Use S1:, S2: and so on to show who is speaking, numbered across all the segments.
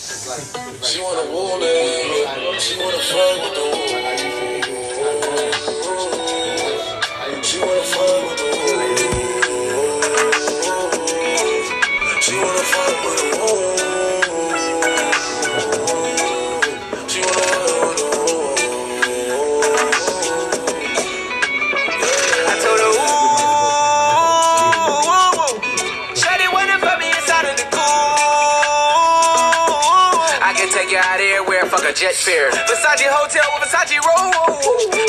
S1: She want a woman. She want to fuck with the woman. She want to fuck with the woman. She want to fuck with the woman. She want to fuck with the woman.
S2: I told her, ooh, ooh, ooh, ooh. Shawty waiting for me inside of the cool. I can take you out everywhere, fuck a jet fare. Versace hotel with Versace roll.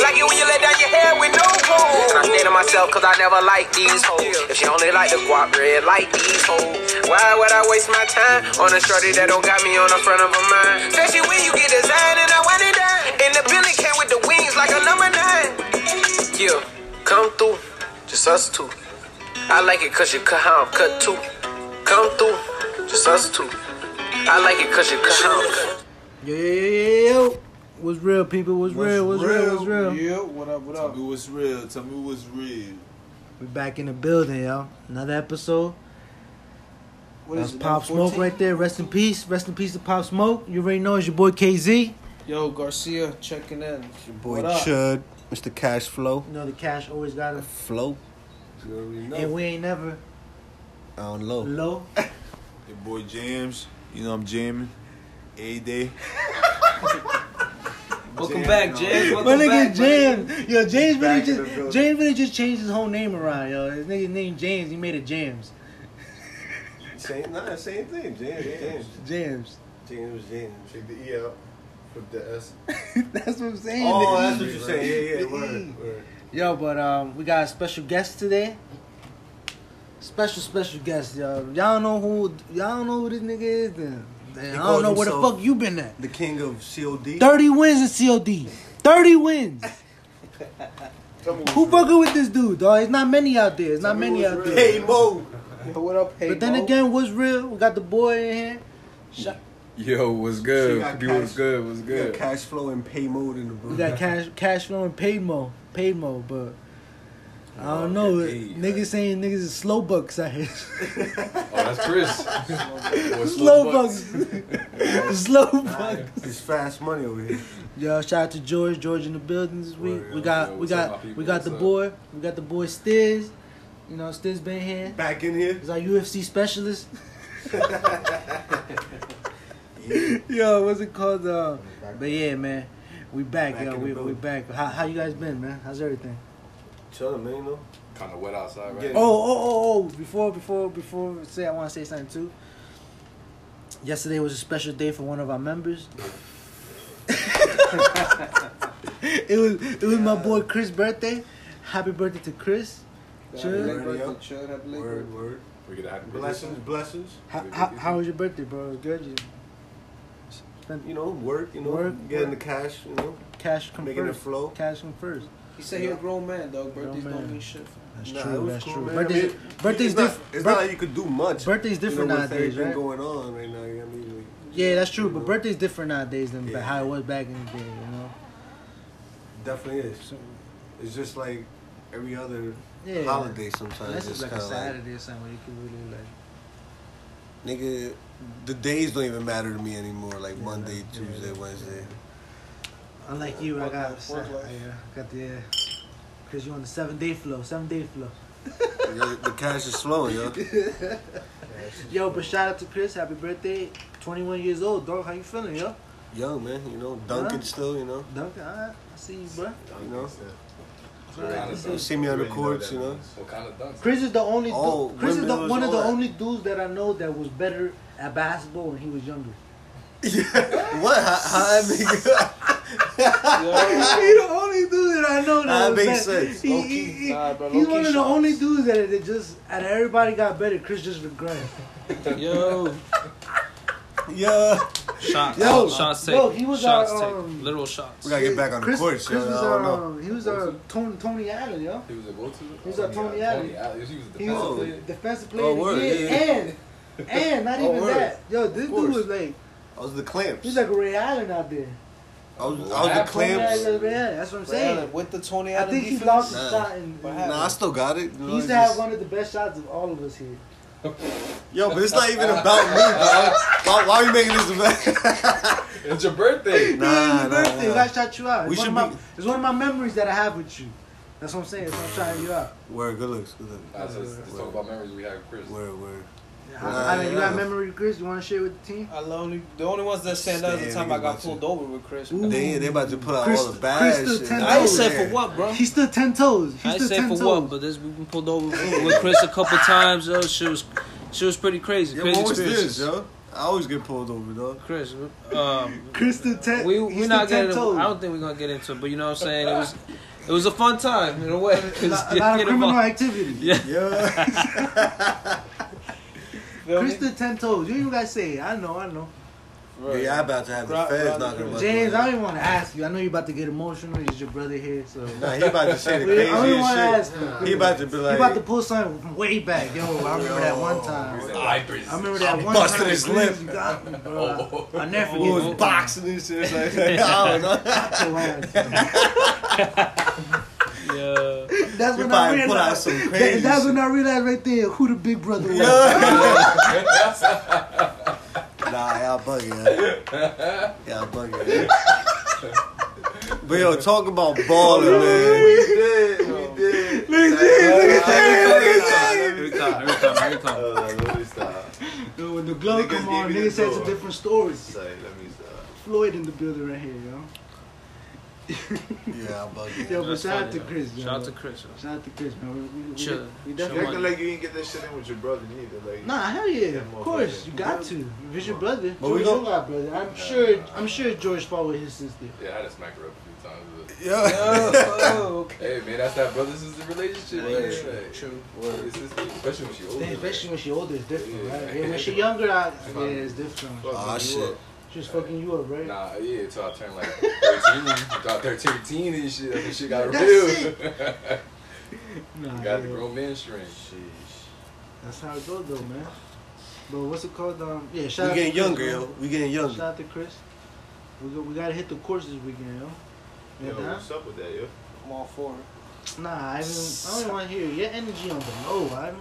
S2: Like it when you let down your hair with no comb. And I stay to myself cause I never like these hoes. If she only like the guap red, like these hoes. Why would I waste my time on a shorty that don't got me on the front of her mind? Especially when you get designed and I want it down. And the building came with the wings like a number nine. Yeah, come through, just us two. I like it cause you cut how I'm cut too. Come through, just us two. I like it cause you cut how I'm cut.
S3: Yo, yo, yo, yo, yo. What's real, people? What's, real? What's real? What's real?
S4: Yeah, what up, what
S5: Tell
S4: up?
S5: me what's real. Tell me what's real.
S3: We back in the building, y'all. Another episode.
S4: What
S3: That's
S4: is it,
S3: Pop
S4: number
S3: Smoke
S4: 14?
S3: right there. Rest in peace. Rest in peace to Pop Smoke. You already know it's your boy KZ.
S4: Yo, Garcia checking in. Your
S6: Boy
S4: what up?
S6: Chud, Mr. Cash Flow.
S3: You know the cash always got him.
S6: Flow,
S4: You already know.
S3: And we ain't never
S6: I don't know.
S3: low.
S5: Your boy James. You know I'm jamming. A day.
S4: Welcome
S5: Jam,
S4: back,
S5: you know.
S4: James.
S3: My
S4: Welcome
S3: nigga
S4: back,
S3: James. Yo, James really
S5: Back to the
S3: just
S5: building.
S3: James really just changed his whole name around, yo. His nigga named James, he made it James.
S7: Same, nah, same thing. James, James,
S3: James.
S7: James, James.
S8: Take the E out, put the S.
S3: That's what I'm saying.
S7: Oh,
S3: nigga.
S7: that's what you're saying. Yeah, yeah, word, word.
S3: Yo, but um, we got a special guest today. Special, special guest, yo. Y'all know who? Y'all know who this nigga is? Then Then I don't
S6: calls
S3: know where the
S6: himself-
S3: fuck you been at.
S6: The king of COD.
S3: Thirty wins in COD. Thirty wins.
S8: Tell me
S3: Who fucking with this dude, dog? It's not many out there. It's not many out there.
S6: Hey Mo.
S4: Yo, what up, hey,
S3: but then
S4: Mo?
S3: again, what's real? We got the boy in here. Sh-
S9: Yo, what's
S6: She
S9: good?
S6: got
S9: Be
S6: cash.
S9: what's good? What's
S6: We got
S9: good?
S6: Cash Flow and Pay Mode in the
S3: We
S6: booth.
S3: got cash, cash flow and paid mo, paid mo, but. I don't know.
S9: Oh, yeah, paid,
S3: niggas saying niggas is slow bucks out here.
S9: Oh, that's Chris. Or
S3: slow bucks. slow bucks.
S6: It's fast money over here.
S3: Yo, shout out to George, George in the building this week.
S9: Word,
S3: we
S9: yo,
S3: got
S9: yo,
S3: we
S9: what's up,
S3: got
S9: my
S3: we
S9: people?
S3: got the
S9: What's
S3: boy, we got the boy Stiz. You know, Stiz been here.
S6: Back in here.
S3: He's our UFC specialist. Yo, what's it called? Uh, but yeah, man, we back,
S6: Back
S3: yo.
S6: in the
S3: We, we
S6: building.
S3: back. How, how you guys been, man? How's everything?
S7: Chillin', man, you know.
S9: Kind of wet outside, right?
S7: Yeah.
S3: Oh, oh, oh, oh! Before, before, before, we say I want to say something too. Yesterday was a special day for one of our members. it was it was my boy Chris' birthday. Happy birthday to Chris!
S4: Happy late
S3: Chill.
S4: birthday,
S6: yo.
S4: chill, happy late
S6: Word,
S4: birthday.
S6: word.
S9: We get a happy
S7: Blessings, blessings.
S3: How, how, how was your birthday, bro? It was good. You
S7: You know, work, you know,
S3: Work,
S7: getting
S3: work.
S7: the cash, you know,
S3: cash come
S7: making it
S3: first.
S7: flow.
S3: Cash come first.
S4: He said he's a grown man, dog.
S3: Grown
S4: Birthdays
S3: man.
S4: don't mean shit.
S3: That's
S7: Nah, it
S3: true.
S7: was
S3: That's
S7: cool,
S3: true.
S7: man.
S3: Birthdays,
S7: I mean,
S3: birthdays,
S7: it's not,
S3: diff-
S7: it's
S3: bir-
S7: not like you could do much.
S3: birthdays different
S7: you know, with
S3: nowadays,
S7: everything
S3: right?
S7: going on right now. You know what I mean? Like,
S3: yeah, that's true. But
S7: know,
S3: birthday's different nowadays than
S7: Yeah.
S3: how it was back in the day. You know.
S7: definitely is. It's just like every other
S3: Yeah.
S7: holiday sometimes.
S3: Unless it's like a
S7: kinda
S3: Saturday or something, where you can really like.
S7: nigga, the days don't even matter to me anymore. Like Monday,
S3: yeah,
S7: Tuesday, Wednesday.
S3: Unlike you, I
S4: Work
S3: got
S4: life, work
S3: I,
S4: life.
S3: uh, got the because you on the seven day flow, seven day flow.
S7: the, the cash is flowing, yo.
S3: Yo, but shout out to Chris, happy birthday, twenty one years old, dog. How you feeling, yo?
S7: Young man, you know, Duncan
S3: Huh?
S7: still, you know,
S3: Duncan, all right, I see you, bro.
S7: you know.
S9: Kind of
S7: You
S9: dunks.
S7: see me on the courts, you know.
S9: What kind of dunks?
S3: Chris is the only dude,
S7: Oh,
S3: Chris is the,
S7: women was
S3: one of
S7: all
S3: the
S7: that.
S3: only dudes that I know that was better at basketball when he was younger.
S7: What? How, how that nigga?
S3: he the only dude that I know that,
S7: That
S3: was
S7: makes
S3: better.
S7: sense.
S3: He,
S4: Low-key.
S3: he- he-
S4: Nah, bro,
S3: he's
S4: low-key
S3: one of the
S4: shots.
S3: only dudes that, that just out of everybody got better. Chris just regretted.
S4: Yo,
S7: Yo,
S10: Shots.
S7: Yo.
S10: shots taken.
S3: Yo, he was
S10: shots
S3: our,
S10: taken.
S3: um,
S10: Literal shots.
S7: we gotta get back on the
S3: Chris,
S7: courts, yo.
S3: Chris
S7: I
S3: was
S7: don't know.
S3: our, he was our Tony, Tony Allen, yo.
S9: He was a go-to.
S3: He was a Tony Allen.
S9: He was a
S3: He was
S9: defensive
S7: Oh.
S3: the
S9: player.
S3: defensive player
S7: Oh,
S3: of the
S7: word,
S3: year,
S7: yeah,
S3: and and not
S7: Oh,
S3: even
S7: word.
S3: that. Yo, this dude
S7: course.
S3: was like
S7: I was the
S3: he's
S7: clamps. I
S3: like Ray Allen out there.
S7: was, I was the
S3: Tony Allen,
S7: clamps.
S3: like Ray Allen. That's what I'm
S4: Allen,
S3: saying.
S4: with the Tony
S3: I
S4: Allen
S3: think he
S4: defense.
S3: lost his
S7: Nah.
S3: shot. And,
S4: What
S3: and-
S4: happened?
S7: Nah, I still got it. You know,
S3: he used to
S7: it's
S3: have
S7: just-
S3: one of the best shots of all of us here.
S7: Yo, but it's not even about me, dog. Why, why are you making this about?
S1: It's your birthday.
S7: Nah,
S3: yeah, your
S7: nah,
S3: birthday.
S7: nah.
S3: I shot you out.
S7: We
S3: It's one, of
S7: should
S3: my,
S7: be-
S3: it's one of my memories that I have with you. That's what I'm saying. That's why I'm trying you out.
S7: word, good looks, good looks.
S1: Nah, so let's, let's talk about memories we had with Chris.
S7: Word, word.
S3: How- I
S7: Nah,
S3: mean, you
S7: nah.
S3: got memory, Chris? You want to share with the team?
S11: I only the only ones that stand out is the
S7: Stand,
S11: time I got
S7: nigga,
S11: pulled over with Chris.
S3: Ooh.
S7: They, they about to put out all
S3: Crystal-
S7: the bad
S3: crystal
S7: shit.
S3: ten
S11: I ain't
S3: dollars.
S11: said for what, bro.
S3: He stood ten toes. He
S10: I ain't
S3: stood
S10: say
S3: ten
S10: for
S3: toes.
S10: what, but this we've been pulled over with with Chris a couple times. Though she was, she was pretty crazy.
S7: Yo,
S10: crazy
S7: what was this,
S10: experiences.
S7: yo? I always get pulled over, dog.
S10: Chris, um,
S3: Chris stood ten.
S10: we
S3: he
S10: we
S3: stood
S10: not
S3: 10
S10: getting.
S3: toes.
S10: I don't think we're gonna get into it, but you know what I'm saying. It was, it was a fun time in a way. 'cause
S3: Not,
S10: you
S3: not a
S10: get
S3: criminal
S10: involved-
S3: activity.
S7: Yeah.
S11: Feel me?
S3: Chris stood ten toes. You ain't gotta say it. I know. I know.
S7: yeah,
S11: Right.
S7: y'all about to have the
S11: Rob-
S7: feds
S11: Rob-
S7: knocking on my
S3: James, I
S7: door.
S3: don't even want to ask you. I know you about to get emotional. He's your brother here, so.
S7: Nah, he about to say the
S3: I don't even want to
S7: craziest
S3: ask him.
S7: shit. He about to be
S3: He
S7: like,
S3: about to pull something from way back, yo. I remember that one time. I remember that one
S7: busted
S3: time.
S7: his
S3: Chris, you
S7: lip. Oh.
S3: got me, bro. I never
S7: who
S3: forget
S7: was
S3: that.
S7: boxing and shit. It's like, I don't know.
S10: Yeah.
S3: That's
S7: You
S3: when I
S7: probably put out
S3: realized.
S7: some
S3: that-
S7: crazy
S3: That's
S7: shit.
S3: when I realized right there who the big brother was.
S7: Nah, y'all bugging. Y'all, y'all bugging. but yo, talk about balling, man.
S8: did, we did.
S10: Here we come. Here we come. Here we come.
S8: Uh, let me stop.
S3: Yo, when the glove
S8: Niggas
S3: come
S8: gave
S3: on,
S8: me
S3: niggas
S8: the
S3: said some
S8: door.
S3: different stories.
S8: Say, let me stop.
S3: Floyd in the building right here, yo.
S7: Yeah, y'all bugging.
S3: Yo, but
S10: That's
S3: shout out
S10: funny,
S3: to
S10: though.
S3: Chris, yo.
S10: Shout out to Chris. yo.
S3: Shout out to Chris, man. We- We, we,
S10: Chill.
S3: we
S10: Chill.
S8: You
S3: definitely.
S8: acting like you didn't get that shit in with your brother neither. Like,
S3: Nah, hell yeah,
S8: That
S3: of course,
S8: motherfucker.
S3: you got to. If it's your brother,
S7: But
S3: so
S7: we
S3: is
S7: gon-
S3: your god brother. I'm sure, I'm sure George fought with his sister.
S1: Yeah, I had to smack her up a few times. but-
S7: Yeah.
S11: Oh, okay.
S1: Hey man, that's that brother sister relationship.
S11: Yeah,
S1: man.
S11: true,
S1: Like,
S11: true.
S1: brother sister, especially when she older.
S3: Damn, especially when she older, it's different,
S1: Yeah.
S3: right? Yeah, when she younger, I, yeah, it's different.
S8: fuck
S7: Aw,
S8: you
S7: Ah, shit.
S8: up.
S3: She was fucking you up, right?
S1: Nah, yeah, until I turned like 13. until I turned 13 and shit, that's when shit got
S3: That's
S1: real.
S3: Nah,
S1: got the
S3: yeah.
S1: grown man strength.
S3: That's how it goes, though, man. But what's it called? Um, yeah, shout
S7: We
S3: out
S7: getting
S3: to Chris,
S7: younger,
S3: man.
S7: yo. We getting
S3: Shout
S7: younger.
S3: out to Chris. We, go, we gotta hit the course this weekend, yo.
S8: Yo,
S3: Yeah, nah,
S8: what's up with that, yo?
S11: I'm all for it.
S3: nah, I, even, I don't even want to hear your energy on the low. I don't,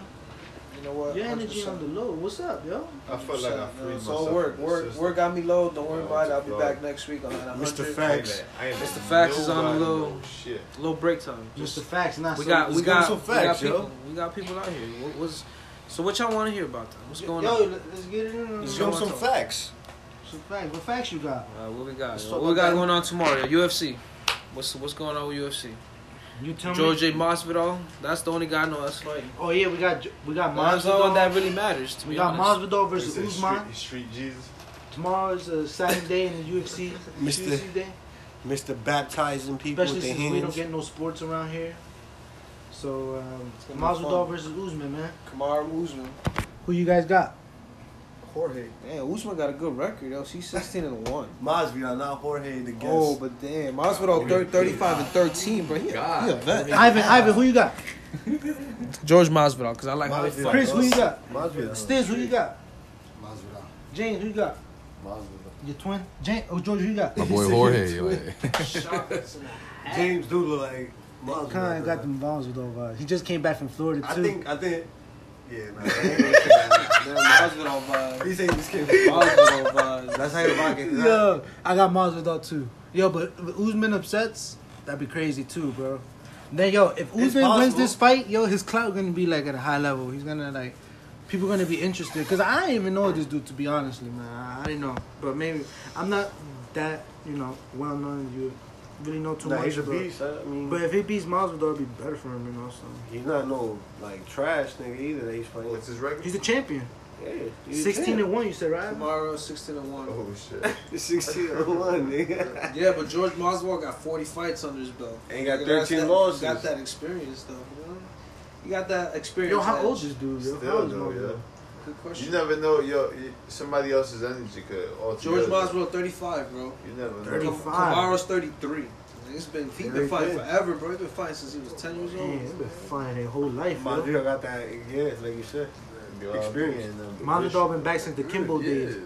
S11: You know what?
S3: your energy
S11: 100%.
S3: on the low. What's up, yo?
S8: I felt like I freed myself.
S11: So work,
S8: from the
S11: work,
S8: system.
S11: work got me low. Don't worry
S8: Yeah,
S11: about it. I'll be
S8: low.
S11: back next week on that.
S7: Mr.
S11: 100.
S8: I ain't
S7: Facts.
S8: let- I ain't let
S10: Mr. Facts is on the
S8: nobody
S10: low.
S8: know Shit.
S10: Little break time.
S3: Just the facts, not
S10: We
S3: so-
S10: got,
S7: let's
S10: we
S7: give 'em
S10: got,
S7: some
S10: we got
S7: facts, yo.
S10: people. We got people out here. What was? So what y'all want to hear about that? What's going
S3: yo,
S10: on?
S3: let's get it in.
S10: Let's
S7: Show
S10: go.
S7: them some facts.
S3: Some facts. What facts you got?
S10: Uh, what we got?
S7: Let's talk
S10: What we got
S7: about
S10: going on tomorrow? UFC. What's what's going on with UFC?
S3: You tell
S10: George J. Masvidal. That's the only guy I know that's fighting.
S3: Oh yeah, we got we got
S10: That's the one that
S3: Masvidal.
S10: really matters to
S3: We
S10: me.
S3: got
S10: honest.
S3: Masvidal
S8: Is
S3: versus
S8: it
S3: Usman.
S8: Street, street Jesus.
S3: Tomorrow is a Saturday in the UFC.
S7: Mr.
S3: UFC day.
S7: Mr. Baptizing people
S3: Especially
S7: with
S3: since
S7: their
S3: we don't
S7: hands.
S3: get no sports around here. So um,
S11: gonna be
S3: Masvidal
S11: fun.
S3: versus Usman, man.
S11: Kamara Usman.
S3: Who you guys got?
S11: Jorge. Damn, Usman got a good record, yo. She's 16 and 1.
S7: Masvidal, not Jorge, the guest.
S11: Oh, but damn. Masvidal thir- 35 and 13, bro. He, a- he a vet.
S3: Ivan, Ivan, who you got?
S10: George Masvidal, because I like how he
S7: Masvidal.
S10: fight.
S3: Chris, who you got?
S7: Masvidal.
S3: Stiz, who you got? James, who you got? Your twin? James, oh George, who you got?
S1: boy Jorge.
S7: James do look like Masvidal.
S3: Kind of got
S7: though.
S3: them bombs with over. He just came back from Florida
S7: I
S3: too.
S7: think, I think, yeah, man.
S11: Damn, Masvidal vibes.
S7: He said he just came
S11: Masvidal vibes.
S7: That's how you rock it.
S3: Yo, I got Masvidal too. Yo, but if Usman upsets, that'd be crazy too, bro. Then yo, if Usman wins
S7: possible.
S3: this fight, yo, his clout gonna be like at a high level. He's gonna like people gonna be interested. Cause I didn't even know this dude to be honestly, man. I, I didn't know, but maybe I'm not that you know well known. You really know too
S7: Nah,
S3: much.
S7: he's a
S3: But,
S7: beast. I mean,
S3: but if he beats Masvidal, it'd be better for him, you know. So
S7: he's not no like trash nigga either. That he's playing.
S8: What's Oh, his record?
S3: he's a champion.
S7: Yeah, he's a
S3: Sixteen and one, you said right?
S11: Kamara 16 and 1.
S8: Oh shit.
S7: champ. sixteen and one, nigga.
S11: Yeah, but George Masvidal got 40 fights under his belt.
S7: And he got
S11: Nigga, that's
S7: 13
S11: that-
S7: losses.
S11: Got that experience, though. You know? He got that experience.
S3: Yo, how
S11: man.
S3: old is this dude? Yo, how
S8: Still
S3: old is
S8: though,
S3: Masvidal?
S8: yo.
S11: Good
S8: You
S11: question.
S8: never know, yo. you- Somebody else's energy could alter.
S11: George
S8: yours.
S11: Masvidal 35, bro.
S8: You never know.
S3: 35.
S11: Kamara's 33. He's been he's been fighting
S7: 33.
S11: forever, bro. He's been fighting since he was 10 years
S3: Damn,
S11: old.
S3: he's been fighting their whole life, yo.
S7: Masvidal got that. Yeah, like you said.
S8: Yo,
S7: Experience.
S8: I'm-
S3: Masvidal been back since the Kimbo days.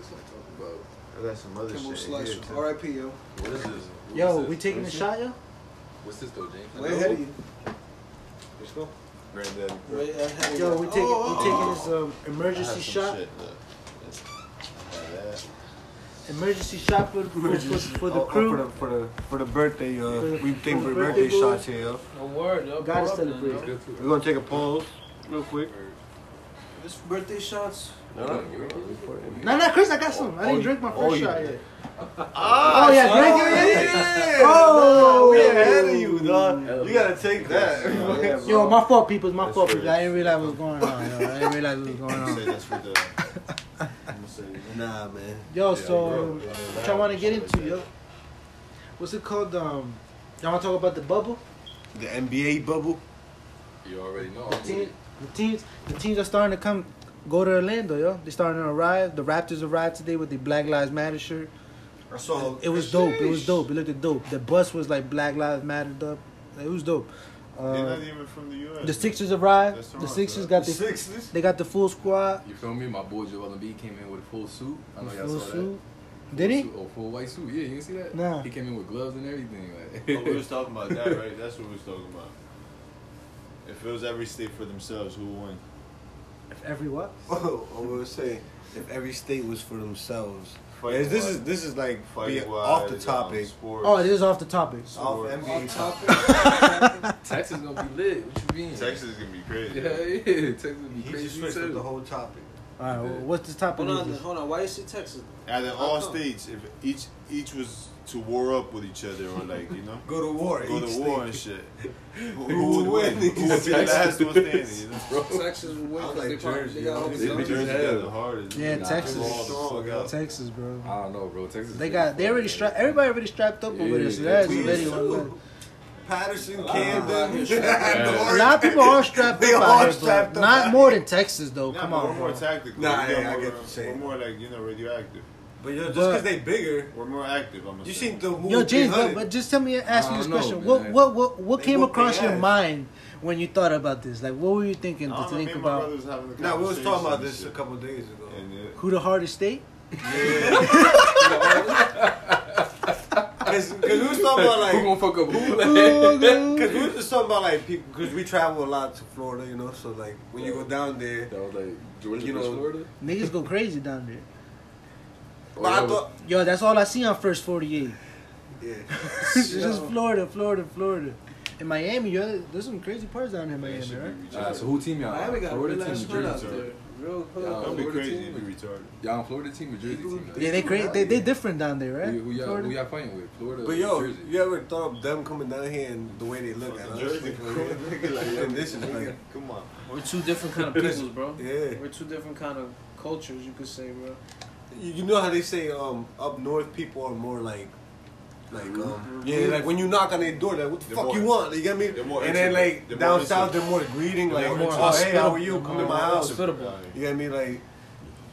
S8: I got some other
S11: Kimbo
S8: shit. in here,
S11: Slicer.
S8: too.
S11: R.I.P. Yo.
S1: What is this?
S3: Yo,
S1: What's
S3: we
S1: this?
S3: taking a
S1: What's
S3: shot, yo?
S1: this? What's this though, James?
S11: Way ahead of you.
S1: Let's go.
S8: Granddaddy.
S10: Right, I had-
S3: Yo, we taking
S10: Oh,
S3: we taking this um,
S8: I
S3: emergency
S8: have some
S3: shot.
S8: shit, look. Like that.
S3: Emergency shot for, for, for, for the
S7: Oh, oh,
S3: crew.
S7: for, the, for the for the birthday,
S3: For
S7: uh,
S3: the-
S7: we take
S3: for
S7: for
S3: the
S7: birthday
S3: birthday
S7: shots here. yo.
S12: A word, yo.
S3: Gotta
S12: Pull up then,
S3: celebrate.
S12: yo.
S7: We're gonna take a pause real quick.
S10: This birthday shots.
S3: Nah, nah, Chris, I got some. I didn't drink my first
S7: oh, you Ah,
S3: shot yet. oh yeah, drink it. yeah, yeah.
S7: Oh, we ahead of you, dog. You gotta take that.
S10: Yeah,
S3: Yo,
S10: bro.
S3: my fault, peoples. My fault,
S8: fair.
S3: people. I didn't realize what was going on. Yo. I didn't realize what was going
S8: I'm gonna
S3: on.
S8: say that's for the. I'm gonna say.
S7: Nah, man.
S3: Yo, so
S8: bro.
S3: what y'all want to get into, yo? What's it called? Um, y'all want to talk about the bubble?
S7: The NBA bubble.
S9: You already
S3: The
S9: know. I'm with
S3: team,
S9: it.
S3: the teams, the teams are starting to come, go to Orlando, yo. They're starting to arrive. The Raptors arrived today with the Black Lives Matter shirt.
S7: I saw.
S3: It was dope. It was dope. It looked dope. The bus was like Black Lives Matter up. It was dope.
S8: They're
S3: Uh,
S8: not even from the U.S.
S3: the Sixers
S8: That's
S3: arrived.
S8: the
S3: The
S8: wrong
S3: Sixers
S8: side.
S3: got the they got the full squad.
S9: You feel me? My boy Joel Embiid came in with a full suit. Oh, I know y'all
S3: full
S9: saw that.
S3: suit. Did he?
S9: Suit, oh, full white suit. Yeah, you didn't see that?
S3: Nah.
S9: He came in with gloves and everything.
S8: But we
S9: Like.
S8: was talking about that, right? That's what we was talking about. If it was every state for themselves, who would win?
S3: Every what?
S7: Oh, I was saying, if every state was for themselves. Yes, this is this is like be
S8: Fight-wise,
S7: off the
S8: um,
S7: topic.
S8: sports.
S3: Oh, it is off the topic.
S7: Off
S8: Sports.
S7: NBA topic.
S9: Texas gonna be lit. What you mean?
S8: Texas is gonna be crazy.
S9: Yeah, yeah. Texas be
S7: He
S9: crazy
S7: just switched
S9: too.
S7: up the whole topic.
S3: All right, well, what's the topic? of
S10: Hold on,
S3: this?
S10: hold on. Why is it Texas?
S8: Out of all
S10: How come?
S8: states, if each each was to war up with each other or like you know
S7: Go to war.
S8: go
S7: each
S8: to
S7: state.
S8: war and shit, who, who would win? Who would be the last one standing? You know,
S10: Texas will win
S7: I
S10: 'cause
S7: like
S10: they, probably, they
S7: Jersey,
S10: got
S7: yo.
S10: all
S8: They
S10: these
S8: be
S9: Texas.
S8: joined together hard as
S3: Yeah,
S8: Nah,
S3: Texas.
S8: they're all the fuck out.
S3: Texas, bro.
S9: I don't know, bro. Texas.
S3: They got they already strapped. Everybody already strapped up over there. So
S9: Yeah,
S3: that's
S7: We
S3: already
S7: is
S3: one.
S7: too.
S3: good.
S7: Patterson,
S10: people out
S7: Camden.
S10: here.
S3: A lot of people are strapped
S7: They
S3: up.
S7: all
S3: out here, bro.
S7: strapped up
S3: Not
S7: out
S3: more than Texas though.
S8: Nah,
S3: Come
S8: but
S3: on,
S8: we're more
S3: bro.
S8: tactical.
S7: Nah,
S8: we
S7: yeah, I
S8: more,
S7: get what you're saying.
S8: We're more like you know radioactive.
S7: But yo, just
S3: But-
S7: because they bigger,
S8: We're more active. I'm
S7: you seen the movie.
S3: Yo, James, but,
S7: 300.
S3: but just tell me, ask
S9: I
S3: me this
S9: don't know,
S3: question.
S9: man.
S3: What what what what
S7: They
S3: came
S7: whoop
S3: across
S7: they
S3: your
S7: ass.
S3: mind when you thought about this? Like, what were you thinking
S8: I
S3: to
S8: don't know, me
S3: think
S8: and my brother
S3: about
S8: was having a
S7: nah, we was talking about
S8: conversation and
S7: this a
S8: shit.
S7: couple days ago.
S8: And it-
S3: who the hardest state?
S7: Because we was talking about
S9: Who
S7: like,
S9: gonna fuck up who?
S7: because we was just talking about like people, because we travel a lot to Florida, you know. So like, when you go down there,
S9: That was like Georgia
S7: You
S9: versus
S7: know,
S9: Florida.
S3: Niggas go crazy down there.
S7: but
S9: Or that
S7: I
S9: was-
S7: thought,
S3: Yo, that's all I see on first forty eight.
S7: yeah,
S3: Just Florida, Florida, Florida. In Miami, yo, there's some crazy parts down in
S8: That
S3: Miami,
S8: shit
S3: right?
S8: be
S9: Alright,
S8: retarded.
S9: so who team y'all?
S10: Miami
S9: on?
S10: got
S9: Florida
S10: real
S9: team,
S10: ass
S9: New
S10: hood out
S9: Jersey
S10: there.
S9: team.
S10: Real
S9: Yeah.
S10: hood.
S8: Don't be
S9: Florida
S8: crazy.
S9: team?
S8: It'd be retarded.
S9: Y'all on Florida team or Jersey team? though?
S3: Yeah, they crazy. They they different down there, right?
S9: Who, who, y'all,
S3: Florida?
S9: who y'all fighting with? Florida
S7: but
S9: or
S7: yo,
S9: Jersey?
S7: you ever thought of them coming down here and the way they look at
S8: Fucking
S7: us? oh,
S8: Jersey, nigga, like,
S7: and this is like,
S8: Come on.
S10: We're two different kind of peoples, bro.
S7: yeah.
S10: We're two different kind of cultures, you could say, bro.
S7: You you know how they say um up north people are more like like um yeah like when you knock on their door like what the
S8: Mm-hmm. They're
S7: fuck
S8: more-
S7: you want you get me
S8: they're more
S7: and then
S8: intimate.
S7: like
S8: They're more
S7: down
S8: intimate.
S7: south they're more greeting like
S8: They're more
S7: oh hey how are
S3: hospitable.
S7: you come to my house
S10: Hospitable.
S7: you get me like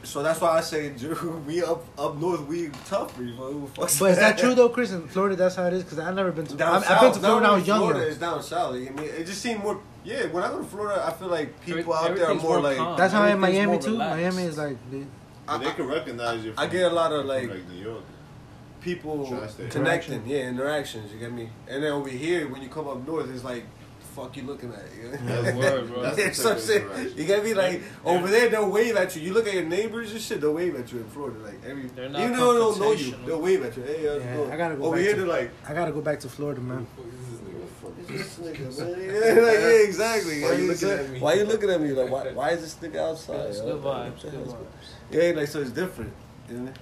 S7: so that's why I say Drew, we up up north we tough we but
S3: But is that true though, Chris? In Florida, that's how it is. Cause I've never been to.
S7: Down
S3: I've,
S7: south,
S3: I've been to
S7: not
S3: Florida when I
S7: only
S3: was younger.
S7: Florida is down south. You get me? It just seemed more. Yeah, when I go to Florida, I feel like people out there are
S12: Everything's
S7: more
S12: more
S7: like.
S12: calm.
S3: That's how in
S12: Oh, Everything's
S3: Miami
S12: more
S3: too.
S12: relaxed.
S3: Miami is like the-
S7: I-
S8: they can recognize you.
S7: I
S8: from-
S7: get a lot of,
S8: from,
S7: like-
S8: New York.
S7: people
S8: Trust it.
S7: connecting, yeah, interactions. You get me? And then over here, when you come up north, it's like, fuck, you looking at you. know?
S8: That's word, bro.
S7: That's what I'm saying. You get me? Like over there, they'll wave at you. You look at your neighbors and shit. They'll wave at you in Florida. Like every, even
S12: They're
S7: though
S12: not
S7: they don't know you,
S12: confrontational.
S7: they'll wave at you. Hey, how's it
S3: Yeah,
S7: going?
S3: I gotta go
S7: over
S3: back
S7: here.
S3: to-
S7: They're like,
S3: I gotta go back to Florida, man.
S9: Fuck is this nigga? Fuck is this-
S7: this nigga, man. yeah, like, yeah, exactly.
S9: Why you
S7: It's
S9: looking
S7: like,
S9: at me?
S7: Why you looking at me? Like, why, why is this nigga outside?
S12: It's
S7: yo?
S12: good vibes,
S7: Like, I'm saying,
S12: good
S7: it's- Yeah, like so, it's different. You know?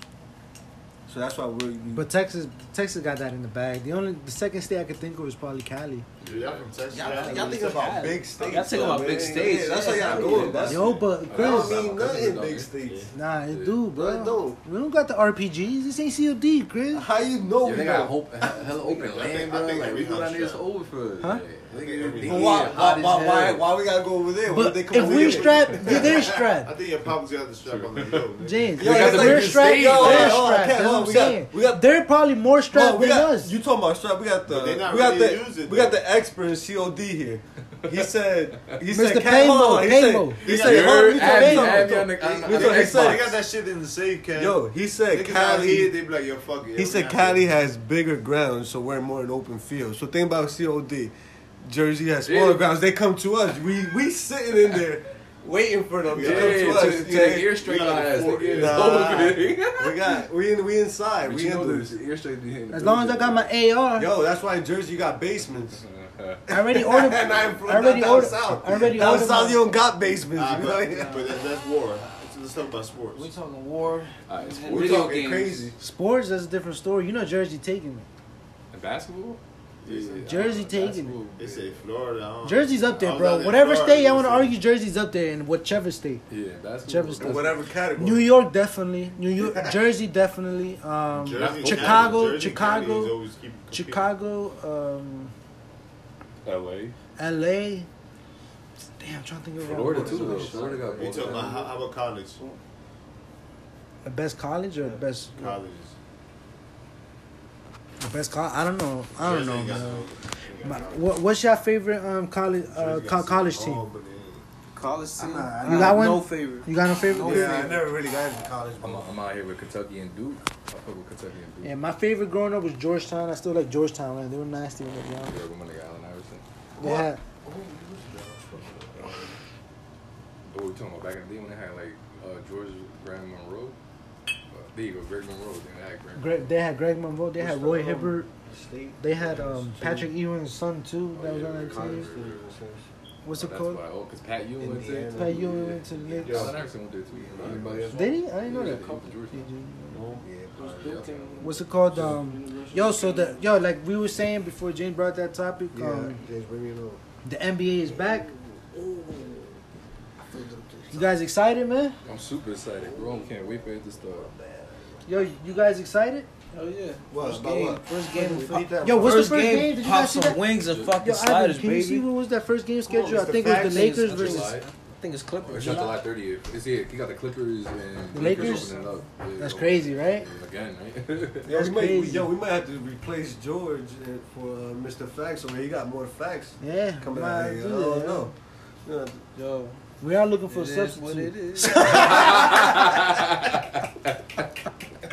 S7: So that's why we're.
S3: But Texas, Texas got that in the bag. The only, the second state I could think of is probably Cali.
S8: Y'all from Texas?
S7: Y'all, y'all thinking about big states.
S12: Y'all thinking
S7: though,
S12: about big
S7: man.
S12: states,
S7: Yeah, that's how
S12: yeah.
S7: y'all going. That's,
S3: Yo, but
S7: that don't
S3: Chris,
S9: Yeah.
S7: mean nothing big states.
S3: nah, it do,
S7: No,
S3: bro.
S7: it don't.
S3: We don't got the RPGs. This ain't COD, Chris.
S7: How you know
S9: Yeah,
S7: we
S9: they got
S7: got
S9: hope, hella open land,
S8: think-
S9: bro.
S8: I think
S9: Like, we
S8: every
S9: go down there,
S8: house
S9: it's
S8: shot.
S9: over for.
S3: Huh?
S9: Yeah. They- they
S7: But why,
S9: hot
S7: why,
S9: as
S7: why, why,
S9: hell.
S7: why we gotta go over there? Why
S3: But
S7: they come
S3: if
S7: over
S3: we're
S7: here?
S3: strapped, yeah, they're
S8: I
S3: strapped.
S8: think your pops got the strap on the nose.
S3: James,
S7: Yo,
S3: if
S7: that's
S3: we're
S7: like the
S3: strapped.
S7: state,
S3: Yo,
S7: yo,
S3: they're
S7: hold on,
S3: strapped.
S7: hold
S3: That's
S7: on,
S3: what I'm
S7: we got-
S3: saying.
S7: we got-
S3: they're probably more strapped
S7: Well, we
S3: than
S7: got,
S3: us.
S7: You talking about strap? We got the
S8: But they not
S7: we got
S8: really
S7: the
S8: using
S7: we got
S8: that.
S7: the expert in COD here. He said he said
S3: Mr.
S7: Cat- hold
S3: Paymo,
S7: on, he
S3: Paymo.
S7: said he said hold on,
S9: You're
S7: let me talk, let
S9: Abby,
S7: me
S9: Abby on
S7: talk.
S9: the- on
S7: That's
S9: the
S7: what he said.
S8: They got that shit in the safe, Ken.
S7: Yo, he said
S8: Niggas out
S7: Cali.
S8: here, they be like, yo, fuck it.
S7: He said Cali has bigger ground, so we're more in open field. So think about COD. Jersey has smaller grounds. They come to us. We we sitting in there waiting for them to come to
S9: Yeah,
S7: us.
S9: to- to
S7: you
S9: the
S7: know?
S9: ear straight
S7: We got
S9: eyes,
S7: four-
S9: nigga.
S7: Nah, we got we in we inside.
S9: But
S7: we
S9: you
S7: in
S9: know
S7: the-
S9: this, ear straight to him.
S3: As long as I got my AR,
S7: Yo, that's why in Jersey you got basements.
S3: I already ordered.
S7: and I'm from
S3: I already
S7: down
S3: ordered.
S7: south.
S3: I already
S7: down
S3: ordered.
S7: south
S3: my-
S7: you don't got basements.
S8: Nah,
S7: you
S8: Ah, but,
S7: know?
S8: but that, that's war. Let's- Let's talk about sports.
S4: We talking war.
S9: All right, sports.
S7: We're
S9: Video
S7: talking
S9: games.
S7: crazy.
S3: Sports, that's a different story. You know, Jersey taking it.
S9: And basketball?
S3: Jersey taking it.
S9: Basketball,
S8: They
S9: yeah.
S8: say Florida. I don't-
S3: Jersey's up
S8: I
S3: there,
S8: was
S3: bro.
S8: out there
S3: Whatever
S8: in Florida,
S3: state, I
S8: they
S3: want to
S8: say-
S3: argue Jersey's up there in whichever state.
S9: Yeah, basketball.
S3: Jefferson.
S7: In whatever category.
S3: New York definitely, New York, Jersey definitely, um,
S8: Jersey-
S3: Chicago,
S8: Jersey counties
S3: Chicago,
S8: always keep competing.
S3: Chicago, um,
S9: LA.
S3: L.A. Damn, I'm trying to think of
S9: Florida,
S3: what-
S9: too, though. Florida got
S8: You
S9: both
S8: talking
S9: of
S8: about
S9: them.
S8: how, how about college?
S3: The best college or the best
S8: Colleges.
S3: the best college? I don't know. I don't
S8: Jersey
S3: know,
S8: ain't got
S3: man.
S8: no-
S3: But what, what's your favorite um college uh,
S8: Jersey
S3: co-
S8: got
S3: college
S8: something.
S3: team?
S8: Oh, but they ain't.
S4: College team.
S3: not-
S4: I
S3: you
S4: have
S3: got one?
S4: No favorite.
S3: You got no
S8: Oh,
S3: favorite?
S4: No
S3: dude?
S7: Yeah, I never really got into college.
S9: I'm, out- I'm out here with Kentucky and Duke. I fuck with Kentucky and Duke.
S3: Yeah, my favorite growing up was Georgetown. I still like Georgetown, man. They were nasty when they were young.
S9: Yeah, with my nigga Allen Iverson.
S3: They had,
S9: But we were talking about back in the day when they had like uh, George Graham Monroe. Uh, there you go, Greg Monroe. Then they had Graham.
S3: Greg, they had Greg Monroe. They had
S8: um,
S3: Roy Hibbert.
S4: State.
S3: They had um, Patrick Ewing's son too. That was on that team. What's it
S9: that's
S3: called?
S9: why. Oh, because Pat Ewing went there.
S7: Indiana.
S3: Pat Ewing went to the Knicks.
S9: Yeah, Allen Iverson went there too. Anybody else?
S3: Did he? I didn't know
S9: Yeah,
S3: that.
S9: he went to Georgetown.
S3: What's it called? Um, yo, so the yo, like we were saying before, Jane brought that topic.
S7: Yeah,
S3: Um,
S7: James, bring me over.
S3: the NBA is back. You guys excited, man?
S9: I'm super excited, bro. I can't wait for it to start.
S3: Yo, you guys excited?
S4: Oh yeah.
S7: What,
S4: First
S7: about
S4: game.
S7: what?
S4: First game. was-
S7: Repeat that.
S3: Yo, what's
S10: First
S3: the first game?
S10: game,
S3: Did you
S10: pop
S3: guys see
S10: some
S3: that?
S10: wings and fucking
S3: Yo,
S10: sliders,
S3: Ivan, can you see
S10: baby.
S3: what was that first game schedule?
S7: it's
S3: I
S7: the
S3: think it was the
S7: Facts.
S3: Lakers
S7: That's
S3: versus.
S10: I think it's Clippers.
S9: It's not July 30th. It's here. He got the Clippers and
S3: The Lakers?
S9: opening up. Yeah,
S3: That's
S9: opening
S3: crazy, right?
S9: up Again, right?
S7: Yo,
S3: That's
S7: we might, we,
S3: crazy.
S7: yo, we might have to replace George uh, for uh, Mr. Facts over here. He got more facts
S3: Yeah,
S7: coming
S3: why
S7: out
S3: do
S7: here. I
S3: that,
S7: don't
S3: yo?
S7: know. Yeah,
S4: Yo.
S3: We are looking for a
S4: it is what it is.
S3: substitute.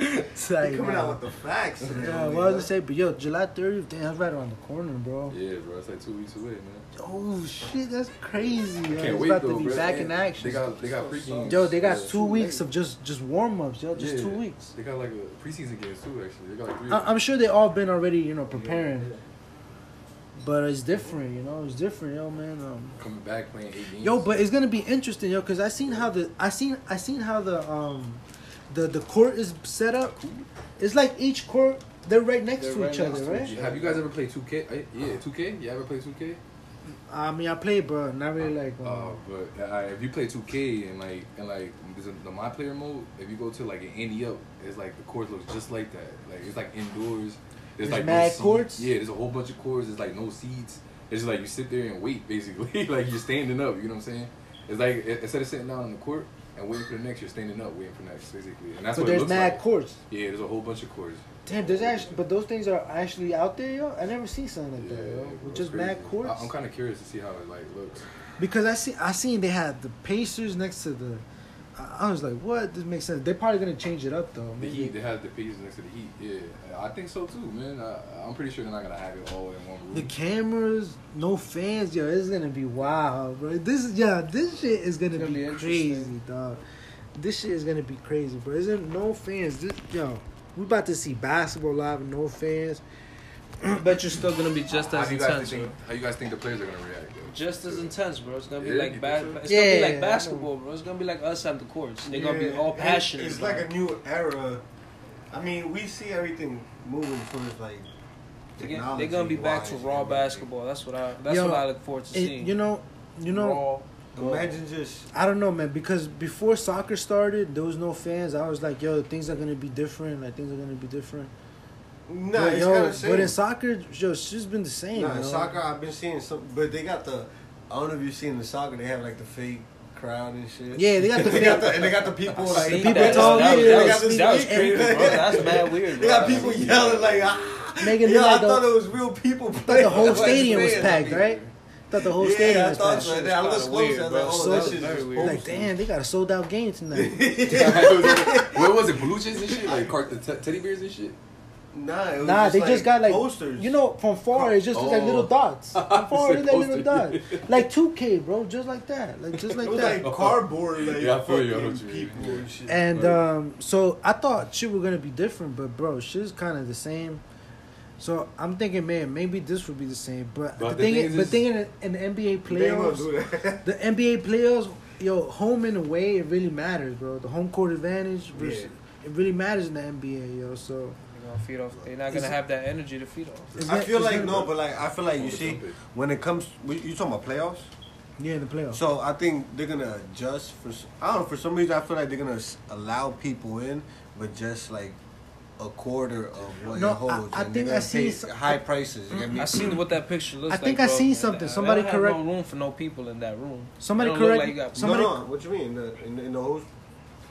S3: It's like,
S7: he coming
S3: nah.
S7: out with the facts. man.
S3: Yeah, what I was gonna say, but yo, July 30th, damn, that's right around the corner, bro.
S9: yeah, bro. It's like two weeks away, man.
S3: Oh shit, that's crazy. yo.
S9: Can't
S3: it's
S9: wait
S3: about
S9: though,
S3: to be
S9: bro.
S3: back
S9: They-
S3: in action.
S9: They got, they got freaking.
S3: Yo, they got
S9: yeah,
S3: two weeks of just just warm ups, yo, just
S9: yeah.
S3: two weeks.
S9: They got like a preseason games too. Actually, they got like three.
S3: I- I'm sure they all been already, you know, preparing. But it's different, you know. It's different, yo, man. Um,
S9: coming back playing eight games.
S3: yo, but it's gonna be interesting, yo, because I seen how the I seen I seen how the um the the court is set up. It's like each court they're right next
S4: They're
S3: to
S4: right
S3: each
S4: next
S3: other,
S4: to
S3: right?
S9: You- have you guys ever played 2K? I, yeah, 2K. You ever played 2K?
S3: I mean, I played, but not really like. Um,
S9: Uh, but uh, if you play 2K and like and like there's a, the my player mode, if you go to like an indie up, it's like the course looks just like that. Like it's like indoors.
S3: There's
S9: There's like
S3: mad
S9: seat-
S3: courts?
S9: Yeah, there's a whole bunch of courts. There's like no seats. It's just like you sit there and wait, basically. like you're standing up. You know what I'm saying? It's like i- instead of sitting down on the court and waiting for the next, you're standing up waiting for the next, basically. And Oh, that's
S3: but
S9: what it
S3: there's
S9: looks
S3: mad
S9: like.
S3: courts.
S9: yeah, there's a whole bunch of courts.
S3: Damn, there's actually, but those things are actually out there, yo. I never seen something like that, yo.
S9: bro,
S3: With just
S9: crazy. Oh,
S3: mad courts.
S9: I, I'm kind of curious to see how it like looks.
S3: because I see, I seen they had the Pacers next to the. I I was like, what? This makes sense. They're probably gonna change it up though.
S9: The
S3: Maybe.
S9: Heat, they have the Pacers next to the Heat. Yeah, I think so too, man. I, I'm pretty sure they're not gonna have it all in one room.
S3: The cameras, no fans, yo. It's gonna be wild, bro. This is yeah. This shit is gonna,
S4: gonna
S3: be,
S4: be
S3: crazy,
S4: interesting.
S3: dog. This shit is gonna be crazy, bro. Isn't no fans, this, yo. We about to see basketball live, with no fans.
S10: But you're still gonna be just
S9: how
S10: as
S9: do you guys
S10: intense, bro.
S9: think? How you guys think the players are gonna react? Though?
S10: Just as intense, bro. It's gonna be
S9: Yeah,
S10: like
S9: you
S10: bad.
S9: think so?
S10: It's gonna be
S3: Yeah,
S10: like basketball, bro. It's gonna be like us at the courts. They're gonna be
S7: Yeah,
S10: all
S7: it-
S10: passionate.
S7: It's
S10: bro.
S7: like a new era. I mean, we see everything moving towards like.
S10: They get- They're gonna be back to
S7: technology-wise
S10: raw
S7: and
S10: basketball. That's what I. That's
S3: Yo,
S10: what I look forward to
S3: It-
S10: seeing.
S3: you know, you know.
S10: raw.
S7: everything. Imagine just
S3: I don't know, man, because before soccer started, there was no fans. I was like, yo, things are gonna be different. Like things are gonna be different.
S7: no,
S3: but,
S7: it's
S3: yo,
S7: kind of same.
S3: but in soccer, yo, she's been the same.
S7: Nah,
S3: yo.
S7: in soccer, I've been seeing some, but they got the. I don't know if you've seen the soccer. They have like the fake crowd and shit.
S3: Yeah, they got the
S7: they
S3: fake-
S7: got the, and they got the people like
S10: See,
S3: people
S10: that,
S3: tall,
S10: that,
S3: yeah,
S10: that,
S3: they
S10: was-
S3: got this
S10: that was
S3: big-
S10: creepy, bro. That's mad weird.
S7: They
S10: Bro.
S7: got people yelling like, ah.
S3: Megan
S7: Yo, I
S3: Leonardo-
S7: thought it was real people
S3: thought
S7: playing.
S3: the whole
S7: I'm like,
S3: stadium was
S7: man,
S3: packed,
S7: I mean,
S3: right? Thought the whole
S7: yeah,
S3: stadium
S7: I
S3: was
S7: thought
S3: packed.
S7: so. I looked close. I was like,
S3: So
S7: oh, that
S3: it's
S7: shit is
S3: Like, damn, they got a sold out game tonight.
S9: Where was it? Blue cheese and shit, like car- the t- teddy bears and shit.
S7: Nah, it was
S3: Nah,
S7: just
S3: they
S7: like
S3: just got like
S7: posters.
S3: you know from far. It just looks like
S7: Oh.
S3: little dots. From far, it looks
S7: It's like
S3: like little dots,
S7: posters.
S3: like two K, bro, just like that, like just like
S7: it was
S3: that.
S7: like cardboard, like
S9: Yeah, I feel you. I know
S7: fucking
S9: what you mean.
S7: people and shit.
S3: And
S7: Like,
S3: um, so I thought shit were gonna be different, but bro, shit's kind of the same. So I'm thinking, man, maybe this would be the same. But,
S9: But
S3: the,
S9: the
S3: thing,
S9: thing
S3: is,
S9: is-
S3: but thing in, in the NBA
S7: They ain't gonna
S3: playoffs,
S7: do that.
S3: the NBA playoffs, yo, home and away, it really matters, bro. The home court advantage, versus, it really matters in the NBA, yo. So
S10: They're gonna feed off. They're not
S3: Is
S10: gonna
S3: it-
S10: have that energy to feed off.
S3: is
S7: I
S3: that-
S7: feel
S3: is
S7: like
S3: that-
S7: no, but like I feel like you
S9: Over
S7: see,
S9: something.
S7: when it comes, you talking about playoffs.
S3: yeah, in the playoffs.
S7: So I think they're gonna adjust for. s- I don't know. For some reason, I feel like they're gonna s- allow people in, but just like a quarter of what
S3: No, I-
S7: it holds.
S3: I
S7: and
S3: think
S7: they're gonna
S3: I seen
S7: pay
S3: some-
S7: high prices. You get me?
S10: I seen what that picture looks
S3: I
S10: like.
S3: think I
S10: bro.
S3: seen something.
S10: They
S3: Somebody
S10: don't
S3: correct-
S10: Have no room for no people in that room.
S3: Somebody
S10: It don't look
S3: correct-
S10: you got-
S3: somebody-
S7: no, no. What you mean? In the, in the, in the whole.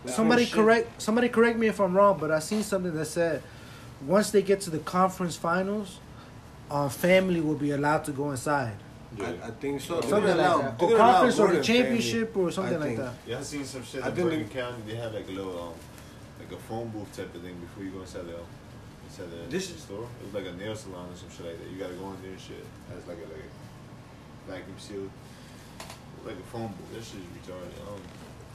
S3: Somebody
S7: Oh, shit.
S3: correct somebody correct me if I'm wrong, but I seen something that said once they get to the conference finals, uh, family will be allowed to go inside.
S7: I, I think so. They're
S3: Something
S7: gonna
S3: like
S7: allow-
S3: that.
S7: they're
S3: Or
S7: gonna allow
S3: conference or
S7: more
S3: the
S7: than family.
S3: championship or something
S7: I
S3: like
S7: think.
S3: that.
S8: Yeah, I seen some shit
S7: I
S8: in
S7: didn't-
S8: Bergen County. They have like a little, um, like a phone booth type of thing before you go inside the, inside the
S7: This-
S8: the store. It was like a nail salon or some shit like that. You gotta go in there and shit. That's like a like a vacuum seal, like a phone booth. That shit is retarded. Um,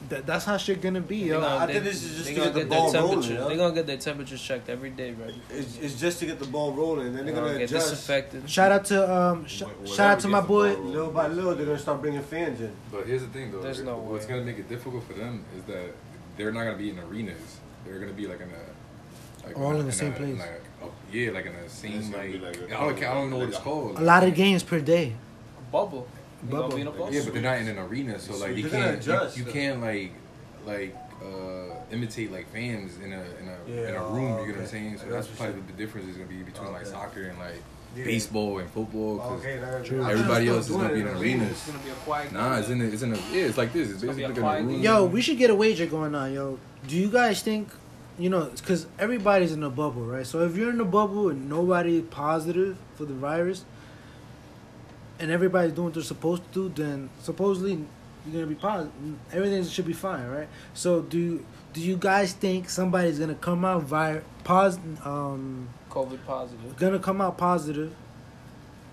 S3: That, that's how shit gonna be,
S10: They
S3: yo.
S10: gonna-
S7: I
S10: they-
S7: think this is just
S10: they
S7: to
S10: gonna
S7: get the
S10: get their
S7: ball rolling,
S10: temperature-
S7: yo.
S10: They gonna get their temperatures checked every day, bro.
S7: It's, it's just to get the ball rolling, and then
S10: They're
S7: they're gonna
S10: gonna get
S7: adjust.
S10: disinfected.
S3: Shout out to um, sh-
S8: wh-
S3: shout out
S8: whatever
S3: to my
S8: gets the
S3: boy.
S8: ball rolling.
S7: Little by little, they're gonna start bringing fans in.
S9: But here's the thing, though.
S10: There's no
S9: What's
S10: way.
S9: gonna make it difficult for them is that they're not gonna be in arenas. They're gonna be like in a. Like
S3: All in the same
S9: a,
S3: place.
S9: Like, oh, yeah, like in the
S8: It's
S9: same
S8: gonna be
S9: like.
S8: like a-
S9: I don't. ca- I don't know what it's
S8: like a-
S9: called.
S3: A lot of games per day.
S10: Bubble. They gonna
S3: Bubble.
S10: be in a bubble.
S9: Yeah, but they're not in an arena, so
S7: It's
S9: like you
S7: sweet. They're gonna
S9: can't. you-
S7: adjust,
S9: You,
S7: though.
S9: can't like like uh imitate like fans in a in a in
S7: Yeah,
S9: a room.
S7: oh,
S9: You know what I'm
S7: okay.
S9: saying? So
S7: I got
S9: that's
S7: you,
S9: probably
S7: shit.
S9: what the difference is gonna be between like
S7: Okay.
S9: soccer and like
S7: Yeah.
S9: baseball and football. 'cause
S7: Okay, now
S9: Everybody else is gonna be in
S10: It's
S9: arenas.
S10: gonna be a quiet.
S9: Nah,
S10: game.
S9: it's in a, it's in a yeah, it's like this. It's
S10: gonna be
S9: basically
S10: a
S9: like
S10: quiet
S9: a room.
S10: game.
S3: Yo, we should get a wager going on, yo. Do you guys think, you know, because everybody's in a bubble, right? So if you're in a bubble and nobody positive for the virus, and everybody's doing what they're supposed to do, then supposedly you're gonna be positive. Everything should be fine, right? So do do you guys think somebody's gonna come out vi- pos- um
S10: COVID positive.
S3: gonna come out positive?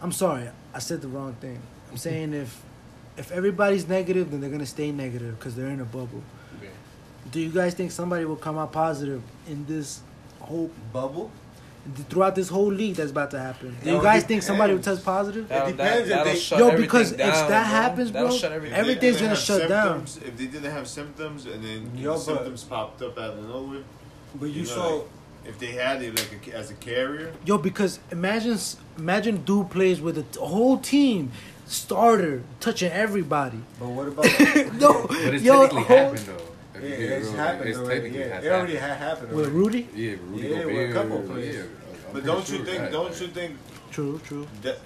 S3: I'm sorry, I said the wrong thing. I'm saying if if everybody's negative, then they're gonna stay negative because they're in a bubble. Do you guys think somebody will come out positive in this whole
S7: Bubble.
S3: throughout this whole league that's about to happen? Do you
S7: It
S3: guys think
S7: depends.
S3: somebody will test positive?
S10: That'll-
S7: depends if
S10: that'll
S7: they-
S10: shut
S3: Yo,
S10: everything
S3: because if
S10: down,
S3: that
S10: bro.
S3: happens,
S10: That'll
S3: bro,
S10: shut
S8: if
S10: everything
S8: they
S10: down.
S3: everything's
S8: didn't
S3: gonna
S8: have
S3: shut down.
S8: symptoms- If they didn't have symptoms and then
S7: Yo, but-
S8: symptoms popped up out of nowhere,
S7: But you,
S8: you know,
S7: saw.
S8: like, if they had it like a, as a carrier,
S3: Yo, because imagine s- imagine dude plays with a t- whole team starter touching everybody.
S7: but what about?
S3: No,
S9: But it's
S3: yo,
S9: technically
S3: whole-
S9: happened though. If
S7: Yeah,
S9: you get
S7: it's
S9: real,
S7: happened
S9: it's
S7: already.
S9: technically
S7: Yeah,
S9: has
S7: it already
S9: happened.
S7: had happened.
S3: with
S7: already.
S3: Rudy.
S9: Yeah, Rudy
S7: Yeah, with a
S9: Gobert,
S7: couple
S9: yeah,
S7: players.
S9: I'm
S8: but
S9: pretty
S8: don't you
S9: sure
S8: think?
S9: that,
S8: Don't
S9: like-
S8: you think
S3: True, true.
S8: that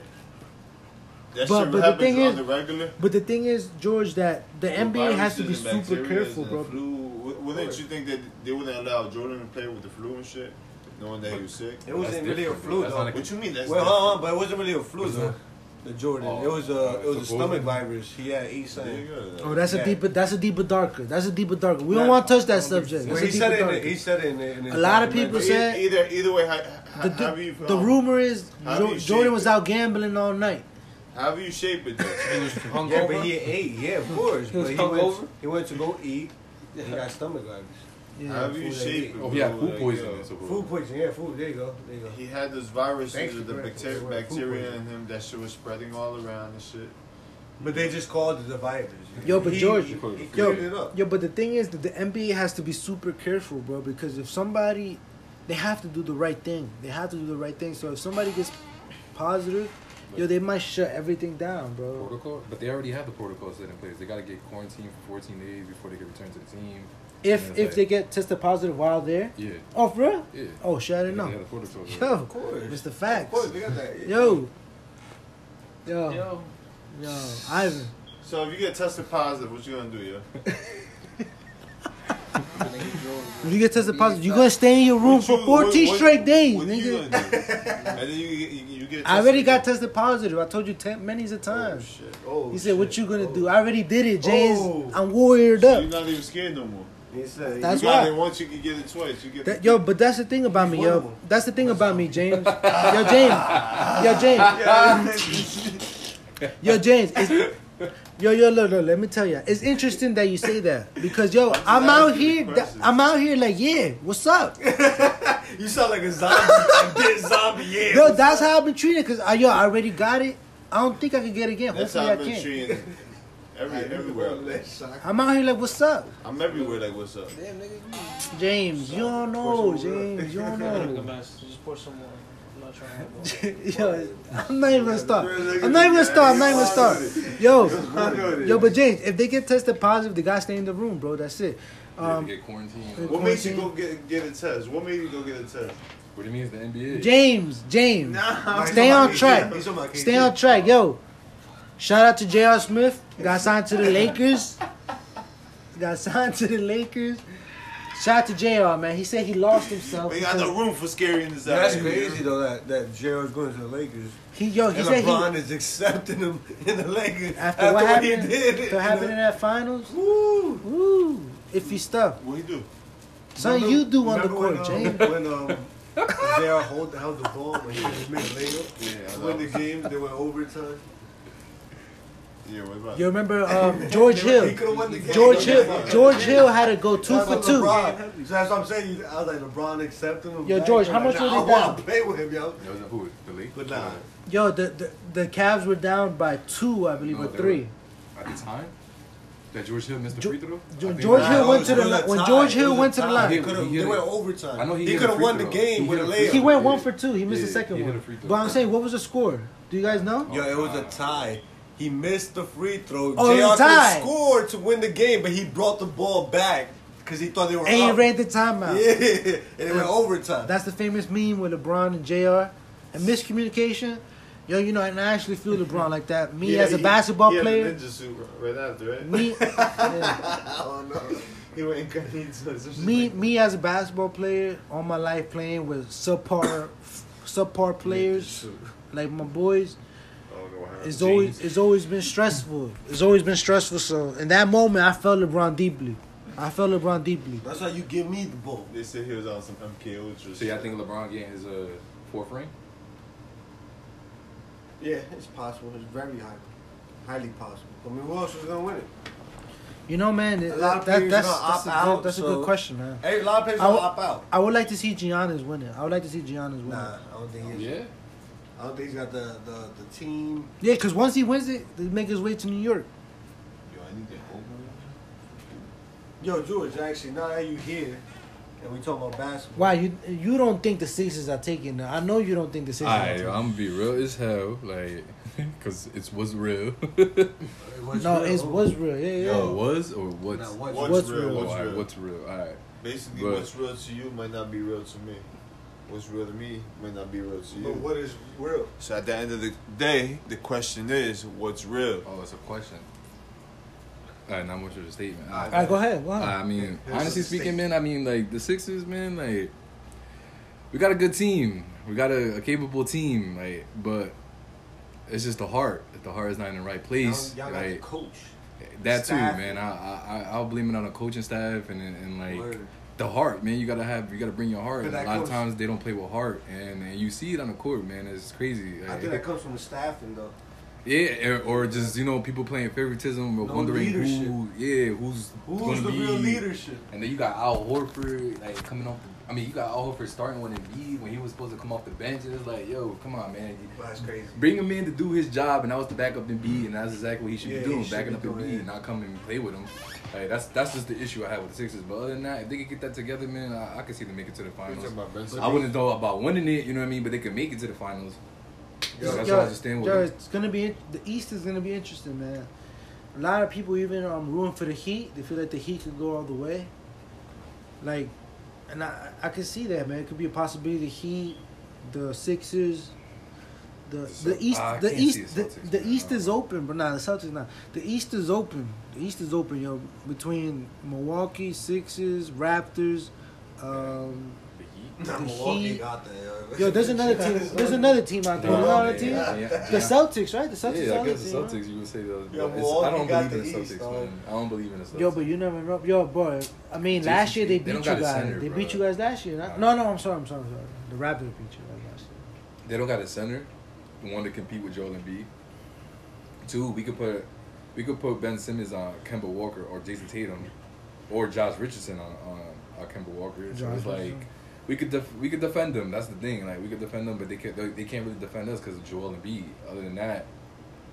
S8: that
S3: But-
S8: shit
S3: but the
S8: happens
S3: thing
S8: on
S3: is-
S8: the regular?
S3: But the thing is, George, that the NBA has to be
S8: viruses and
S3: super
S8: bacterias
S3: careful,
S8: and
S3: bro.
S8: the Flu. Wou- Wouldn't you think that they wouldn't allow Jordan to play with the flu and shit, knowing that he was sick?
S7: It wasn't
S9: That's
S7: really a
S9: different, bro.
S7: flu
S9: That's
S7: though.
S9: not a-
S8: What you mean? That's
S7: well,
S8: different?
S7: huh, huh, but it wasn't really a flu though. The Jordan.
S9: Oh,
S7: it was a.
S9: uh,
S7: it was a
S9: supposedly.
S7: stomach virus. He had eight
S8: There you
S7: something.
S8: go.
S3: Oh, that's a
S7: Yeah.
S3: deeper. That's a deeper darker. That's a deeper darker. We don't
S7: Nah,
S3: want to touch
S7: I
S3: that
S7: don't
S3: subject.
S7: Well,
S3: That's a
S7: he
S3: deeper
S7: said it. In,
S3: darker.
S7: he said it in, in his
S3: A lot of
S7: documentary.
S3: people
S8: But
S3: said-
S8: e- either either way, how, how,
S3: The,
S8: how do you
S3: the,
S8: um,
S3: rumor is
S8: how do
S3: jo-
S8: you shape
S3: Jordan was
S8: it?
S3: out gambling all night.
S8: How do you shape it though?
S10: Hungover?
S7: Yeah, but he ate. Yeah, of course.
S10: He was
S7: but he went.
S10: hungover?
S7: He went to go eat. He got stomach virus.
S8: how
S3: Yeah.
S8: do you
S7: food
S8: shape it?
S9: Oh yeah,
S8: bro?
S9: food
S8: Like,
S9: poisoning.
S8: yo,
S9: so-
S7: Food poisoning. Yeah, food. There you go. There you go.
S8: He had this virus,
S7: Thank
S8: the
S7: you, Brandon.
S8: bacteria,
S7: They were
S8: bacteria
S7: pooping.
S8: in him that shit was spreading all around and shit.
S7: But they just called it the virus.
S3: Yo, but
S7: He-
S3: George-
S7: he, he
S3: Yo,
S7: cleared it up.
S3: yo, but the thing is that the NBA has to be super careful, bro, because if somebody, they have to do the right thing. They have to do the right thing. So if somebody gets positive, yo, they might shut everything down, bro.
S9: protocol, but they already have the protocol set in place. They gotta get quarantined for 14 days before they can return to the team.
S3: If if they get tested positive while there,
S9: yeah,
S3: oh, for real?
S9: yeah.
S3: Oh, shit, I didn't
S9: They
S3: know.
S9: have the protocol.
S3: Yo,
S7: Of course.
S3: Mr.
S7: Of course,
S3: Facts.
S7: they got that.
S3: Yo, yo,
S10: Yo,
S3: yo, Ivan.
S8: So if you get tested positive, what you gonna do, yo?
S3: If you get tested positive, you gonna stay in your room for 14 straight days,
S8: what
S3: nigga.
S8: You gonna do? and then you, you, you get. Tested.
S3: I already got tested positive. I told you ten, many a
S8: Oh,
S3: times.
S8: shit. Oh,
S3: he said, "What
S8: shit.
S3: you gonna
S8: Oh.
S3: do? I already did it, James.
S7: Oh.
S3: I'm warriored
S8: So you're
S3: up."
S8: not even scared no more. He said,
S3: That's
S8: you got
S3: why-
S8: it once, you can get it twice. You get
S3: That,
S8: it.
S3: yo, but that's the thing about me, yo. That's the thing about me, James. Yo, James. Yo, James. Yo, James. it's- Yo, yo, look, look. Let me tell you, it's interesting that you say that because yo, I'm out here. th- I'm out here like, yeah, what's up?
S6: You sound like a zombie, a dead zombie. Yeah.
S3: Yo, that's how I've been treated. Cause I, yo, I already got it. I don't think I can get it again.
S8: That's
S3: Hopefully,
S8: how I've
S3: I
S8: been
S3: can.
S8: treating every, everywhere.
S3: I'm out here like, what's up,
S8: I'm everywhere like, what's up?
S3: James? You don't know, James. You don't know.
S4: Just pour some water. I'm not trying to
S3: Yo, I'm not even gonna start. I'm not even gonna start. I'm not even gonna start. Yo, yo, but James, if they get tested positive, they gotta stay in the room, bro. That's it.
S9: Um,
S3: Um,
S9: get quarantined.
S3: What
S8: What makes you go get get a test? What made you go get a test?
S9: What do you mean it's the NBA?
S3: James, James,
S8: Nah.
S3: stay on track.
S6: He's on my case.
S3: Stay on track, yo. Shout out to J.R. Smith. Got signed to the Lakers. Got signed to the Lakers. Shout out to J.R. Man. He said he lost himself.
S8: We got
S3: because
S8: no room for scary in this
S7: Yeah, that's
S8: out
S7: crazy though that that Gerald's going to the Lakers
S3: He yo, he
S7: and
S3: said
S7: LeBron
S3: he
S7: is accepting him in the Lakers
S3: after, what
S7: he
S3: happened,
S7: did.
S3: after what happened in that finals. Woo, woo, iffy stuff.
S8: What he do?
S3: Son, you do on the court,
S7: James.
S3: James.
S7: When um, Gerald hold, held the ball when he just made a layup
S8: Yeah, I
S7: to
S8: know.
S7: win the game, they went overtime.
S8: yeah. What about?
S3: You remember um, George
S7: He
S3: Hill?
S7: could have won the game.
S3: George Hill. George Hill had to go two
S7: That's
S3: for
S7: what
S3: two.
S7: LeBron. So that's what I'm saying. You- I was like LeBron accepting him.
S3: Yo,
S7: back.
S3: George,
S7: I'm
S3: how
S7: like,
S3: much were
S7: nah,
S3: they
S7: I want
S3: down?
S7: to play with him, yo.
S9: That was who? The Uh, Lakers?
S7: But nah.
S3: Yo, the, the the Cavs were down by two, I believe,
S9: No,
S3: or
S9: they
S3: three.
S9: At the time? That George Hill missed the
S3: Jo-
S9: free throw? I
S3: Jo-
S9: think
S3: George
S9: that-
S3: Hill went to the
S7: Nah, it was
S3: li- when
S7: a tie.
S3: George
S7: It
S3: Hill
S7: was a
S3: went to the
S7: tie.
S3: line.
S7: He
S9: He
S7: could've-
S9: hit
S7: They
S9: it.
S7: went overtime.
S9: I know he hit a
S7: could have
S9: free
S7: won the
S9: throw.
S7: game
S9: He
S7: with a
S9: hit a free
S7: layup.
S3: He went one
S9: Yeah.
S3: for two. He missed the
S9: Yeah,
S3: second
S9: he hit
S3: one.
S9: a free throw. Oh,
S3: But I'm saying, what was the score? Do you guys know?
S7: Yo, it was a tie. He missed the free throw.
S3: Oh, it was a
S7: JR
S3: tie.
S7: could score to win the game, but he brought the ball back because he thought they were
S3: And he
S7: up.
S3: ran the timeout.
S7: yeah, and it went overtime.
S3: That's the famous meme with LeBron and Jr. And miscommunication. Yo, you know, and I actually feel LeBron like that. Me
S8: Yeah,
S3: as a
S8: he-
S3: basketball
S8: he had the
S3: player.
S8: ninja suit right after, right?
S3: Me. yeah.
S7: I don't know.
S8: He went incognito. or some
S3: Me,
S8: shit like
S3: me as a basketball player, all my life playing with subpar, subpar players, like my boys,
S8: that. I don't know what happened.
S3: it's always it's always been stressful. It's always been stressful. So in that moment, I felt LeBron deeply. I felt LeBron deeply.
S7: That's how you give me the ball.
S8: They said he was on some MK Ultra.
S9: So y'all
S8: shit.
S9: think LeBron getting his uh, fourth ring?
S7: Yeah, it's possible. It's very highly, highly possible. I mean, who else is gonna win it?
S3: You know, man.
S7: A
S3: That,
S7: lot of
S3: that,
S7: players
S3: that's
S7: gonna
S3: that's, a,
S7: opt out,
S3: good, that's a
S7: so-
S3: good question, man.
S7: Hey, a lot of players
S3: I
S7: will
S3: would-
S7: opt out.
S3: I would like to see Giannis win it. I would like to see Giannis win
S7: Nah,
S3: it.
S7: I don't think. He's,
S9: Yeah.
S7: I don't think he's got the the, the team.
S3: Yeah, because once he wins it, they make his way to New York.
S8: Yo, I need to open.
S7: Yo, George, actually, now that you here, and we talking about basketball,
S3: Why you you don't think the Sixers are taking? that. I know you don't think the Sixers. are
S9: Alright,
S3: taking
S9: yo,
S3: it.
S9: I'm gonna be real as hell, like, cause it was real.
S3: no, it was real. Yeah, yeah.
S9: Yo, was or what's?
S7: Nah,
S9: what's,
S7: what's
S8: What's,
S3: What's
S8: real?
S3: real?
S8: What's
S9: alright,
S8: real?
S9: what's real? Alright,
S8: Basically,
S9: But-
S8: what's real to you might not be real to me. What's real to me might not be real to you.
S7: but what is real?
S8: So at the end of the day, the question is, what's real?
S9: oh, it's a question. Alright, not much of a statement.
S3: All right, go ahead. Go ahead.
S9: I mean,
S7: This is
S9: honestly
S7: a
S9: speaking, man, I mean, like the Sixers, man, like we got a good team, we got a, a capable team, like, but it's just the heart. If the heart is not in the right place,
S7: y'all, y'all got the
S9: like
S7: coach.
S9: that too,
S7: staff.
S9: man. I, I I- I'll blame it on the coaching staff and and, and like
S7: Word.
S9: the heart, man. You gotta have, you gotta bring your heart.
S7: But
S9: And a
S7: that
S9: lot of
S7: coach-
S9: times they don't play with heart, and, and you see it on the court, man. It's crazy.
S7: I
S9: Like,
S7: think that comes from the staffing though.
S9: yeah, or or just you know people playing favoritism or
S7: No
S9: wondering who,
S7: leadership.
S9: yeah, who's
S7: Who's
S9: gonna
S7: the real
S9: be-
S7: leadership?
S9: and then you got Al Horford like coming off. The, I mean, you got Al Horford starting when Embiid when he was supposed to come off the bench. It's like, yo, come on, man.
S7: That's crazy.
S9: Bring him in to do his job, and I was to back up Embiid, and that's exactly what he should
S7: Yeah,
S9: be
S7: he
S9: doing,
S7: should
S9: backing
S7: be
S9: up
S7: doing
S9: Embiid,
S7: it.
S9: not come and play with him. Like that's that's just the issue I have with the Sixers. But other than that, if they could get that together, man, I, I could see them make it to the
S8: You're
S9: finals.
S8: talking about Ben
S9: I
S8: Simmons?
S9: wouldn't know about winning it, you know what I mean? But they could make it to the finals.
S3: Yo,
S9: So that's
S3: yo,
S9: what I understand with
S3: yo,
S9: them.
S3: it's gonna be the East is gonna be interesting, man. A lot of people even um rooting for the Heat. They feel like the Heat could go all the way. Like, and I I can see that, man. It could be a possibility. The Heat, the Sixers, the the East,
S9: I
S3: the
S9: can't see
S3: East,
S9: the
S3: the,
S9: Celtics,
S3: the
S9: man.
S3: East is open, but nah, the Celtics not. The East is open. The East is open, yo. Between Milwaukee, Sixers, Raptors, um,
S9: The Heat.
S3: The
S7: Milwaukee
S3: Heat.
S7: got that, yo.
S3: Yo, there's another team. There's another team out there. There's another
S9: Milwaukee,
S3: team.
S9: yeah, yeah.
S3: The Celtics, right? The Celtics.
S9: Yeah, I
S3: are
S9: guess the
S3: team, right?
S9: Celtics. You would say those.
S7: Yeah,
S9: but it's, I
S7: Milwaukee
S9: don't
S7: got
S9: believe in the
S7: the East,
S9: Celtics,
S7: dog.
S9: man. I don't believe in the Celtics.
S3: Yo, but you never know. Yo, boy. I mean,
S9: Jason
S3: last year they
S9: Kidd. They
S3: beat
S9: don't
S3: you
S9: got a
S3: guys.
S9: center,
S3: they
S9: bro.
S3: beat you guys last year. right? No, no. I'm sorry. I'm sorry. I'm sorry. The Raptors beat you guys last year.
S9: They don't got a center. The one to compete with Joel Embiid. Two, we could put we could put Ben Simmons on Kemba Walker or Jason Tatum or Josh Richardson on on, on Kemba Walker. So
S3: Josh
S9: it's like
S3: Richardson.
S9: we could def- we could defend them. That's the thing. Like we could defend them, but they can't they, they can't really defend us because of Joel Embiid. Other than that,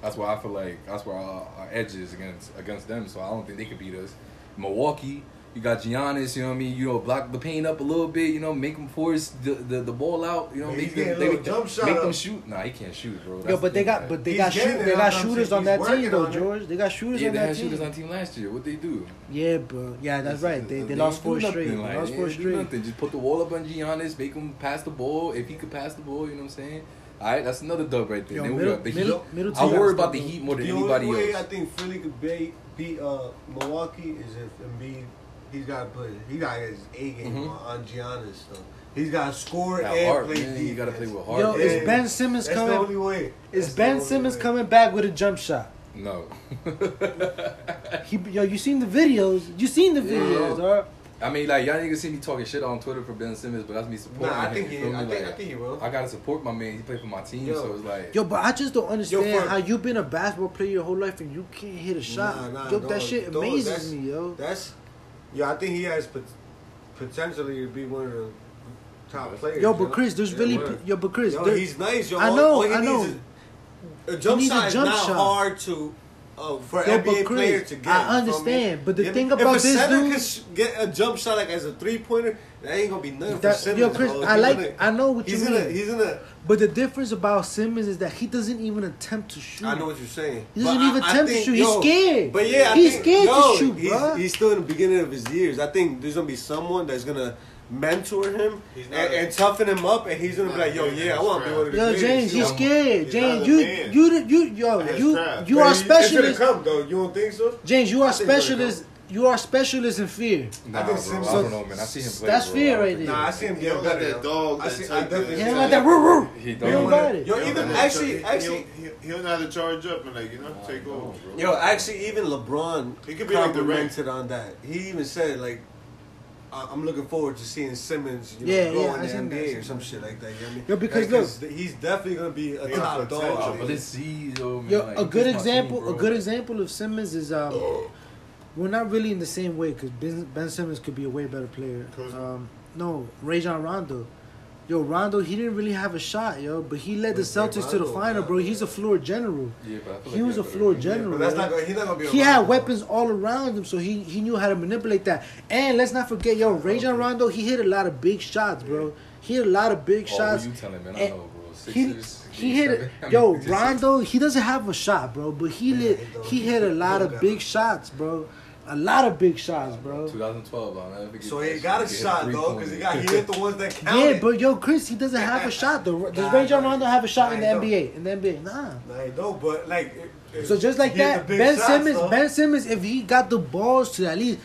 S9: that's why I feel like that's where our, our edge is against against them. So I don't think they could beat us. Milwaukee, you got Giannis. You know what I mean. You know, block the paint up a little bit. You know, make them force the the, the ball out. You know,
S7: Man,
S9: make
S7: he's getting
S9: them
S7: a
S9: they-
S7: little jump shot
S9: make them
S7: up.
S9: shoot. Nah, he can't shoot, bro. That's
S3: Yo,
S9: the
S3: but they
S9: thing,
S3: got
S9: man.
S3: but they
S7: He's
S3: got
S7: getting
S3: shoot,
S7: it,
S3: they got
S7: I'm
S3: shooters
S7: saying
S3: on
S7: he's
S3: that team
S7: working
S3: though,
S7: on it.
S3: George. They got shooters
S9: yeah,
S3: on
S9: they
S3: that
S9: had
S3: team.
S9: shooters on team last year. What they do?
S3: Yeah, bro. Yeah, that's right. They they
S9: didn't
S3: lost
S9: do
S3: four
S9: nothing,
S3: straight. They
S9: like,
S3: lost
S9: they
S3: four
S9: didn't do
S3: straight.
S9: Nothing. Just put the wall up on Giannis. Make him pass the ball. If he could pass the ball, you know what I'm saying. All right, that's another dub right there.
S3: Yo,
S9: Then we
S3: middle-
S9: got the
S3: middle-
S9: Heat.
S3: middle
S9: I
S3: team got
S9: worry about the
S3: stuff.
S9: Heat more than
S13: the
S9: anybody
S13: only way
S9: else.
S13: I think Philly could beat, beat uh, Milwaukee is if Embiid he's got to put he got his A game
S9: Mhm.
S13: on, on Giannis though. He's got to score
S9: Got
S13: and
S9: heart,
S13: play
S9: man.
S13: defense.
S9: You gotta play with heart.
S3: Yo,
S13: Yeah.
S3: is Ben Simmons
S13: That's the only
S3: coming?
S13: way.
S3: Is
S13: That's the
S3: Ben
S13: only
S3: Simmons
S13: way.
S3: coming back with a jump shot?
S9: No,
S3: He, yo, you seen the videos? You seen the
S9: Yeah.
S3: videos, dog?
S9: I mean like y'all niggas see me talking shit on Twitter for Ben Simmons, but that's me supporting.
S13: Nah, I
S9: him,
S13: think
S9: you
S13: he.
S9: feel me?
S13: I think I
S9: Like,
S13: think he will.
S9: I gotta support my man. He played for my team,
S13: Yo.
S9: so it's like
S3: Yo, but I just don't understand
S13: Yo, for-
S3: how you've been a basketball player your whole life and you can't hit a shot.
S13: Nah, nah,
S3: yo, that
S13: dog,
S3: shit
S13: dog,
S3: amazes
S13: that's-
S3: me, yo.
S13: That's yeah. I think he has pot- potentially to be one of the top players.
S3: Yo, but Chris, there's
S13: Yeah,
S3: really
S13: word.
S3: yo, but Chris,
S7: Yo,
S3: there-
S7: he's nice, yo.
S3: I
S7: All-
S3: know,
S7: all he
S3: I
S7: needs
S3: know.
S7: is- A jump
S3: needs a
S7: shot
S3: jump
S7: is not
S3: shot.
S7: hard to uh, for
S3: Yo, but
S7: NBA
S3: Chris,
S7: player to get.
S3: I
S7: you feel me?
S3: understand, but the
S7: If-
S3: thing about
S7: if a
S3: this
S7: center
S3: dude-
S7: can sh- get a jump shot like as a three pointer, that ain't gonna be nothing for
S3: That-
S7: Simmons.
S3: yo, Chris,
S7: bro.
S3: I
S7: He's
S3: like-
S7: gonna-
S3: I know what you
S7: he's gonna,
S3: mean.
S7: He's gonna.
S3: but the difference about Simmons is that he doesn't even attempt to shoot.
S7: I know what you're saying.
S3: He doesn't
S7: But I-
S3: even
S7: I
S3: attempt to
S7: think-
S3: shoot. He's scared.
S7: But yeah, I
S3: He's
S7: think-
S3: scared to
S7: yo,
S3: shoot,
S7: he's,
S3: bruh.
S7: He's still in the beginning of his years. I think there's gonna be someone that's gonna mentor him
S8: He's
S7: and,
S8: not a-
S7: and toughen him up, and he's gonna be
S8: not
S7: like, "Yo,
S8: a good
S7: yeah, I want to be
S8: first
S7: one of the
S3: Yo,
S7: greatest."
S3: James,
S7: you
S3: he's
S7: know?
S3: scared. James,
S8: not
S3: you,
S8: a man.
S3: you, the- you, yo,
S8: That's
S3: you, you
S8: crap.
S7: But
S3: are
S7: he- it's gonna
S3: specialist.
S7: come though. You don't think so?
S3: James, you are
S7: think it's gonna
S3: specialist. You are specialist in fear.
S9: nah,
S7: think
S9: bro.
S7: Simmons-
S9: I don't know, man. I see him play.
S3: That's
S9: bro.
S3: fear
S9: I don't
S3: right
S9: think-
S3: there.
S7: Nah, I see him
S8: You
S7: getting
S8: don't got
S7: better.
S8: that
S7: yo.
S8: dog.
S7: I
S8: that
S7: see-
S8: take
S7: I
S8: the-
S3: He
S7: definitely Yeah,
S3: ain't
S7: see
S3: like that. Roo, roo.
S9: He
S3: He don't
S9: don't.
S3: got it.
S7: Yo,
S8: He'll
S7: even
S8: know how to
S7: actually,
S8: charge-
S7: actually,
S8: he'll, he'll, he'll know how to charge up and like you know take over. Bro.
S7: Yo, actually, even LeBron
S8: He
S7: he
S8: could
S7: could
S8: be like the
S7: complimented on that. He even said like, I- "I'm looking forward to seeing Simmons, you know,
S3: Yeah,
S7: go
S3: yeah, I seen
S7: in the
S3: that, I
S7: NBA
S3: seen
S7: or some
S3: that.
S7: shit like that." You know what I mean?
S3: Yo, because
S7: Like,
S3: look-
S7: 'cause th- he's definitely gonna be a
S8: Yeah,
S7: top
S8: potential.
S7: dog.
S9: But it's seeds, though, man.
S3: Yo,
S9: Like,
S3: a good
S9: this my team,
S3: example,
S9: bro.
S3: a good example of Simmons is um, we're not really in the same way because ben, ben Simmons could be a way better player.
S8: Kuzma.
S3: Um, no, Rajon Rondo. Yo, Rondo, he didn't really have a shot, yo, but he led the
S7: But yeah,
S3: Celtics to the
S7: Rondo,
S3: final,
S7: yeah.
S3: bro. He's a floor general.
S9: Yeah, but I feel
S3: He
S9: like
S3: was
S9: yeah,
S3: a
S9: but-
S3: floor
S7: Yeah,
S3: general.
S7: but that's
S3: yo.
S7: not gonna, he's not gonna be. a
S3: He had
S7: Rondo.
S3: weapons all around him, so he, he knew how to manipulate that. And let's not forget, yo, Rajon Rondo, he hit a lot of big shots, bro. He hit a lot of big
S9: Oh,
S3: shots.
S9: What you telling, man? I
S3: And
S9: know, bro.
S3: He,
S9: Sixers,
S3: he
S9: game
S3: hit
S9: seven.
S3: it.
S9: I mean,
S3: Yo,
S9: just-
S3: Rondo, he doesn't have a shot, bro, but he
S7: Yeah,
S3: lit,
S7: he don't.
S3: he hit a lot of big shots, bro. A lot of big shots, bro.
S9: 2012, I'll never forget
S7: So
S9: that
S7: he
S9: shit.
S7: got a
S9: hit
S7: shot
S9: three
S7: though, because he
S9: pointer.
S7: got he hit the ones that counted.
S3: Yeah, but yo, Chris, he doesn't have a shot. though. Does
S7: Nah,
S3: Rajon
S7: nah,
S3: Rondo have a shot in the
S7: nah, he
S3: NBA? In the NBA, nah.
S7: Nah, he don't. But like, it- it-
S3: So just like
S7: he hit
S3: that,
S7: the big
S3: Ben
S7: shots,
S3: Simmons,
S7: though.
S3: Ben Simmons, if he got the balls to at least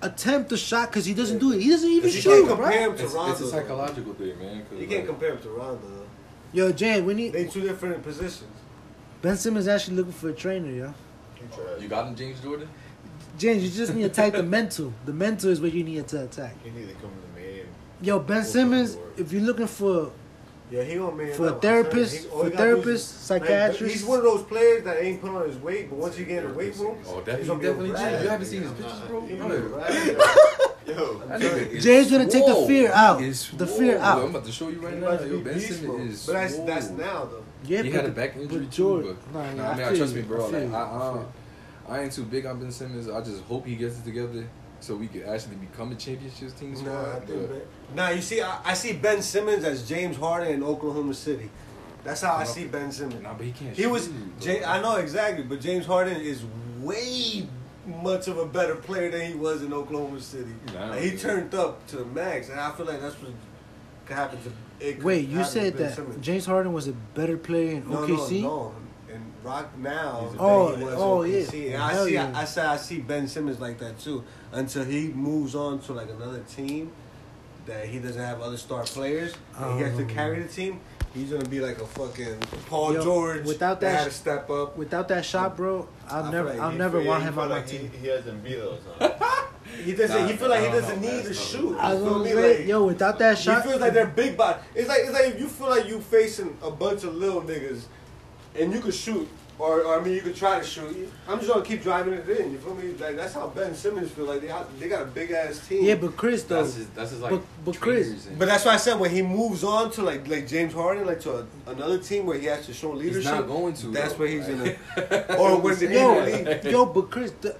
S3: attempt the shot, because he doesn't do it, he doesn't even
S7: You can't
S3: shoot, bro.
S7: compare him to
S9: It's,
S7: Rondo.
S9: it's a
S7: though.
S9: psychological thing, man. 'cause,
S7: You can't
S9: like,
S7: compare him to Rondo. though.
S3: Yo, Jan, we need
S7: They two different positions.
S3: Ben Simmons actually looking for a trainer, yo.
S9: You got him, James Jordan?
S3: James, you just need to attack the mental. The mental is what you need to attack.
S8: He need to come to Miami.
S3: Yo, Ben Simmons, if you're looking for
S7: Yeah, he gonna man
S3: For a
S7: up, I'm telling you.
S3: therapist-
S7: He- all
S3: for
S7: he gotta do is-
S3: therapist,
S7: like,
S3: psychiatrist.
S7: he's one of those players that ain't put on his weight, but once you get in the weight room,
S9: Oh,
S7: he's
S9: definitely,
S7: gonna be a
S9: definitely.
S7: rat.
S9: James. You haven't seen his pictures, bro? Brother,
S8: Yo,
S9: that nigga is
S3: James gonna take the
S9: swole.
S3: fear out.
S9: He is
S3: The
S9: swole.
S3: fear
S9: Yo,
S3: out.
S9: I'm about to show you right
S7: He
S9: now.
S7: must
S9: Yo,
S7: be
S9: Ben
S7: beast mode.
S9: Simmons is
S7: But that's that's
S9: swole.
S7: now though.
S3: yeah,
S9: he
S3: but
S9: had a
S3: the-
S9: back injury
S3: but
S9: too,
S3: Jordan-
S9: but
S3: nah, nah,
S9: nah, I mean,
S3: I
S9: I
S3: feel
S9: trust
S3: you.
S9: me, bro.
S3: I feel
S9: Like,
S3: you.
S9: I,
S3: I
S9: I, um,
S3: feel
S9: I ain't too big on Ben Simmons. I just hope he gets it together so we could actually become a championships team squad.
S7: Nah, I think
S9: but-
S7: Ben- nah, you see, I, I see Ben Simmons as James Harden in Oklahoma City. That's how I see Ben Simmons.
S9: Nah, but he can't.
S7: He was,
S9: shoot,
S7: Ja-
S9: bro.
S7: I know exactly, but James Harden is way much of a better player than he was in Oklahoma City.
S9: Nah,
S7: Like, he
S9: dude.
S7: turned up to the max, and I feel like that's what could happen to. It could
S3: Wait, you
S7: happen to
S3: said
S7: Ben
S3: that
S7: Simmons.
S3: James Harden was a better player in
S7: no,
S3: OKC?
S7: No, no, and Rock now.
S3: a Oh,
S7: than he was
S3: oh,
S7: in OKC.
S3: yeah.
S7: And I
S3: Hell
S7: see,
S3: yeah.
S7: I, said I see Ben Simmons like that too. Until he moves on to like another team, that he doesn't have other star players, and he has to carry the team. He's gonna be like a fucking Paul
S3: Oh. Yo,
S7: George.
S3: without that
S7: had to
S3: sh-
S7: step up.
S3: Without that shot, bro, I'll
S7: I
S3: never,
S7: feel like
S3: I'll
S7: he-
S3: never
S7: yeah,
S3: want
S7: he
S3: him
S7: feel
S3: on my
S7: like
S3: team.
S8: He has Embiid though.
S7: He doesn't.
S8: Nah,
S7: he feel like he
S8: I don't
S7: doesn't
S8: know,
S7: need to
S8: that's not-
S7: shoot.
S3: I was
S7: You feel
S3: gonna
S7: me?
S3: say,
S7: Like,
S3: yo, without that shot,
S7: He feels like they're big body. It's like it's like if you feel like you facing a bunch of little niggas, and you could shoot, or, or I mean you could try to shoot. You- I'm just gonna keep driving it in. You feel me? Like that's how Ben Simmons feel. Like they got- they got a big ass team.
S3: yeah, but Chris though,
S9: That's his, that's his like.
S3: but, but Chris,
S9: trainers and-
S7: But that's why I said when he moves on to like like James Harden, like to a, another team where he has to show leadership.
S9: he's not going to.
S7: that's
S9: though.
S7: where he's
S9: Like,
S7: gonna. or when the
S3: yo, yo, but Chris, the,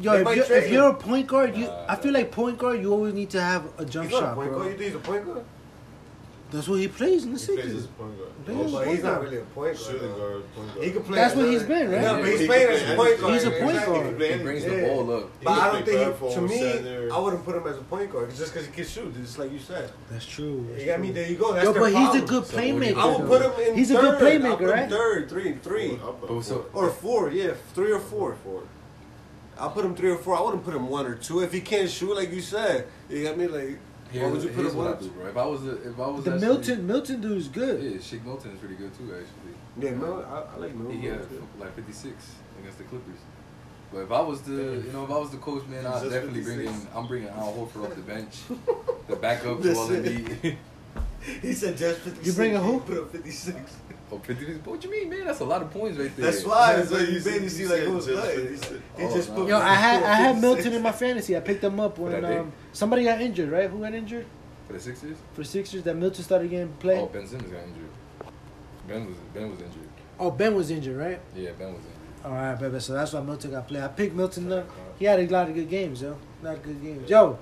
S3: yo,
S7: They
S3: if
S7: might
S3: you're,
S7: trade
S3: if
S7: him.
S3: you're a point guard, you, I feel like point guard, you always need to have a jump
S7: He's not a
S3: shot,
S7: point
S3: bro.
S7: guard. You think he's a point guard?
S3: That's what he plays in the
S8: He plays
S3: Sixers.
S8: as a point guard.
S3: They
S7: Oh,
S3: don't
S7: but
S3: point
S7: he's not
S3: guard.
S7: really a point guard.
S8: Shooting
S7: though.
S8: guard, point guard.
S7: He could play.
S3: That's what
S7: another-
S3: he's been, right?
S7: No, but he's
S8: He
S7: playing
S8: could
S7: as a
S8: play
S7: point
S8: anything.
S7: guard.
S3: He's a point
S7: Exactly.
S3: guard.
S7: He could play
S9: He brings
S7: anything.
S9: the ball up.
S7: But I
S8: He could
S7: don't
S8: play
S7: think he,
S8: platform,
S7: to me,
S8: center.
S7: I wouldn't put him as a point guard just because he can shoot. Just like you said.
S3: That's true. that's
S7: You got me.
S3: true.
S7: There you go. That's
S3: Yo,
S7: their
S3: but he's a
S7: problem.
S3: good
S9: So what do you
S3: playmaker.
S9: do?
S7: I would put
S3: though.
S7: him in.
S3: He's a
S7: third.
S3: good
S7: I'll
S3: playmaker,
S7: put him
S3: right?
S7: Third, three, three,
S8: But
S9: But so,
S7: or four. Yeah, three or four.
S8: Four.
S7: I'll put him three or four. I wouldn't put him one or two if he can't shoot, like you said. You got me. Like,
S9: here's,
S7: why would you put
S9: here's
S7: him one?
S9: what I
S7: Or
S9: do,
S7: two?
S9: bro. If I was, the, if I was
S3: The
S9: actually-
S3: Milton, Milton dude is good.
S9: Yeah, Shake Milton is pretty good too, actually.
S7: Yeah, Mel. I, I like Mel.
S9: He got like 56 against the Clippers. But if I was the, you know, if I was the coach, man, I'd
S8: Just
S9: definitely bring
S8: 56.
S9: in. I'm bringing Al Horford off the bench, the backup to all the
S7: He said just fifty.
S3: You bringing who?
S7: Put up fifty six.
S9: Oh, 56. What you mean, man? That's a lot of points right there.
S7: That's why.
S8: That's
S7: That's
S8: what
S7: you
S8: you said.
S7: made
S8: You
S7: it seem
S8: said
S7: like it was
S8: just
S7: good.
S8: 56.
S7: He
S9: Oh,
S7: just
S9: no.
S7: put
S3: Yo, I had I had
S7: 56.
S3: Milton in my fantasy. I picked him up
S9: But
S3: when
S9: I did.
S3: um, somebody got injured, right? Who got injured
S9: For the Sixers.
S3: for Sixers? That Milton started getting play.
S9: Oh, Ben Simmons got injured. Ben was Ben was injured.
S3: Oh, Ben was injured, right?
S9: Yeah, Ben was injured.
S3: All right, baby. So that's why Milton got played. I picked Milton up. He had a lot of good games, yo. A lot of good games, yo.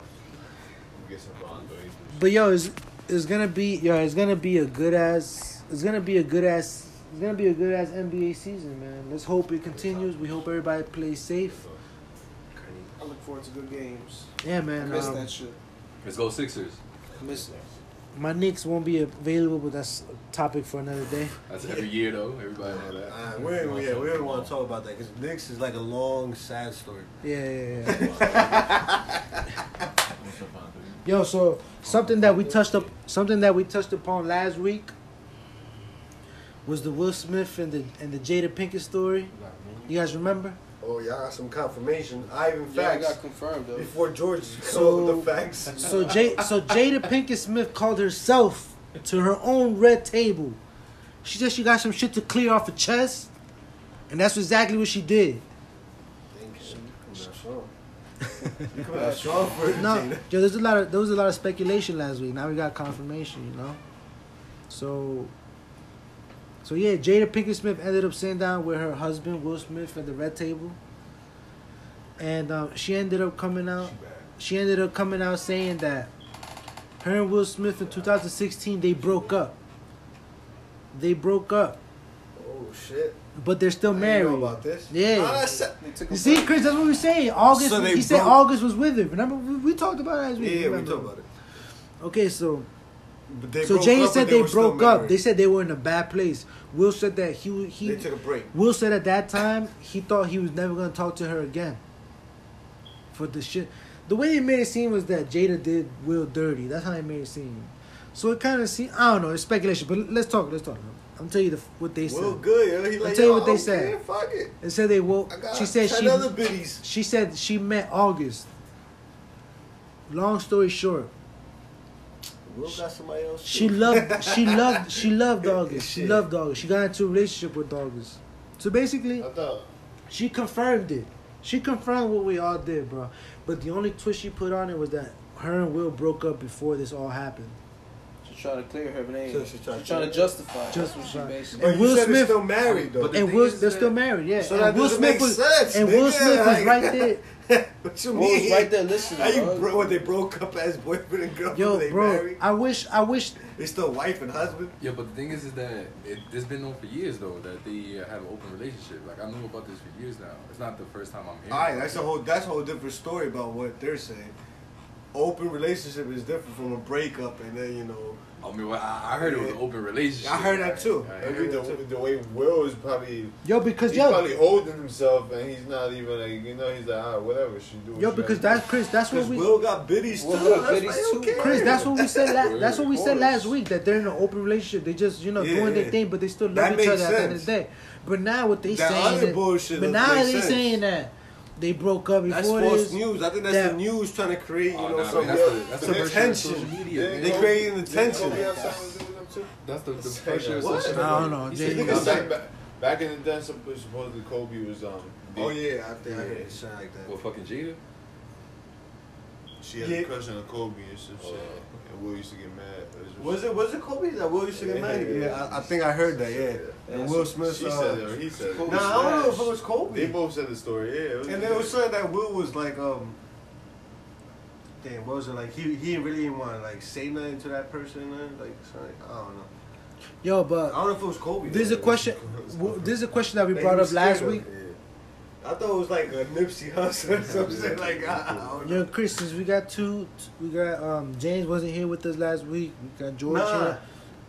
S8: Get some Bond, though. He's-
S3: But yo, it's it's gonna be yo. It's gonna be a good ass. It's gonna be a good ass. It's gonna be a good ass NBA season, man. Let's hope it continues. We hope everybody plays safe.
S4: I look forward to good games.
S3: Yeah,
S4: I
S3: man.
S4: miss
S3: um,
S4: that shit.
S9: Let's go Sixers.
S4: I miss that.
S3: my Knicks won't be available, but that's a topic for another day.
S9: That's every year though. Everybody know that.
S7: Uh, we don't- yeah, we don't want to talk about that because Knicks is like a long, sad story.
S3: Yeah, yeah, yeah. Yo, so something that we touched up, something that we touched upon last week was the Will Smith and the and the Jada Pinkett story. You guys remember?
S7: Oh, y'all got some confirmation. I even
S4: Yeah, I
S7: facts
S4: got confirmed though.
S7: before George
S3: So-
S7: so, the facts.
S3: So J- so Jada Pinkett Smith called herself to her own red table. She said she got some shit to clear off her chest, and that's exactly what she did.
S7: You come out strong for it,
S3: No,
S7: Gina.
S3: yo, there's a lot of there was a lot of speculation last week. Now we got confirmation, you know. So, so yeah, Jada Pinkett Smith ended up sitting down with her husband Will Smith at the red table, and um, she ended up coming out. She ended up coming out saying that her and Will Smith in 2016 they broke up. They broke up,
S7: Oh shit!
S3: but they're still
S7: I didn't
S3: married.
S7: know about this.
S3: Yeah.
S7: Oh, that's-
S4: They took
S3: You
S4: a
S3: see,
S4: break.
S3: Chris, that's what we say. August,
S7: So
S3: he
S7: they
S3: said
S7: broke-
S3: August was with it. Remember, we, we talked about it as
S7: yeah,
S3: we.
S7: yeah, we
S3: remember.
S7: talked about it.
S3: Okay, so
S7: But they
S3: so
S7: broke
S3: Jay
S7: up,
S3: said
S7: but
S3: they,
S7: were still
S3: broke up.
S7: married.
S3: They said they were in a bad place. Will said that he w- he
S7: they took a break.
S3: Will said at that time he thought he was never gonna talk to her again. For the shit, the way they made it seem was that Jada did Will dirty. That's how they made it seem. So it kind of seemed I don't know. It's speculation, but let's talk. Let's talk. I'm tell you the, what they said.
S7: Well, good. Yo. He like,
S3: tell you
S7: yo,
S3: what they
S7: I don't
S3: said.
S7: care, Fuck it.
S3: They said they woke.
S7: I got
S3: She said
S7: ten
S3: she
S7: other biddies.
S3: she said she met August. Long story short,
S7: Will got somebody else.
S3: She
S7: too.
S3: loved she loved she loved August. She
S7: Shit.
S3: loved August. She got into a relationship with August. So basically
S8: I thought
S3: she confirmed it. She confirmed what we all did, bro. But the only twist she put on it was that her and Will broke up before this all happened.
S4: She tried to clear her name.
S7: So she
S4: she tried
S7: tried to
S4: to
S7: clear-
S4: justify. it. That's what she
S3: Justify.
S4: basically.
S7: But
S3: and
S7: you
S3: Will
S7: said they're
S3: Smith-
S7: still married though.
S9: The
S3: and
S9: thing
S3: Will
S9: is
S3: they're
S9: that-
S3: still married, yeah.
S7: So
S3: and
S7: that
S3: Will
S7: doesn't
S3: Smith
S7: make
S3: was
S7: sense,
S3: and Will
S7: nigga,
S3: Smith was
S7: like-
S3: right there.
S7: what you
S4: Will was
S7: mean?
S4: right there listening,
S7: How you
S4: bro.
S7: bro? When they broke up as boyfriend and girlfriend,
S3: Yo,
S7: they
S3: bro,
S7: married.
S3: I wish I wish
S7: They still wife and husband.
S9: Yeah, but the thing is, is that it, it's been known for years though that they uh, have an open relationship. Like I knew about this for years now. It's not the first time I'm hearing.
S7: All right,
S9: about
S7: that's
S9: it.
S7: a whole that's a whole different story about what they're saying. open relationship is different from a breakup, and then you know.
S9: I mean, well, I I heard it was an open relationship.
S7: I heard that too.
S9: I
S8: Maybe
S9: heard
S8: the,
S9: that too.
S8: the way Will is probably
S3: Yo, because
S8: he's
S3: yo,
S8: probably holding himself and he's not even like you know he's like ah whatever she do. what
S3: yo,
S8: she
S3: because
S8: gotta
S3: that's Chris. That's what
S7: Because
S3: we.
S7: Will got biddies too.
S4: Will got
S7: That's
S4: biddies
S7: why I don't
S4: too.
S7: care.
S3: Chris, that's what we said. La- that's what we said
S8: Of
S3: last week. That they're in an open relationship. They just you know
S7: Yeah.
S3: doing their thing, but they still love
S7: That
S3: each other
S7: makes
S3: at the end of the day. But now what they
S7: That
S3: saying?
S7: other
S3: that-
S7: bullshit
S3: but
S7: doesn't
S3: now
S7: make
S3: they
S7: sense.
S3: saying that they broke up
S7: That's
S3: before
S7: false
S3: this.
S7: news. I think that's
S3: that-
S7: the news trying to create, you
S9: Oh,
S7: know,
S9: nah,
S7: some
S9: man, that's the- that's the
S7: the
S9: pressure of social
S7: tension.
S9: media.
S8: do.
S7: They creating the tension.
S8: Kobe have something to do with them
S9: That's the, the pressure of
S8: What?
S9: social
S3: I don't know.
S9: media.
S3: Jay-
S8: too. Because like, ba- back in the day, suppo- supposedly Kobe was um.
S7: Oh
S8: big.
S7: yeah, I think I heard something like that.
S9: Well, fucking Jada?
S8: She had
S7: Yeah. Oh.
S8: a crush on Kobe and some shit. And Will used to get mad.
S7: Was it was it Kobe that Will used to get
S8: Yeah.
S7: mad? Yeah, I, I think I heard that. Yeah, and Will Smith.
S8: She
S7: uh,
S8: said it or he said it.
S7: Nah, I don't know if it was Kobe.
S8: They both said the story. Yeah. It was
S7: And there was something that Will was like, um, damn, what was it like? He he really didn't want to like say nothing to that person, or nothing, like something. I don't know.
S3: Yo,
S7: I
S3: but
S7: don't know if it was Kobe.
S3: there's a
S7: though.
S3: question. w- There's a question that we
S7: They
S3: brought
S7: were
S3: up last
S7: scared
S3: week.
S7: of it. I thought it was like a Nipsey Hussle or something. Like I, I don't know.
S3: Yo, Chris, since we got two, t- we got um James wasn't here with us last week. We got George
S7: Nah,
S3: here.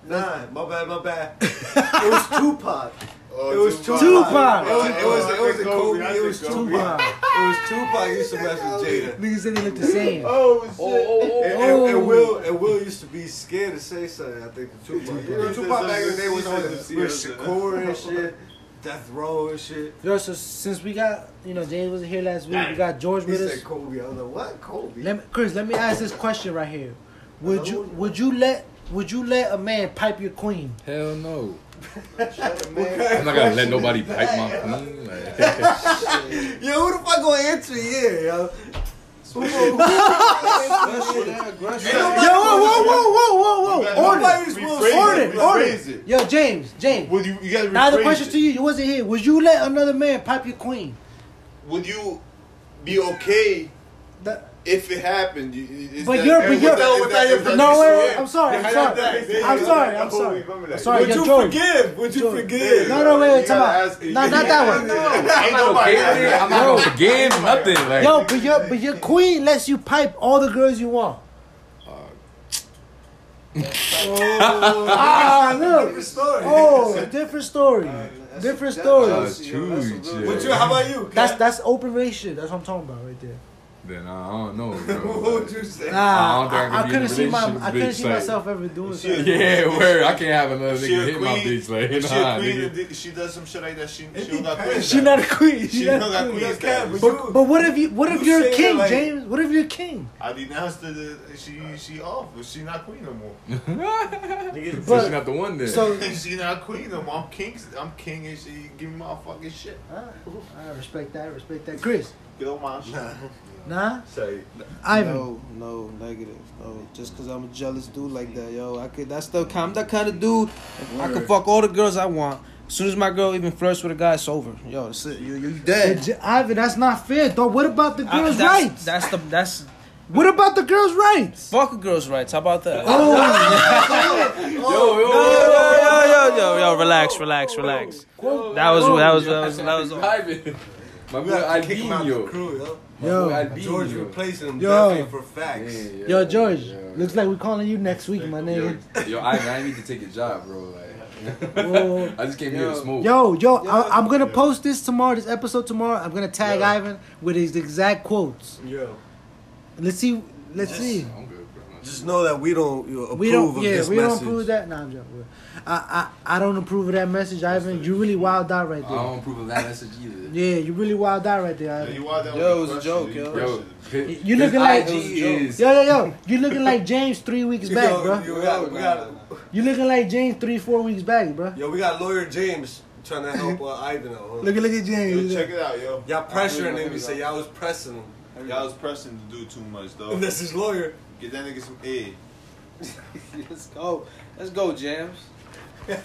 S7: nah, my bad, my bad. it was Tupac.
S8: Oh,
S7: It was
S3: Tupac.
S7: It was it was it was a
S8: Kobe.
S7: Kobe.
S8: I
S7: It
S8: think
S7: was
S8: Kobe.
S3: Tupac.
S7: Tupac. It was Tupac used to mess with Jada.
S3: Niggas said they looked the same.
S8: Oh shit.
S7: And,
S3: Oh.
S7: and, and Will and Will used to be scared to say something. I think to Tupac. You know,
S8: Tupac.
S7: Tupac back in the day was
S8: He's
S7: on
S8: on
S7: with
S8: the series.
S7: Shakur and shit, Death Row and shit.
S3: Yo, so since we got you know James wasn't here last week, we got George
S7: He
S3: with
S7: said
S3: us.
S7: Kobe. I was like, what Kobe?
S3: Let me, Chris, let me ask this question right here. Would you would you let would you let a man pipe your queen?
S9: Hell no.
S7: Man.
S9: I'm not gonna let nobody pipe my queen. Like,
S7: Yo, who the fuck gonna answer? Yeah, yo. Who
S3: Yo, whoa, whoa, whoo, whoa,
S8: You
S3: whoa, whoa! Order,
S8: gotta rephrase it.
S3: order,
S8: Rephrase
S3: order.
S8: it.
S3: Yo, James, James.
S8: Would you? You gotta
S3: Now the
S8: rephrase
S3: question
S8: it.
S3: to you: You wasn't here. Would you let another man pipe your queen?
S8: Would you be okay
S3: That-
S8: if it happened? You- you- is
S3: But
S8: that-
S3: you're- but
S8: is
S3: you're-
S8: that- is that- is that-
S3: No, wait, wait,
S8: yeah.
S3: I'm sorry, I'm
S8: Yeah,
S3: sorry.
S8: that's that.
S3: I'm
S8: Yeah,
S3: sorry,
S8: that's
S3: I'm
S8: the
S3: sorry.
S8: whole- remember that.
S3: I'm sorry,
S7: would
S3: yo,
S7: you
S3: George.
S7: forgive? Would you
S3: George.
S7: forgive?
S3: No, no, wait,
S8: You
S3: wait, time
S8: gotta
S3: out.
S8: ask-
S3: No, not that one.
S8: Ain't nobody.
S9: I'm not gonna forgive nothing. Like, Uh,
S3: Yo, but your but your queen lets you pipe all the girls you want. Ah, look.
S7: Different story.
S3: Oh, different story. Different
S9: uh,
S3: story.
S9: true, Jay.
S7: Would you? How about you? Kat?
S3: That's that's open relationship. That's what I'm talking about right there.
S9: Then uh, I don't know, bro.
S7: what would you say?
S3: Nah,
S9: Uh, I don't think I
S3: I, I
S9: could be in
S3: couldn't
S9: a
S3: see my
S9: relationship,
S3: I couldn't
S9: bitch,
S3: see
S9: like-
S3: myself ever doing
S8: Shit.
S3: that.
S9: Yeah, where I can't have another
S8: She
S9: nigga
S8: a
S9: hit my
S8: queen.
S9: bitch like
S8: She a
S9: nah,
S8: queen.
S9: nigga.
S8: and did- She does some shit like that. She she don't got queen.
S3: She not a queen. She,
S8: She
S3: not
S8: don't
S3: a
S8: got
S3: queen.
S8: queen.
S7: Kat, would you-
S3: But, but what if you what if
S7: You
S3: you're a
S7: say
S3: king,
S7: like-
S3: James? What if you're a king?
S8: I denounced her. that She she off, but she not queen no more.
S9: So
S3: But-
S9: she not the one then.
S3: So
S8: she not queen no more. I'm king. I'm king, and she give me my fucking shit.
S3: I respect that. I respect that. Chris,
S8: Get on my shit.
S3: nah,
S8: Say
S3: Ivan.
S4: No, no, negative. No, just because I'm a jealous dude like that, yo. I could. That's the. I'm that kind of dude. I can fuck all the girls I want. As soon as my girl even flirts with a guy, it's over. Yo, that's it. You, you dead.
S3: Uh, J- Ivan, that's not fair, though. What about the
S4: I-
S3: girls'
S4: that's,
S3: rights?
S4: That's the. That's
S3: what about the girls' rights? Oh,
S4: fuck a girls' rights. How about that?
S9: yo, yo,
S4: Yo, yo, yo, yo, yo, relax, relax, relax. That was that was that was that was.
S9: Ivan. My
S7: We
S9: boy
S7: have to kick him out the
S9: Albino.
S7: crew, yo.
S9: Yo,
S3: Yo,
S7: George
S9: Albino.
S7: replacing him
S3: Yo.
S7: definitely for facts.
S3: yo, George.
S9: Yo,
S3: Looks like we're calling you next week, my
S9: yo,
S3: nigga.
S9: yo, Ivan, I need to take a job, bro. Like,
S3: Whoa.
S9: I just came here to smoke.
S3: Yo, yo, I, I'm gonna post this tomorrow. This episode tomorrow. I'm gonna tag Ivan with his exact quotes.
S7: Yo,
S3: Let's see. Let's see.
S9: I'm good, bro.
S7: just know that we don't you know, approve
S3: We don't.
S7: of
S3: Yeah,
S7: this
S3: we
S7: message.
S3: don't approve of that. Nah, I'm joking. I, I, I don't approve of that message, Ivan. You really wild out right
S9: I
S3: there.
S9: don't approve of that message either.
S3: Yeah, you really wild out right there, Ivan.
S8: you wild out
S4: Yo,
S8: with
S4: it was a
S8: the
S4: joke,
S8: question,
S4: yo.
S8: you
S9: Yo,
S3: You-
S9: his
S3: you looking like-
S9: IG is
S3: Yo, yo, yo. You looking like James three weeks
S7: Yo,
S3: back, bro.
S7: Yo, we got, we got,
S3: You looking like James three, four weeks back, bro.
S7: yo, we got lawyer James trying to help uh, Ivan out. Huh?
S3: Look at look at
S8: Yo,
S3: James.
S8: check it out, yo.
S7: Y'all pressuring him. You say y'all was pressing him.
S8: Y'all was pressing to do too much, though.
S7: And that's his lawyer.
S8: Get that nigga some A.
S4: Let's go. Let's go, James. That's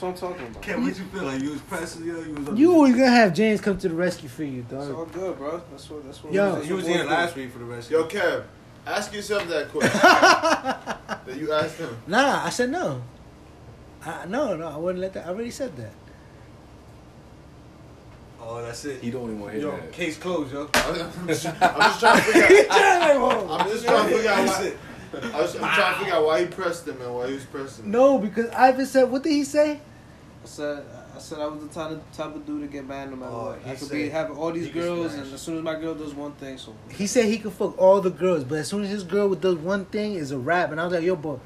S4: what I'm talking about.
S7: Ken, what you feel like? You was pressing, yo. You was. on-
S3: you always gonna have James come to the rescue for you,
S4: It's all
S3: dog.
S4: good, bro. That's what. That's what.
S3: Yo.
S7: He was here last week for the rest.
S8: Yo, Kev, ask yourself that question that you asked him.
S3: Nah, I said no. I, no, no, I wouldn't let that. I already said that.
S7: oh,
S14: Oh, that's it.
S9: He the only one hitting
S14: Yo,
S9: that.
S14: case closed, yo.
S8: I'm just trying to figure out. I'm just trying to figure out. Why, I was, I'm trying to figure out why he pressed him and why he was pressing. him.
S3: No, because Ivan said, what did he say?
S10: I said, I said I was the type of, type of dude to get mad no matter
S7: Oh,
S10: what. I
S7: he
S10: could be
S7: said
S10: having all these
S7: he could
S10: girls,
S7: smash.
S10: and as soon as my girl does one thing, so
S3: He said he could fuck all the girls, but as soon as his girl does one thing, is a rap. And I was like, yo, boy.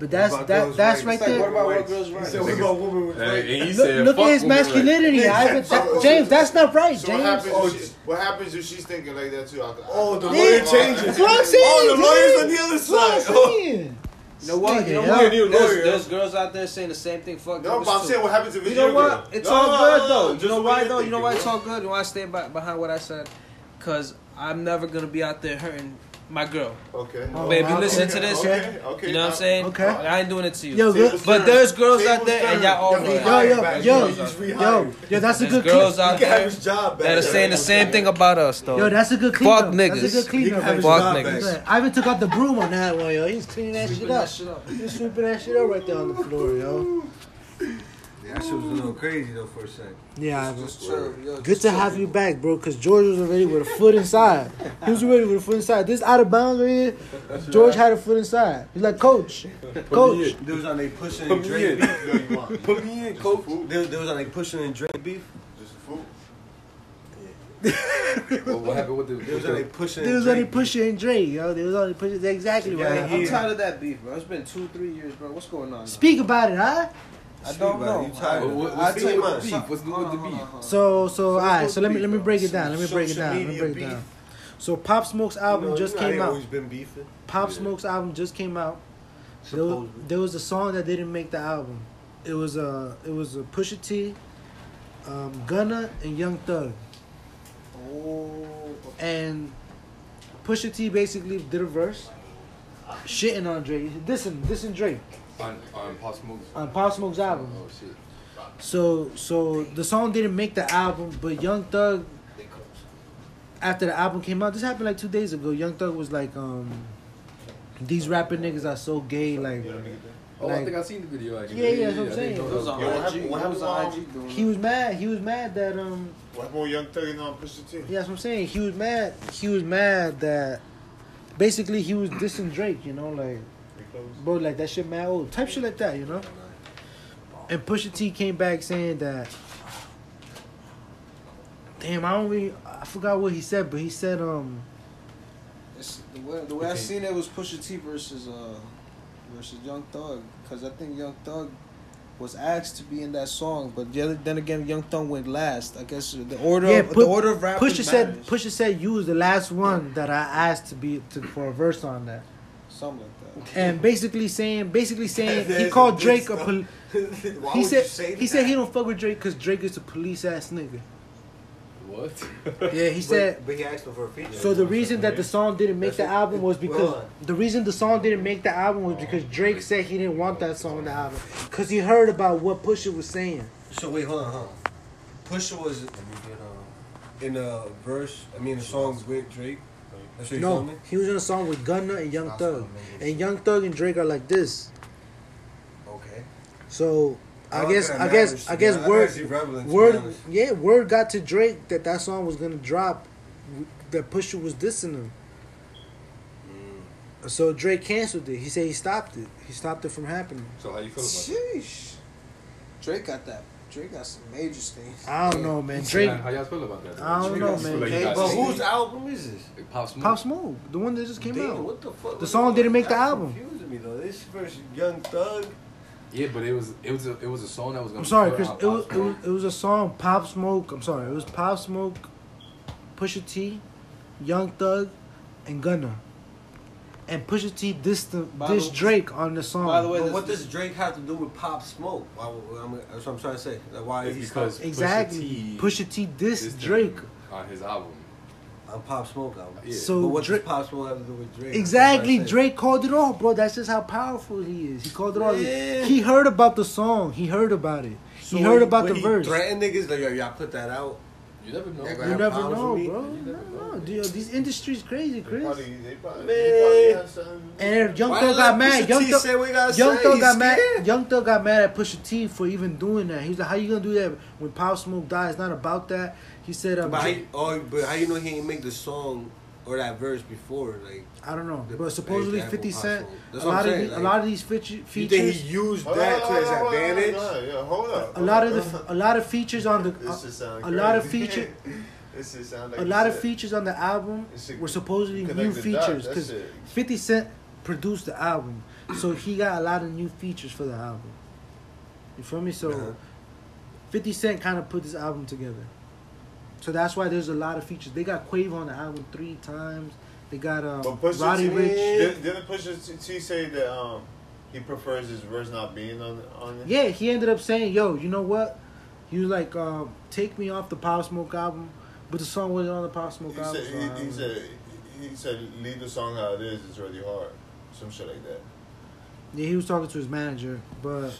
S3: But that's
S14: about
S3: that
S14: girls'
S3: that's
S14: rights?
S3: right
S10: It's like, what
S3: there.
S10: about what girls'
S14: He
S10: rights?
S14: said, what about women with
S9: And,
S14: rape?
S9: and he
S3: Look,
S9: said,
S3: look at
S9: "Fuck
S3: his
S9: women, like,
S3: masculinity, Ivan.
S8: So-
S3: That- James, that's not right,
S8: So what
S3: James.
S8: happens?
S14: Oh,
S8: If she, what happens if she's thinking like that too? I, I,
S14: Oh, the
S8: I-
S14: lawyer
S8: I-
S14: changes.
S3: That's what I'm saying.
S14: Oh, the lawyer's on
S3: dude.
S14: the other
S3: That's what I'm
S14: side. Oh.
S3: saying.
S10: You know what? You know
S3: Nigga,
S10: what?
S14: yo.
S10: There's, there's girls out there saying the same thing. Fuck.
S8: No,
S10: niggas
S8: but I'm
S10: too.
S8: saying what happens if it's
S10: You know
S8: your
S10: what?
S8: girl?
S10: It's
S8: No,
S10: all
S8: no,
S10: good
S8: no,
S10: though.
S8: just
S10: you know
S8: what
S10: why
S8: you're
S10: though? You know
S8: thinking,
S10: why it's
S8: bro.
S10: all good? You know why I stay back behind what I said? Cause I'm never gonna be out there hurting my girl.
S8: Okay.
S3: Oh,
S10: Baby,
S3: okay,
S10: listen to this.
S8: Okay. Okay.
S10: You know what I'm saying?
S3: Okay.
S10: I ain't doing it to you.
S3: Yo, good.
S10: but there's girls out there, and y'all all
S14: Yo,
S10: know
S14: he
S10: that.
S3: Yo,
S14: hired
S3: yo,
S14: back.
S3: yo,
S14: He just rehired.
S3: Yo, yo, that's a
S10: There's
S3: good clip.
S10: girls
S14: He
S10: out
S14: can have
S10: there
S14: his job back.
S10: that are
S14: yo.
S10: saying the same thing about us though.
S3: Yo, that's a good clean
S10: Fuck
S3: up.
S10: niggas.
S3: That's a good
S14: He
S3: clean
S14: can
S3: up.
S14: have his
S10: Fuck
S14: job
S10: niggas.
S14: back.
S3: Right. Ivan took out the broom on that one, yo. He's cleaning that
S10: Sweeping
S3: shit up.
S10: that shit up.
S3: He's sweeping that shit up right there on the floor, yo.
S7: That shit was a little crazy though for a second.
S3: Yeah, Ivan.
S10: Just chill, yo, just
S3: Good to
S10: chill.
S3: have you back, bro. Cause George was already with a foot inside. He was already with a foot inside. This out of bounds right here. George had a foot inside. He's like, Coach, Coach.
S7: Dudes on they pushing
S14: Put
S7: and
S14: me in.
S7: drink beef. No, you want.
S14: Put me in, coach.
S7: They, they was on they pushing and drink beef.
S10: Oh.
S8: Just a fool.
S9: What, what happened with the?
S7: They
S9: With
S7: was on they
S9: the
S7: pushing.
S3: They
S7: and
S3: was only
S7: drink beef.
S3: pushing and Drake, yo. They was only pushing. That's exactly what
S10: Yeah,
S3: happened.
S10: I'm
S7: Yeah.
S10: tired of that beef, bro. It's been two, three years, bro. What's going on?
S3: Speak about it, huh?
S10: I
S7: Speak
S10: don't
S7: about
S10: know.
S7: it. You tired
S9: what,
S7: of
S9: what,
S7: it.
S9: what's
S7: I
S9: the
S7: tell you
S9: with the
S7: what.
S9: beef? What's the with the beef?
S3: So, so, alright.
S7: it's
S3: So let me
S7: beef,
S3: let me
S7: bro.
S3: break it down. Let me break it
S7: Social
S3: down. Let me
S7: media
S3: break it
S7: beef.
S3: down. So Pop Smoke's album just
S7: You know,
S3: came
S7: they
S3: out.
S7: Always been beefing.
S3: Pop Smoke's album just came out. There was,
S7: Supposedly.
S3: there was a song that didn't make the album. It was a it was a Pusha T, um, Gunna, and Young Thug.
S10: Oh,
S3: And Pusha T basically did a verse, shitting on Drake, dissing dissing Drake
S9: On on Pop Smoke's.
S3: on Pop Smoke's album.
S9: Oh shit.
S3: So so the song didn't make the album, but Young Thug after the album came out, this happened like two days ago. Young Thug was like, um, these rapping niggas are so gay, like
S9: Oh, I
S3: Like-
S9: think I seen the video. Actually.
S3: Yeah, yeah, that's what I'm
S9: I think
S3: saying.
S9: I
S10: It was
S9: know
S10: on
S8: Yo, what happened-
S10: IG.
S8: what
S10: It was on
S8: happened,
S10: IG doing
S3: he was mad. He was mad that um
S8: What happened with Young Thug and um, Pusha T?
S3: yeah, that's what I'm saying. He was mad. He was mad that basically he was dissing Drake, you know, like bro, like that shit mad old type shit like that, you know. And Pusha T came back saying that. Damn, I don't really. I forgot what he said, but he said um.
S10: It's, the way, the way I seen it was Pusha T versus uh versus Young Thug because I think Young Thug was asked to be in that song, but the other, then again Young Thug went last. I guess the order
S3: Yeah,
S10: of,
S3: Pu-
S10: the order of rappers
S3: Pusha said
S10: matters.
S3: Pusha said you was the last one that I asked to be to, for a verse on that,
S10: something like that.
S3: and basically saying basically saying he
S14: That's
S3: called
S14: good
S3: Drake a
S14: stuff.
S3: pol-
S14: Why
S3: he
S14: would
S3: said
S14: you say
S3: he said he don't fuck with Drake because Drake is a police ass nigga.
S9: What?
S3: Yeah, he said.
S7: but he asked him for a feature.
S3: So the reason that the song didn't make the album was because
S7: Well.
S3: the reason the song didn't make the album was because Drake said he didn't want that song on the album because he heard about what Pusha was saying.
S7: So wait, hold on, hold on. Pusha was in a verse. I mean, the song with Drake. That's what you told
S3: No,
S7: me.
S3: he was in a song with Gunna and Young
S7: That's
S3: Thug,
S7: what I mean.
S3: and Young Thug and Drake are like this.
S7: Okay.
S3: So I
S7: Not
S3: guess
S7: that it
S3: I guess
S7: matters,
S3: I
S7: to be
S3: guess
S7: honest. I'm
S3: word
S7: actually reveling, to be
S3: word
S7: honest.
S3: yeah word got to Drake that that song was gonna drop, that Pusha was dissing him. So Drake canceled it. He said he stopped it. He stopped it from happening.
S9: So how you feel about it?
S10: Sheesh, Drake got that. Drake got some major stains.
S3: I don't know, man. Drake,
S9: How y'all feel about that?
S3: I don't know, man.
S9: Like, you
S7: Hey,
S9: guys
S7: but
S9: seen
S7: whose album is this?
S9: it? Pop Smoke.
S3: Pop Smoke, the one that just came
S7: Damn,
S3: out.
S7: what the fuck?
S3: The song didn't make the
S7: That's
S3: album.
S7: Confusing me though. This versus Young Thug.
S9: Yeah, but it was it was a it was a song that was gonna.
S3: I'm sorry,
S9: be
S3: Chris.
S9: put
S3: It was,
S9: out
S3: it
S9: by
S3: was it was a song. Pop Smoke. I'm sorry. It was Pop Smoke, Pusha T, Young Thug, and Gunna. And Pusha T dissed, the-
S10: By the-
S3: dissed Drake on the song.
S10: By the way,
S7: But
S10: this,
S7: what does Drake have to do with Pop Smoke? Why, why- I'm, that's what I'm trying to say. Like, why
S9: It's
S7: is he
S9: because
S3: Exactly.
S9: Pusha T
S3: Pusha T dissed
S9: dissed
S3: Drake.
S9: him on his album.
S7: on Pop Smoke album?
S9: Yeah.
S3: So
S7: but what
S3: Drake-
S7: does Pop Smoke have to do with Drake?
S3: Exactly.
S7: That's what I'm
S3: Drake called it off, bro. That's just how powerful he is. He called it off.
S7: Yeah.
S3: He heard about the song. He heard about it.
S7: saying.
S3: he
S7: So
S3: heard
S7: when-
S3: about
S7: when
S3: the
S7: he
S3: verse.
S7: Threaten niggas like yo, y'all put that out.
S9: You never know.
S7: Yeah,
S9: man.
S7: but-
S3: You
S7: have
S3: never
S7: problems
S3: know,
S7: with me?
S3: bro.
S9: You never
S3: No,
S9: know.
S3: no, know, dude. These industries crazy, Chris.
S8: Probably, they probably, they probably
S3: Man.
S8: have something.
S3: And if Young
S8: Why
S3: Thug
S8: let
S3: got mad,
S8: Pusha
S3: Young
S8: T
S3: Thug
S8: say what he gotta
S3: Young
S8: say?
S3: Thug
S8: He's
S3: got mad.
S8: scared.
S3: Young Thug got mad at Pusha T for even doing that. He's like, "How you gonna do that when Pop Smoke died? It's not about that." He said, um,
S7: But how,
S3: J-
S7: you- oh, but how you know he ain't make the song or that verse before? Like,
S3: I don't know,
S7: The-
S3: but supposedly
S7: the actual
S3: Fifty Cent.
S7: Pop Smoke.
S3: A
S7: That's what I'm
S3: lot of
S7: saying,
S3: the, a
S7: like-
S3: lot of these feature,
S7: you think
S3: features,
S7: he used
S8: Hold
S7: that
S8: on,
S7: to
S8: hold
S7: his
S8: on, hold on,
S7: advantage?
S8: hold on, yeah, hold up.
S3: a lot of the, a lot of features on the,
S8: This shit sound
S3: a lot of
S8: crazy.
S3: feature-
S8: this shit sound like
S3: a
S8: you
S3: lot of
S8: said.
S3: features on the album
S8: It's a-
S3: were supposedly
S8: connect
S3: new
S8: the dots,
S3: features
S8: that
S3: because
S8: shit.
S3: 50 Cent produced the album, so he got a lot of new features for the album. You feel me? So
S8: Uh-huh.
S3: 50 Cent kind of put this album together, so that's why there's a lot of features. They got Quavo on the album three times. They got um,
S8: But Pusha
S3: Roddy
S8: T,
S3: Rich.
S8: Did, didn't Pusha T- T say that um, he prefers his verse not being on on it?
S3: Yeah, he ended up saying, "Yo, you know what? You like um, take me off the Pop Smoke album, but the song wasn't on the Pop Smoke
S8: He
S3: album."
S8: said,
S3: so I
S8: he, he
S3: don't know.
S8: said he said leave the song how it is. It's really hard. Some shit like that.
S3: Yeah, he was talking to his manager, but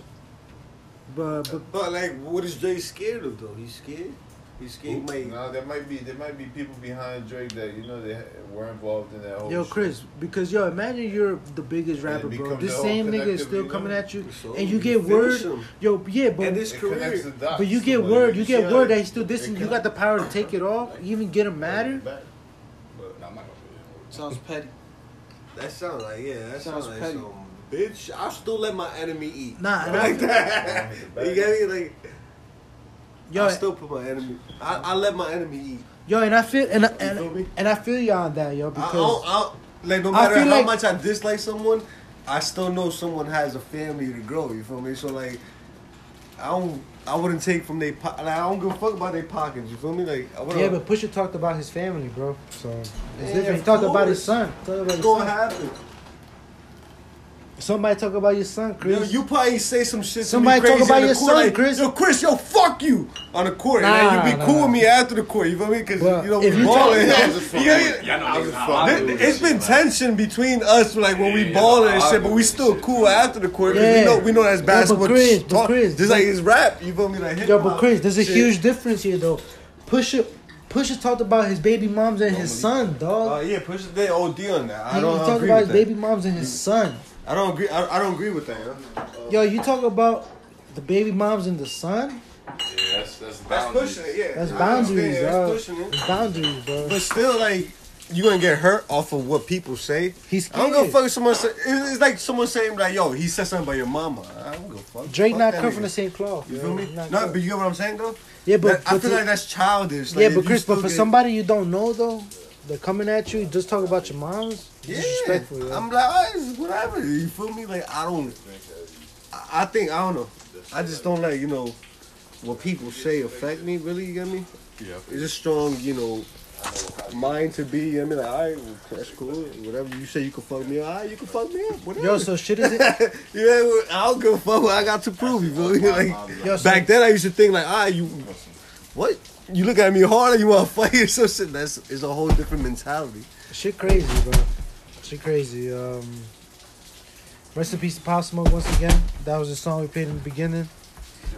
S3: but but
S7: But like, what is Jay scared of though? He's scared. He's scared. He might.
S8: No, there might be there might be people behind Drake that you know they ha- were involved in
S7: Oh,
S8: that whole.
S3: yo
S8: shit.
S3: Chris, because yo, imagine you're the biggest rapper, bro.
S8: becomes
S3: This
S8: the whole
S3: same nigga is
S8: collective,
S3: still
S8: you
S3: coming
S8: know?
S3: at you,
S7: So
S3: and you
S7: you
S3: get
S7: finish
S3: word.
S7: him.
S3: Yo, yeah, but
S7: And this
S8: It
S7: career.
S8: connects the dots.
S3: but you get
S8: Like,
S3: word, you get
S8: see
S3: word
S8: how
S3: that he's still
S8: it
S3: dissing. You
S8: connects.
S3: got the power to take it off, even get him madder.
S8: Back.
S9: But I'm not gonna.
S4: Sounds petty.
S7: That sounds like yeah. That
S4: Sounds
S7: sounds like
S4: petty.
S7: some bitch. I still let my enemy eat.
S3: Nah, and
S7: like
S3: I,
S7: that. you get me? Like
S3: yo,
S7: I still put my enemy. I, I let my enemy eat.
S3: yo, and I feel and I-
S7: feel
S3: and,
S7: me?
S3: and I feel you on that, yo,
S7: I, I,
S3: because
S7: don't- I, don't- like no
S3: I
S7: matter
S3: feel
S7: how
S3: like-
S7: much I dislike someone, I still know someone has a family to grow. You feel me? So like, I don't. I wouldn't take from their po- like I don't give a fuck about their pockets. You feel me? Like I wouldn't.
S3: yeah, but Pusha talked about his family, bro. So it's
S7: Yeah,
S3: different. He
S7: of
S3: talked about
S7: course.
S3: his son. Talked about
S7: it's
S3: his
S7: gonna
S3: son.
S7: happen.
S3: Somebody talk about your son, Chris.
S7: Yo, you probably say some shit. to
S3: Somebody
S7: me crazy
S3: talk about
S7: in
S3: your
S7: the court,
S3: son,
S7: like,
S3: Chris.
S7: Yo, Chris, yo, fuck you on the court. and then
S3: Nah,
S7: you be
S3: nah,
S7: cool
S3: nah.
S7: with me after the court. You feel me? Because
S3: But
S7: you know
S3: if
S7: we
S3: you talk-
S7: balling.
S8: I was just
S7: You
S8: fucking
S7: get
S8: with
S7: me?
S8: you. I know
S9: I
S8: niggas
S9: was
S8: how
S9: fucking
S8: I
S9: with
S8: do
S9: you.
S8: this
S7: It's
S8: shit,
S7: been
S8: like-
S7: tension between us, like when we
S9: Yeah,
S7: balling and
S9: I
S7: shit, but we
S9: do
S7: still
S9: this
S7: cool after the court. 'cause
S3: Yeah.
S7: We know we know that's
S3: Yeah, but
S7: basketball.
S3: Chris, but
S7: talk.
S3: Chris,
S7: just like it's rap. You feel me? Like
S3: Yo,
S7: hip-hop
S3: but Chris, there's a
S7: shit.
S3: huge difference here, though. Pusha, Pusha talked about his baby moms and his son,
S7: Uh,
S3: dog.
S7: yeah, push the OD on that. I
S3: you
S7: don't
S3: talk
S7: agree
S3: about
S7: with
S3: his
S7: that.
S3: baby moms and his son.
S7: I don't agree. I, I don't agree with that.
S3: Yo,
S7: Yo.
S3: you talk about the baby moms and the son.
S9: Yeah, that's that's
S7: That's
S9: boundaries.
S7: pushing it. Yeah,
S3: That's
S7: I
S3: boundaries,
S7: understand,
S3: dog.
S7: That's pushing it.
S3: It's boundaries, bro.
S7: But still, like, you gonna get hurt off of what people say.
S3: He's
S7: I don't give a
S3: scared.
S7: fuck if someone say, it- It's like someone saying, like, yo, he said something about your mama. I don't give a fuck.
S3: Drake
S7: Fuck
S3: not
S7: that
S3: come from
S7: nigga.
S3: the same cloth.
S7: You
S3: yo.
S7: feel me?
S3: He's
S7: No,
S3: not
S7: but
S3: good.
S7: you get what I'm saying, though?
S3: yeah, but,
S7: That- I
S3: but
S7: feel
S3: to-
S7: like that's childish. Like,
S3: yeah,
S7: if
S3: but
S7: you
S3: Chris, but
S7: still
S3: for
S7: get-
S3: somebody you don't know though, they're coming at you. Just talk about your moms.
S7: Yeah.
S3: disrespectful. Yo.
S7: I'm like, oh, it's whatever. You feel me? Like, I don't. I, I think, I don't know. I just don't like, you know, what people say affect me, really, you get me?
S9: Yeah.
S7: It's a strong, you know, mind to be. I mean, like, all right, well, that's cool. Whatever you say, you can fuck me up. All right, you can fuck me up. Whatever.
S3: Yo, so shit is it?
S7: yeah, well, I don't give a fuck what I got to prove. You feel me? Like
S3: Yo, so,
S7: back then, I used to think like, ah, you, what? You look at me hard and you want to fight or some shit. That's it's a whole different mentality.
S3: Shit crazy, bro. Shit crazy. Um, rest in peace to Pop Smoke once again. That was the song we played in the beginning.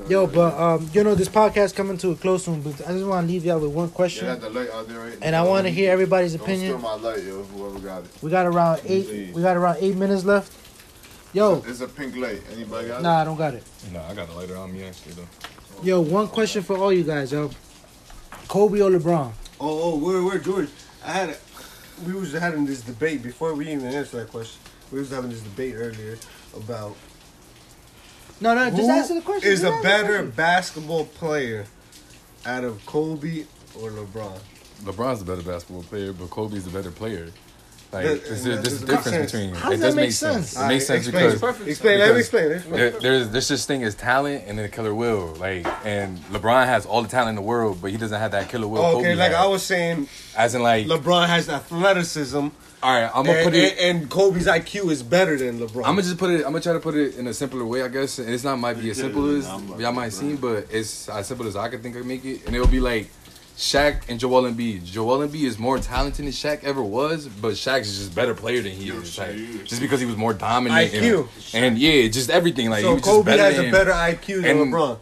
S3: Yo, but um, you know this podcast coming to a close soon. But I just want to leave y'all with one
S8: You got
S3: question,
S8: the light out there, right?
S3: and I want to hear everybody's
S8: Don't steal
S3: opinion.
S8: my light, yo. Whoever got it.
S3: We got around eight.
S8: Please.
S3: We got around eight minutes left. Yo,
S8: It's a pink light. Anybody got
S3: nah, I don't got it.
S9: Nah, I got the lighter on me actually though.
S3: Yo, one question for all you guys, yo. Kobe or LeBron?
S7: Oh, oh, where, where, George? I had, a, we was having this debate before we even answered that question. We was having this debate earlier about
S3: No, no, just
S7: Who
S3: answer the question.
S7: Is
S3: Just
S7: a
S3: answer the
S7: better
S3: question.
S7: basketball player out of Kobe or LeBron?
S9: LeBron's a better basketball player, but Kobe's a better player. Like,
S7: That-
S9: there's,
S7: that
S9: there's
S7: doesn't make
S9: a
S7: sense.
S9: difference between.
S3: How does
S9: it
S3: that
S9: does
S3: make
S9: make sense.
S3: sense?
S9: It makes sense
S7: explain.
S9: because
S7: explain. Let me
S9: because
S7: explain. Let me
S9: there, there's there's this thing as talent and then killer will. Like, and LeBron has all the talent in the world, but he doesn't have that killer will.
S7: explain.
S9: Kobe
S7: Okay, like
S9: had.
S7: I was saying,
S9: as in like,
S7: LeBron has athleticism,
S9: all right, I'm gonna
S7: and,
S9: put it.
S7: and, and Kobe's IQ is better than LeBron.
S9: I'm gonna just put it. I'm gonna try to put it in a simpler way, I guess. And it's not might be as simple as y'all might seem, but it's as simple as I could think of make it. And it'll be like Shaq and Joel Embiid. Joel Embiid is more talented than Shaq ever was, but Shaq's just better player than he is. Like, just because he was more dominant. and-
S7: IQ.
S9: And, yeah, just everything. Like he
S7: so
S9: was just
S7: Kobe
S9: better
S7: has a
S9: than-
S7: better IQ than
S9: and-
S7: LeBron.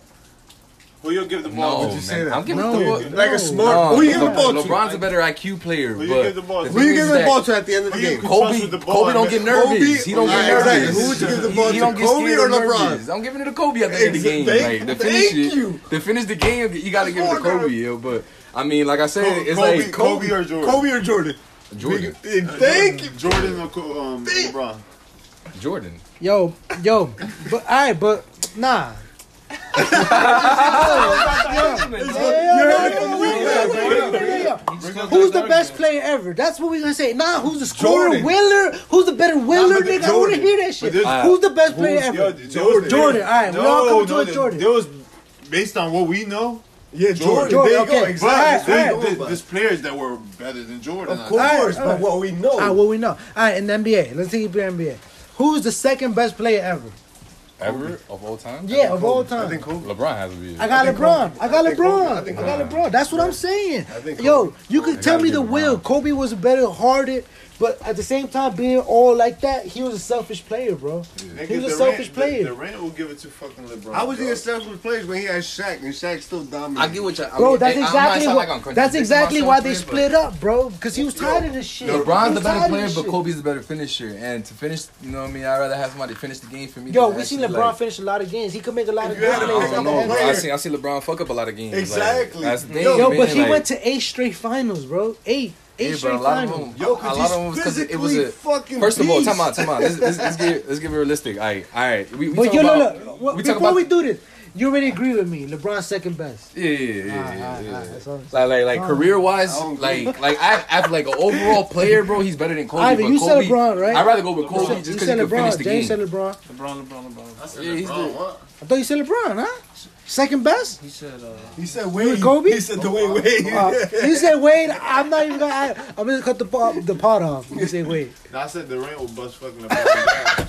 S8: Well, you'll give the
S9: No,
S8: ball.
S9: Would you say man. that? I'm giving the ball-
S8: Like a smart.
S9: No,
S8: Who you give the
S9: LeBron-
S8: ball to?
S9: LeBron's a better IQ player.
S8: Who you
S9: but
S8: give the ball to?
S9: thing
S8: Who you
S9: is
S8: giving the
S9: that
S8: ball to at the end of the
S9: Kobe-
S8: game?
S9: Kobe,
S8: With the ball,
S9: Kobe don't
S8: man.
S9: get nervous.
S8: Kobe-
S9: he don't
S8: Yeah,
S9: get
S8: exactly.
S9: nervous.
S8: Who would you give the
S9: He-
S8: ball
S9: he
S8: to,
S9: don't get
S8: Kobe
S9: scared
S8: or
S9: nervous.
S8: LeBron?
S9: I'm giving it to Kobe at the end of the game.
S8: Thank-
S9: Like to finish
S8: thank
S9: it,
S8: you.
S9: to finish the game, you got to give it to Kobe. Yo, but I mean, like I said, it's
S8: Kobe-
S9: like
S8: Kobe or Jordan? Kobe or Jordan?
S9: Jordan.
S8: Thank you. Jordan or Ko- um, LeBron.
S9: Jordan.
S3: Yo, yo, but I, but nah. Who's the best player ever? That's what we're gonna say. Nah, who's the scorer,
S8: Jordan.
S3: winner? Who's the better winner, nigga? I wanna
S8: Jordan.
S3: hear that shit.
S8: But there's-
S3: who's the best player ever?
S8: Who's- Yo, there was-
S3: Jordan. Jordan. All right, we all
S8: No,
S3: coming to
S8: no,
S3: it,
S8: there-
S3: Jordan.
S8: There was, based on what we know, yeah,
S3: Jordan. Jordan, okay. Alright, alright.
S8: There's players that were better than Jordan. Of
S3: Alright, alright. Ah, what we know. All right, in the NBA, let's take it to the NBA. Who's the second best player ever?
S9: Ever of all time?
S3: Yeah, of all time.
S9: LeBron has to be.
S3: I got LeBron. I got LeBron. I got LeBron. That's what I'm saying. Yo, you could tell me the will. Kobe was a better hearted, but at the same time, being all like that, he was a selfish player, bro. He was a selfish player.
S8: Durant will give it to fucking LeBron.
S7: How was he
S8: dog.
S7: a selfish player when he had Shaq and Shaq still dominated?
S9: I get what you. I
S3: Bro,
S9: mean,
S3: that's
S9: I- I might
S3: exactly
S9: sound
S3: what,
S9: like I'm contradicting
S3: that's exactly why they
S9: myself, but-
S3: split up, bro. Because he was tired of this shit. He
S9: LeBron's the
S3: was
S9: better
S3: tired of
S9: player,
S3: this
S9: but
S3: shit.
S9: Kobe's the better finisher. And to finish, you know what I mean? I'd rather have somebody finish the game for me.
S3: Yo,
S9: than
S3: we seen
S9: actually,
S3: LeBron
S9: like-
S3: finish a lot of games. He could make a lot of
S9: I
S3: good plays.
S9: don't know, bro. I see, I see LeBron fuck up a lot of games. Like,
S8: Exactly.
S9: that's the thing,
S3: Yo,
S9: man,
S3: but he
S9: like-
S3: went to eight straight finals, bro. Eight. Eight
S9: Yeah, but
S3: straight
S9: a lot of
S3: finals.
S9: them, a lot of them was because it was a.
S8: fucking
S9: First of all,
S8: beast.
S9: time out, time out. Let's, let's, let's get let's get realistic. All right, all right. We, we
S3: But
S9: talk
S3: yo,
S9: about,
S3: no, no. Well,
S9: we talk
S3: before
S9: about
S3: we do this, you already agree with me. LeBron's second best. Ah,
S9: Yeah, yeah, yeah,
S3: Alright,
S9: yeah,
S3: alright,
S9: yeah.
S3: alright, that's all I'm
S9: Like, like, like
S3: Alright.
S9: career wise, like, like I, I like an overall player, bro. He's better than Kobe.
S3: Ivan,
S9: but
S3: you
S9: Kobe,
S3: said LeBron, right?
S9: I'd rather go with Kobe
S3: You said-
S9: just
S3: you
S9: because he
S3: said
S9: could finish
S3: LeBron.
S9: the
S3: James
S9: game.
S3: said Lebron.
S10: LeBron, LeBron, LeBron.
S9: Yeah, he's the-
S3: I thought you said LeBron, huh? Second best?
S10: He said, uh,
S8: He said
S3: You
S8: Wade.
S3: with Kobe?
S8: He said the way Wade.
S3: Uh, you said Wade. I'm not even gonna. Add, I'm gonna cut the po- the pot off. You say Wade.
S8: I said Durant will bust fucking LeBron. down.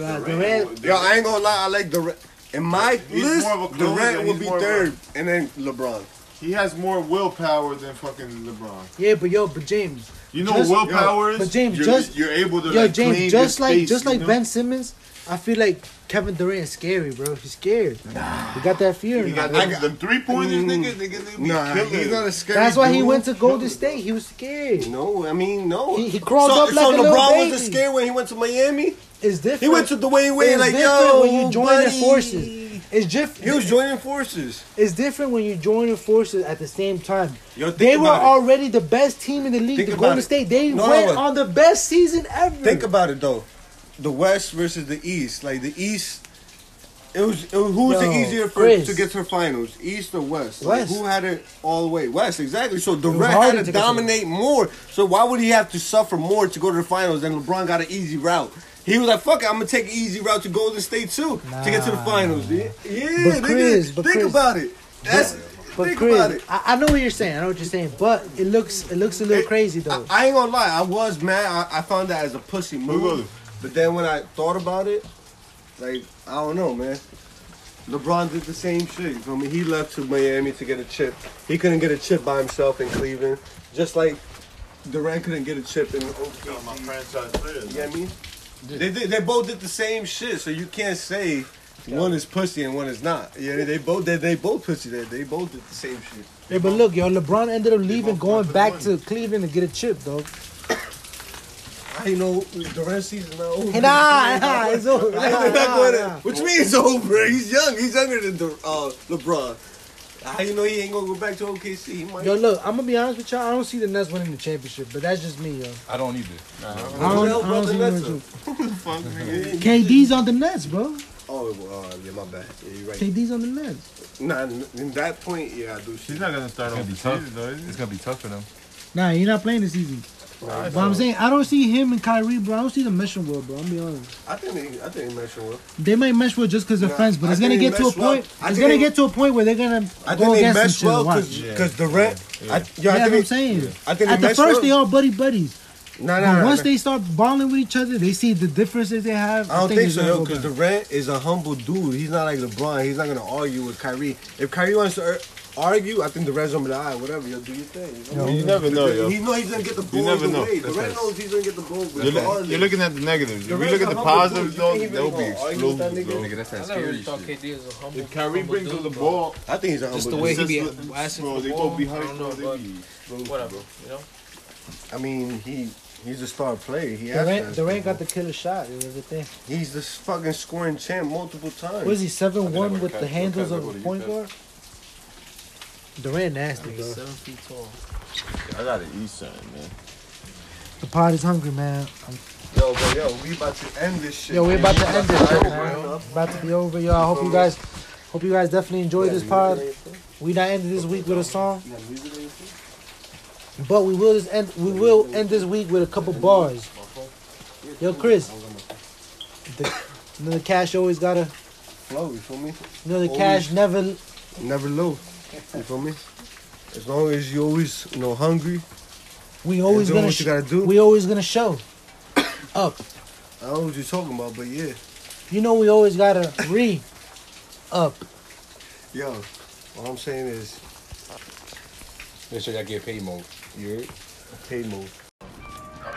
S3: Uh, Durant.
S7: Yo, I ain't gonna lie. I like Durant. In my
S8: He's
S7: list,
S8: more of a closer,
S7: Durant would
S8: he's
S7: be
S8: more of a-
S7: third, and then LeBron.
S8: He has more willpower than fucking LeBron.
S3: Yeah, but yo, but James.
S8: You know
S3: Just-
S8: what willpower is?
S3: but James,
S8: you're,
S3: just-
S8: you're able to
S3: Yo,
S8: like clean
S3: James. Just
S8: your
S3: like
S8: space,
S3: just like
S8: you know?
S3: Ben Simmons, I feel like Kevin Durant is scary, bro. He's scared. He got that fear.
S8: You
S3: in
S8: got
S3: him.
S8: them, them three pointers,
S3: Mm.
S8: nigga. Nigga, they be
S7: Nah,
S8: killing.
S7: he's not a scary.
S3: That's why he
S7: dude.
S3: went to Golden State. He was scared.
S7: No, I mean no.
S3: He- he crawled
S7: so,
S3: up like a
S7: so
S3: little
S7: LeBron
S3: baby.
S7: was the scared when he went to Miami.
S3: It's different.
S7: He went to the way way
S3: it's
S7: like
S3: different
S7: yo.
S3: when you join the
S7: buddy.
S3: forces. It's
S7: He was
S3: different.
S7: joining forces.
S3: It's different when you join the forces at the same time.
S7: Yo, think
S3: They were
S7: about it.
S3: already the best team in the league,
S7: Think
S3: the
S7: about
S3: Golden
S7: it.
S3: State. They
S7: No, no,
S3: went
S7: no.
S3: on the best season ever.
S7: Think about it though, the West versus the East. Like the East, it was, it was who was
S3: Yo,
S7: the easier for
S3: Chris.
S7: to get to the finals, East or West? Like,
S3: West.
S7: who had it all the way? West, exactly. So Durant
S3: harder to
S7: had to
S3: get to the-
S7: dominate more. So why would he have to suffer more to go to the finals? And LeBron got an easy route. He was like, "Fuck it, I'm gonna take an easy route to Golden State too to get to the
S3: Nah.
S7: finals." Yeah, yeah
S3: But
S7: nigga,
S3: Chris, but
S7: think
S3: Chris.
S7: about it. That's
S3: but
S7: think
S3: Chris,
S7: about it.
S3: I, I know what you're saying. I know what you're saying, but it looks it looks a little
S7: It-
S3: crazy though.
S7: I, I ain't gonna lie, I was mad. I, I found that as a pussy
S8: was it?
S7: move. But then when I thought about it, like I don't know, man. LeBron did the same shit. You feel me? He left to Miami to get a chip. He couldn't get a chip by himself in Cleveland, just like Durant couldn't get a chip in.
S8: You know, my franchise players.
S7: You know what I mean? They, did- they both did the same shit, so you can't say one is pussy and one is not. Yeah, they both they, they both pussy. They they both did the same shit.
S3: Yeah, but look, yo, LeBron ended up leaving, going back to Cleveland to get a chip, though.
S7: I know Durant season not over.
S3: Nah, nah, it's over. Nah,
S7: They're not
S3: nah,
S7: going to-
S3: nah.
S7: Which means over. He's young. He's younger than the, uh, LeBron. How you know he ain't gonna go back to OKC? He might.
S3: Yo, look, I'm gonna be honest with y'all. I don't see the Nets winning the championship, but that's just me, yo.
S9: I don't either.
S3: I don't, I
S7: Who the hell
S3: don't
S7: brought the
S3: see Uh-huh. the
S7: Nets
S3: winning
S8: Fuck, nigga.
S3: the- KD's on the Nets, bro.
S7: Oh, well, uh, yeah, my bad. Yeah, you're right.
S3: KD's on the Nets.
S7: Nah, n- in that point, yeah, I do. See
S8: He's not gonna start off the
S9: be tough.
S8: season though, is he?
S9: It's gonna be tough for them.
S3: Nah, he's not playing this season. But I'm saying I don't see him and Kyrie, bro. I don't see the mission well, bro. I'm be honest.
S7: I think they, I think they mesh well.
S3: They might mesh well just because they're
S7: Nah,
S3: friends, but
S7: I
S3: it's gonna
S7: think
S3: get
S7: they
S3: to a
S7: mesh well.
S3: point.
S7: I
S3: It's
S7: think
S3: gonna
S7: they-
S3: get to a point where they're gonna
S7: I
S3: go
S7: think they
S3: against each
S7: mesh well
S3: other. Watch.
S7: because Durant. I, yo, I
S3: yeah, that's
S7: think
S3: what I'm
S7: they-
S3: saying.
S7: I think
S3: At
S7: they
S3: the
S7: mesh
S3: first,
S7: well.
S3: they all buddy buddies.
S7: Nah, nah,
S3: But
S7: nah,
S3: once
S7: nah.
S3: they start bonding with each other, they see the differences they have.
S7: I don't think,
S3: it's
S7: so,
S3: gonna
S7: yo,
S3: go
S7: because
S3: better.
S7: Durant is a humble dude. He's not like LeBron. He's not gonna argue with Kyrie. If Kyrie wants to ar- argue, I think the Reds gonna be like, all right, whatever, yo, do your thing.
S8: Yeah, you never know, yo.
S7: He know he's gonna get the
S8: You
S7: balls
S8: never know.
S7: away. The
S8: That's
S7: Red
S8: right.
S7: knows he's gonna get the balls
S8: You're,
S7: away.
S8: look- you're looking at the negatives. If
S7: The
S8: you look
S7: Reds
S8: at the
S7: are humble
S8: positives,
S7: dudes.
S8: though,
S7: You can't even
S8: they'll be
S7: go argue with that
S8: explosive,
S7: nigga.
S8: bro.
S9: Nigga, that's that
S7: I never
S9: scary
S7: really thought
S9: shit.
S7: KD
S15: is a humble.
S8: If Kyrie
S15: humble
S8: brings up
S15: dude,
S8: the
S15: bro.
S8: ball,
S7: I think he's
S8: Oh,
S7: a
S15: Just
S7: humble
S15: the way he
S7: dude.
S15: be
S8: Bro,
S15: asking for the
S8: they go
S15: ball. I
S8: behind
S15: don't know,
S8: they
S15: but
S8: be explosive,
S15: whatever.
S8: bro.
S15: You know.
S7: I mean, he he's a star player. He has
S3: Durant,
S7: to.
S3: Durant got the killer shot. It was the thing.
S7: He's the fucking scoring champ multiple times.
S3: What is he seven one with the
S9: catch-
S3: handles
S9: what
S3: of
S9: kind
S3: a
S9: of
S3: point guard? Durant nasty
S15: He's
S3: bro.
S15: seven feet tall.
S8: I gotta eat something, man.
S3: The pod is hungry, man. I'm-
S7: Yo, but yo, we about to end this shit.
S3: Yo, we're about
S7: man.
S3: to end this.
S7: to
S3: Yo.
S7: end it, bro.
S3: It's about to be over, yo. I hope you guys, hope you guys definitely enjoyed this pod. We not ending this week with a song, but we will just end. We will end this week with a couple bars. Yo, Chris. The, you know, the cash always gotta.
S7: Flow, you feel me?
S3: You know, the
S7: Always.
S3: cash never.
S7: Never low. You feel me? As long as you always, you know, hungry.
S3: We always
S7: doing
S3: gonna.
S7: what you gotta do.
S3: We always gonna show up.
S7: I don't know what you're talking about, but yeah.
S3: You know, we always gotta re up.
S7: Yo, all I'm saying is
S9: Make sure y'all get paid more. You heard?
S7: pay move.
S2: Hop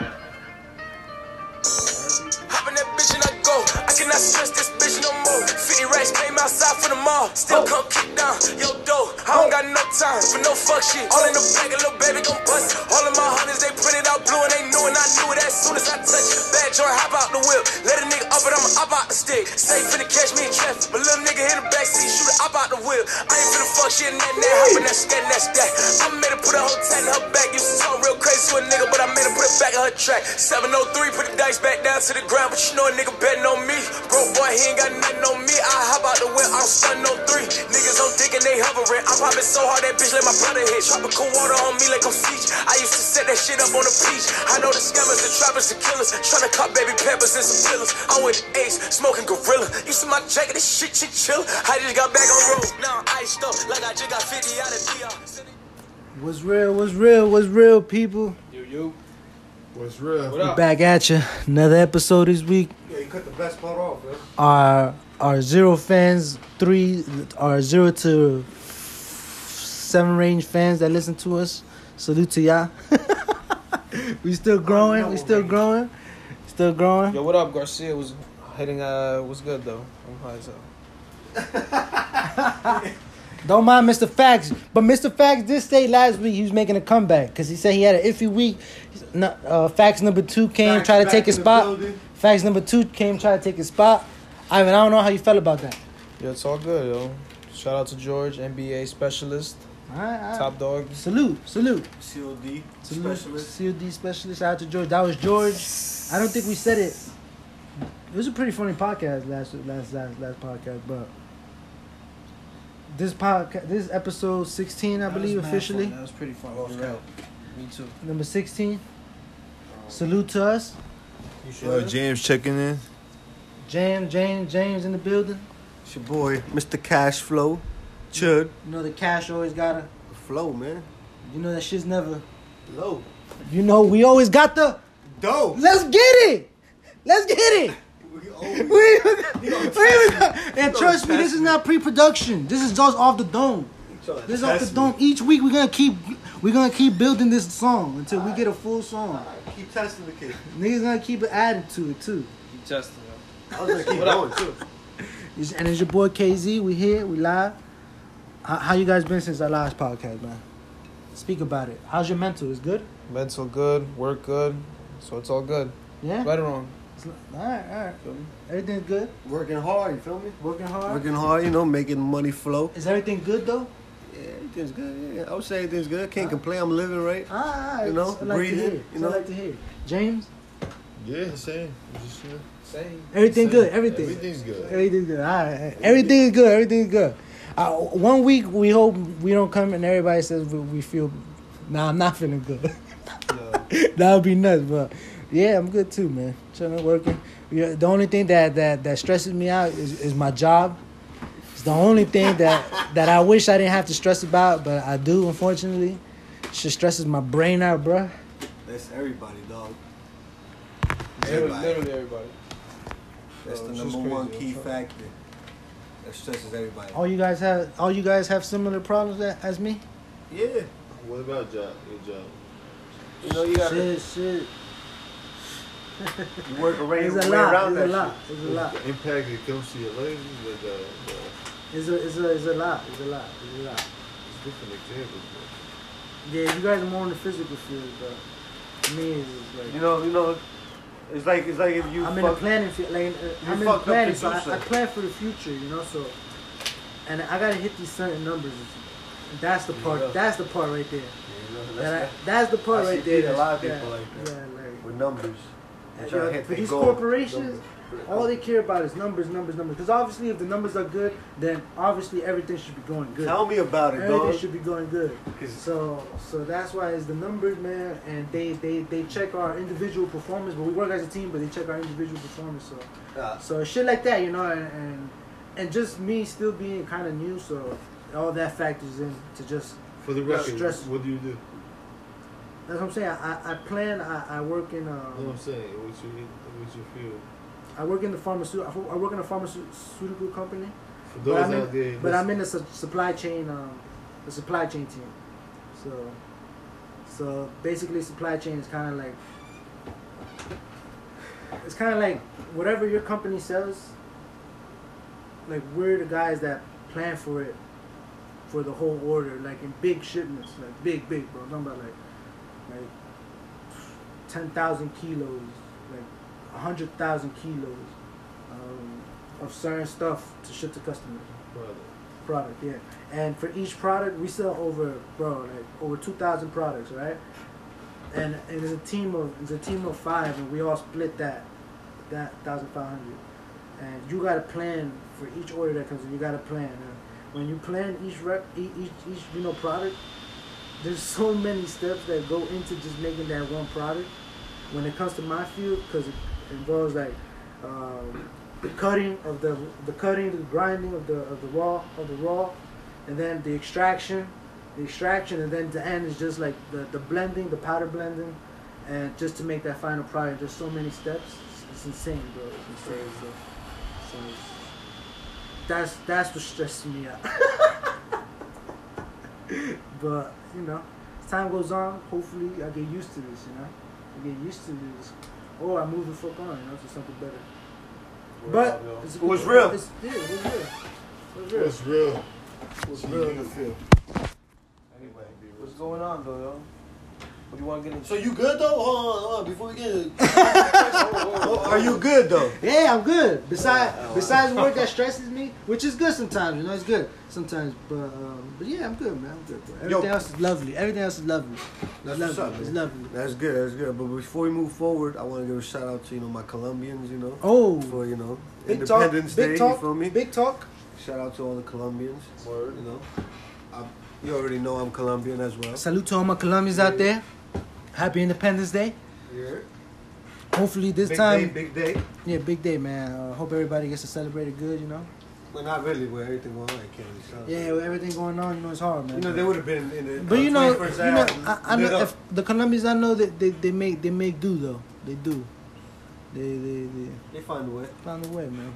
S2: in that bitch and I go. I cannot stress this bitch no more. 50 racks came outside for the mall. Still come kick down yo dough. I don't got no time for no fuck shit. All in the bag, a little baby gon' bust. All of my hundreds, they printed out blue and they knew and I knew it as soon as I touched. it. Bad joint, hop out the whip. Let a nigga up and I'ma hop out the stick. Safe finna catch me in traffic. But little nigga hit the backseat, shoot it, hop out the whip. I ain't finna fuck shit in that net. Hop in that scat, that scat. I made her put a whole tat in her back. Used to talk real crazy to a nigga, but I made her put it back in her track. 703, put the dice back down to the ground, but you know a nigga betting on me. Broke boy, he ain't got nothing on me. I hop out the whip, I'm stunning on three. Niggas on dick and they hovering. I'm popping so hard that bitch let my brother hit. Tropical water on me like I'm siege. I used to set that shit up on the beach. I know the scammers, the trappers, the killers. Tryna cop baby peppers and some pillars. I'm with Ace, smoking gorilla. You see my jacket, this shit chill. I just got back on road. Now I'm iced up like I just got 50 out of DR.
S3: What's real? What's real? What's real, people?
S16: Yo, yo.
S8: What's real?
S16: What
S3: We're
S16: up?
S3: back at you. Another episode this week.
S16: Yo, you cut the best part off, man.
S3: Our our zero fans, three our zero to seven range fans that listen to us. Salute to y'all. we still growing. We still growing. Still growing.
S10: Yo, what up, Garcia? Was hitting. Uh, was good though. I'm high as hell.
S3: Don't mind Mr. Facts, but Mr. Facts did say last week he was making a comeback because he said he had an iffy week. No- Uh, Facts number two came
S16: Facts
S3: try to
S16: back
S3: take his
S16: in the
S3: spot.
S16: building.
S3: Facts number two came try to take his spot. I mean, I don't know how you felt about that.
S10: Yo, it's all good, yo. Shout out to George, NBA specialist,
S3: All right, all right.
S10: top dog.
S3: Salute, salute,
S7: COD
S3: salute. COD specialist. Shout out to George. That was George. I don't think we said it. It was a pretty funny podcast last last last last podcast, but this podcast, this episode sixteen, I believe, officially.
S10: That was pretty fun.
S7: Lost
S10: You're right.
S7: count.
S10: Me too.
S3: Number 16. Salute to us.
S8: Yo, James checking in.
S3: James, James, James in the building.
S7: It's your boy, Mr. Cash Flow. Chud.
S3: You know the cash always gotta.
S7: Flow, man.
S3: You know that shit's never.
S7: Low.
S3: You know we always got the.
S7: Dope.
S3: Let's get it. Let's get it. We, we- and trust me, this is not pre-production. This is just off the dome. This is off the dome. Each week we're gonna keep we're gonna keep building this song until we get a full song.
S7: Keep testing the kid.
S3: Niggas gonna keep adding to it too.
S10: You tested him.
S7: I was gonna keep going too.
S3: It's- And it's your boy KZ. We here. We live. How, how you guys been since our last podcast, man? Speak about it. How's your mental? Is good?
S10: Mental good, work good, so it's all good.
S3: Yeah.
S10: Right or wrong?
S3: It's li- all right, all right. Everything's good.
S7: Working hard, you feel me?
S3: Working hard.
S7: Working hard, you know, making money flow.
S3: Is everything good though?
S7: Yeah, everything's good. Yeah, I would say everything's good. Can't complain. I'm living right.
S3: Ah,
S7: You know,
S3: I like
S7: breathing,
S3: To hear. So
S7: you
S3: I
S7: know?
S3: like to hear. James,
S8: Yeah, same. Just, yeah.
S10: Same.
S3: everything good. Everything.
S8: Everything's good.
S3: Everything's good. All right. Everything is good. Everything is good. Uh, one week we hope we don't come and everybody says we, we feel. Nah, I'm not feeling good. that would be nuts, but yeah, I'm good too, man. Chilling, working. Yeah, the only thing that, that, that stresses me out is, is my job. It's the only thing that, that I wish I didn't have to stress about, but I do, unfortunately. Shit stresses my brain out, bruh.
S7: That's everybody, dog.
S10: Literally, literally everybody.
S7: That's the
S10: It's
S7: number
S10: just
S7: one
S10: crazy,
S7: key
S10: yo.
S7: factor.
S17: that stresses everybody.
S3: All you guys have, all you guys have similar problems a- as me.
S8: Yeah. What about job? Your job.
S18: You know, you got
S3: shit, shit.
S8: Work around,
S3: It's a
S8: way
S3: lot.
S8: around
S3: It's a
S8: that
S3: lot.
S8: shit.
S3: It's a lot.
S8: Impact it comes to your ladies, but uh, uh,
S3: It's a, it's a, it's a lot. It's a lot. It's a lot.
S8: it's different examples. But
S3: Yeah, you guys are more in the physical field, but me is just like
S17: You know, you know, it's like it's like if you.
S3: I'm
S17: fuck,
S3: in the planning field. Like, uh, I'm
S17: fucked
S3: in the
S17: up
S3: planning, so I,
S17: producer.
S3: I plan for the future, you know. So, and I gotta hit these certain numbers. And That's the part.
S17: Yeah.
S3: That's the part right there.
S17: you know,
S3: That I, that's the part
S17: I
S3: right
S17: see
S3: there.
S17: A lot of
S3: that-
S17: people like that
S3: Yeah, like.
S17: with numbers. They
S3: Yo,
S17: try to hit
S3: for
S17: their
S3: these
S17: goal.
S3: corporations, all they care about is numbers, numbers, numbers. Because obviously, if the numbers are good, then obviously everything should be going good.
S17: Tell me about it,
S3: Everything
S17: dog.
S3: should be going good. So, so that's why it's the numbers, man. And they, they, they check our individual performance. But we work as a team, but they check our individual performance. So,
S17: Yeah.
S3: so shit like that, you know, and and, and just me still being kind of new, so all that factors in to just
S8: for the record,
S3: stress.
S8: what do you do?
S3: That's what I'm saying. I, I plan. I, I work in. Um,
S8: You know what I'm saying? What's your, what's your field?
S3: I work in the pharmaceutical. I work in a pharmaceutical company.
S8: For
S3: but
S8: those
S3: I'm
S8: out there,
S3: in, but I'm
S8: listen,
S3: in the su- supply chain, um, the supply chain team. So, so basically, supply chain is kind of like it's kind of like whatever your company sells. Like we're the guys that plan for it, for the whole order, like in big shipments, like big, big, bro. I'm talking about like, like ten thousand kilos, like hundred thousand kilos um, of certain stuff to ship to customers.
S8: brother.
S3: Product, yeah. And for each product, we sell over, bro, like over two thousand products, right? And and it's a team of it's a team of five, and we all split that that thousand five hundred. And you got to plan for each order that comes in. You got to plan. And when you plan each rep, each, each each you know product, there's so many steps that go into just making that one product. When it comes to my field, because it involves like um, the cutting of the the cutting, the grinding of the of the raw of the raw, and then the extraction, the extraction, and then the end is just like the, the blending, the powder blending, and just to make that final product. There's so many steps. It's, it's insane, bro. It's insane. So, so it's- that's that's what stresses me out. but you know, as time goes on, hopefully I get used to this. You know, I get used to this, or I move the fuck on, you know, to something better. But it's,
S17: It was real.
S3: It's, yeah, it was real. It was real.
S8: What's real?
S17: What's
S8: Gee.
S17: real in the field? Anyway, what's going on though, yo? What do you want to get into?
S18: So you good though? Hold on, hold on. Before we get in.
S17: Are you good though?
S3: Yeah, I'm good. Besides, besides work that stresses me, which is good sometimes, you know, it's good sometimes. But um, but yeah, I'm good, man. I'm good. Bro. Everything else is lovely. Everything else is lovely. It's
S7: That's
S3: lovely.
S7: what's up,
S3: it's
S7: man.
S3: lovely.
S7: That's good. That's good. But before we move forward, I want to give a shout out to you know my Colombians. You know.
S3: Oh.
S7: For you know
S3: Big talk.
S7: Independence Day.
S3: Big
S7: You
S3: talk.
S7: feel me?
S3: Big talk.
S7: Shout out to all the Colombians. You know. I, you already know I'm Colombian as well.
S3: Salute to all my Colombians out there. Happy Independence Day.
S7: Yeah.
S3: Hopefully this
S7: Big
S3: time,
S7: day, big day.
S3: yeah, big day, man. Uh, hope everybody gets to celebrate it good, you know.
S7: Well, not really. Where everything going on, I can't really celebrate.
S3: Yeah, with everything going on, you know, it's hard, man.
S7: You know, they would have been in the. uh,
S3: But you know, you know,
S7: 21st
S3: I, I
S7: lit
S3: know
S7: up.
S3: if the Colombians I know that they, they make they make do though. They do. They they they
S7: They find a way.
S3: found a way, man.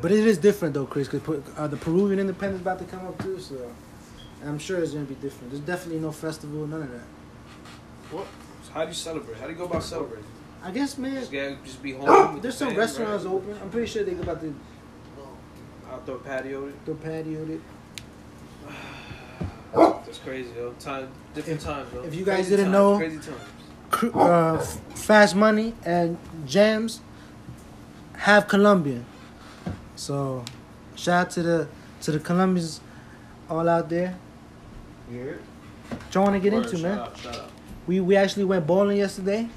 S3: But it is different though, Chris, because uh, the Peruvian independence about to come up too, so I'm sure it's gonna be different. There's definitely no festival, none of that.
S10: So how do you celebrate? How do you go about celebrating?
S3: I guess, man.
S10: Just, get, just be home. with
S3: There's
S10: the
S3: some
S10: fam,
S3: restaurants
S10: right?
S3: open. I'm pretty sure they about to
S10: Outdoor patio.
S3: go patio it.
S10: That's crazy, yo. Time, different times, yo.
S3: if you guys
S10: Crazy
S3: didn't
S10: times,
S3: know-
S10: crazy times.
S3: Cr- uh, Fast Money and Jams have Colombian. So shout out to the to the Colombians all out there.
S17: Yeah.
S3: What y'all want to get into, man? We we actually went bowling yesterday.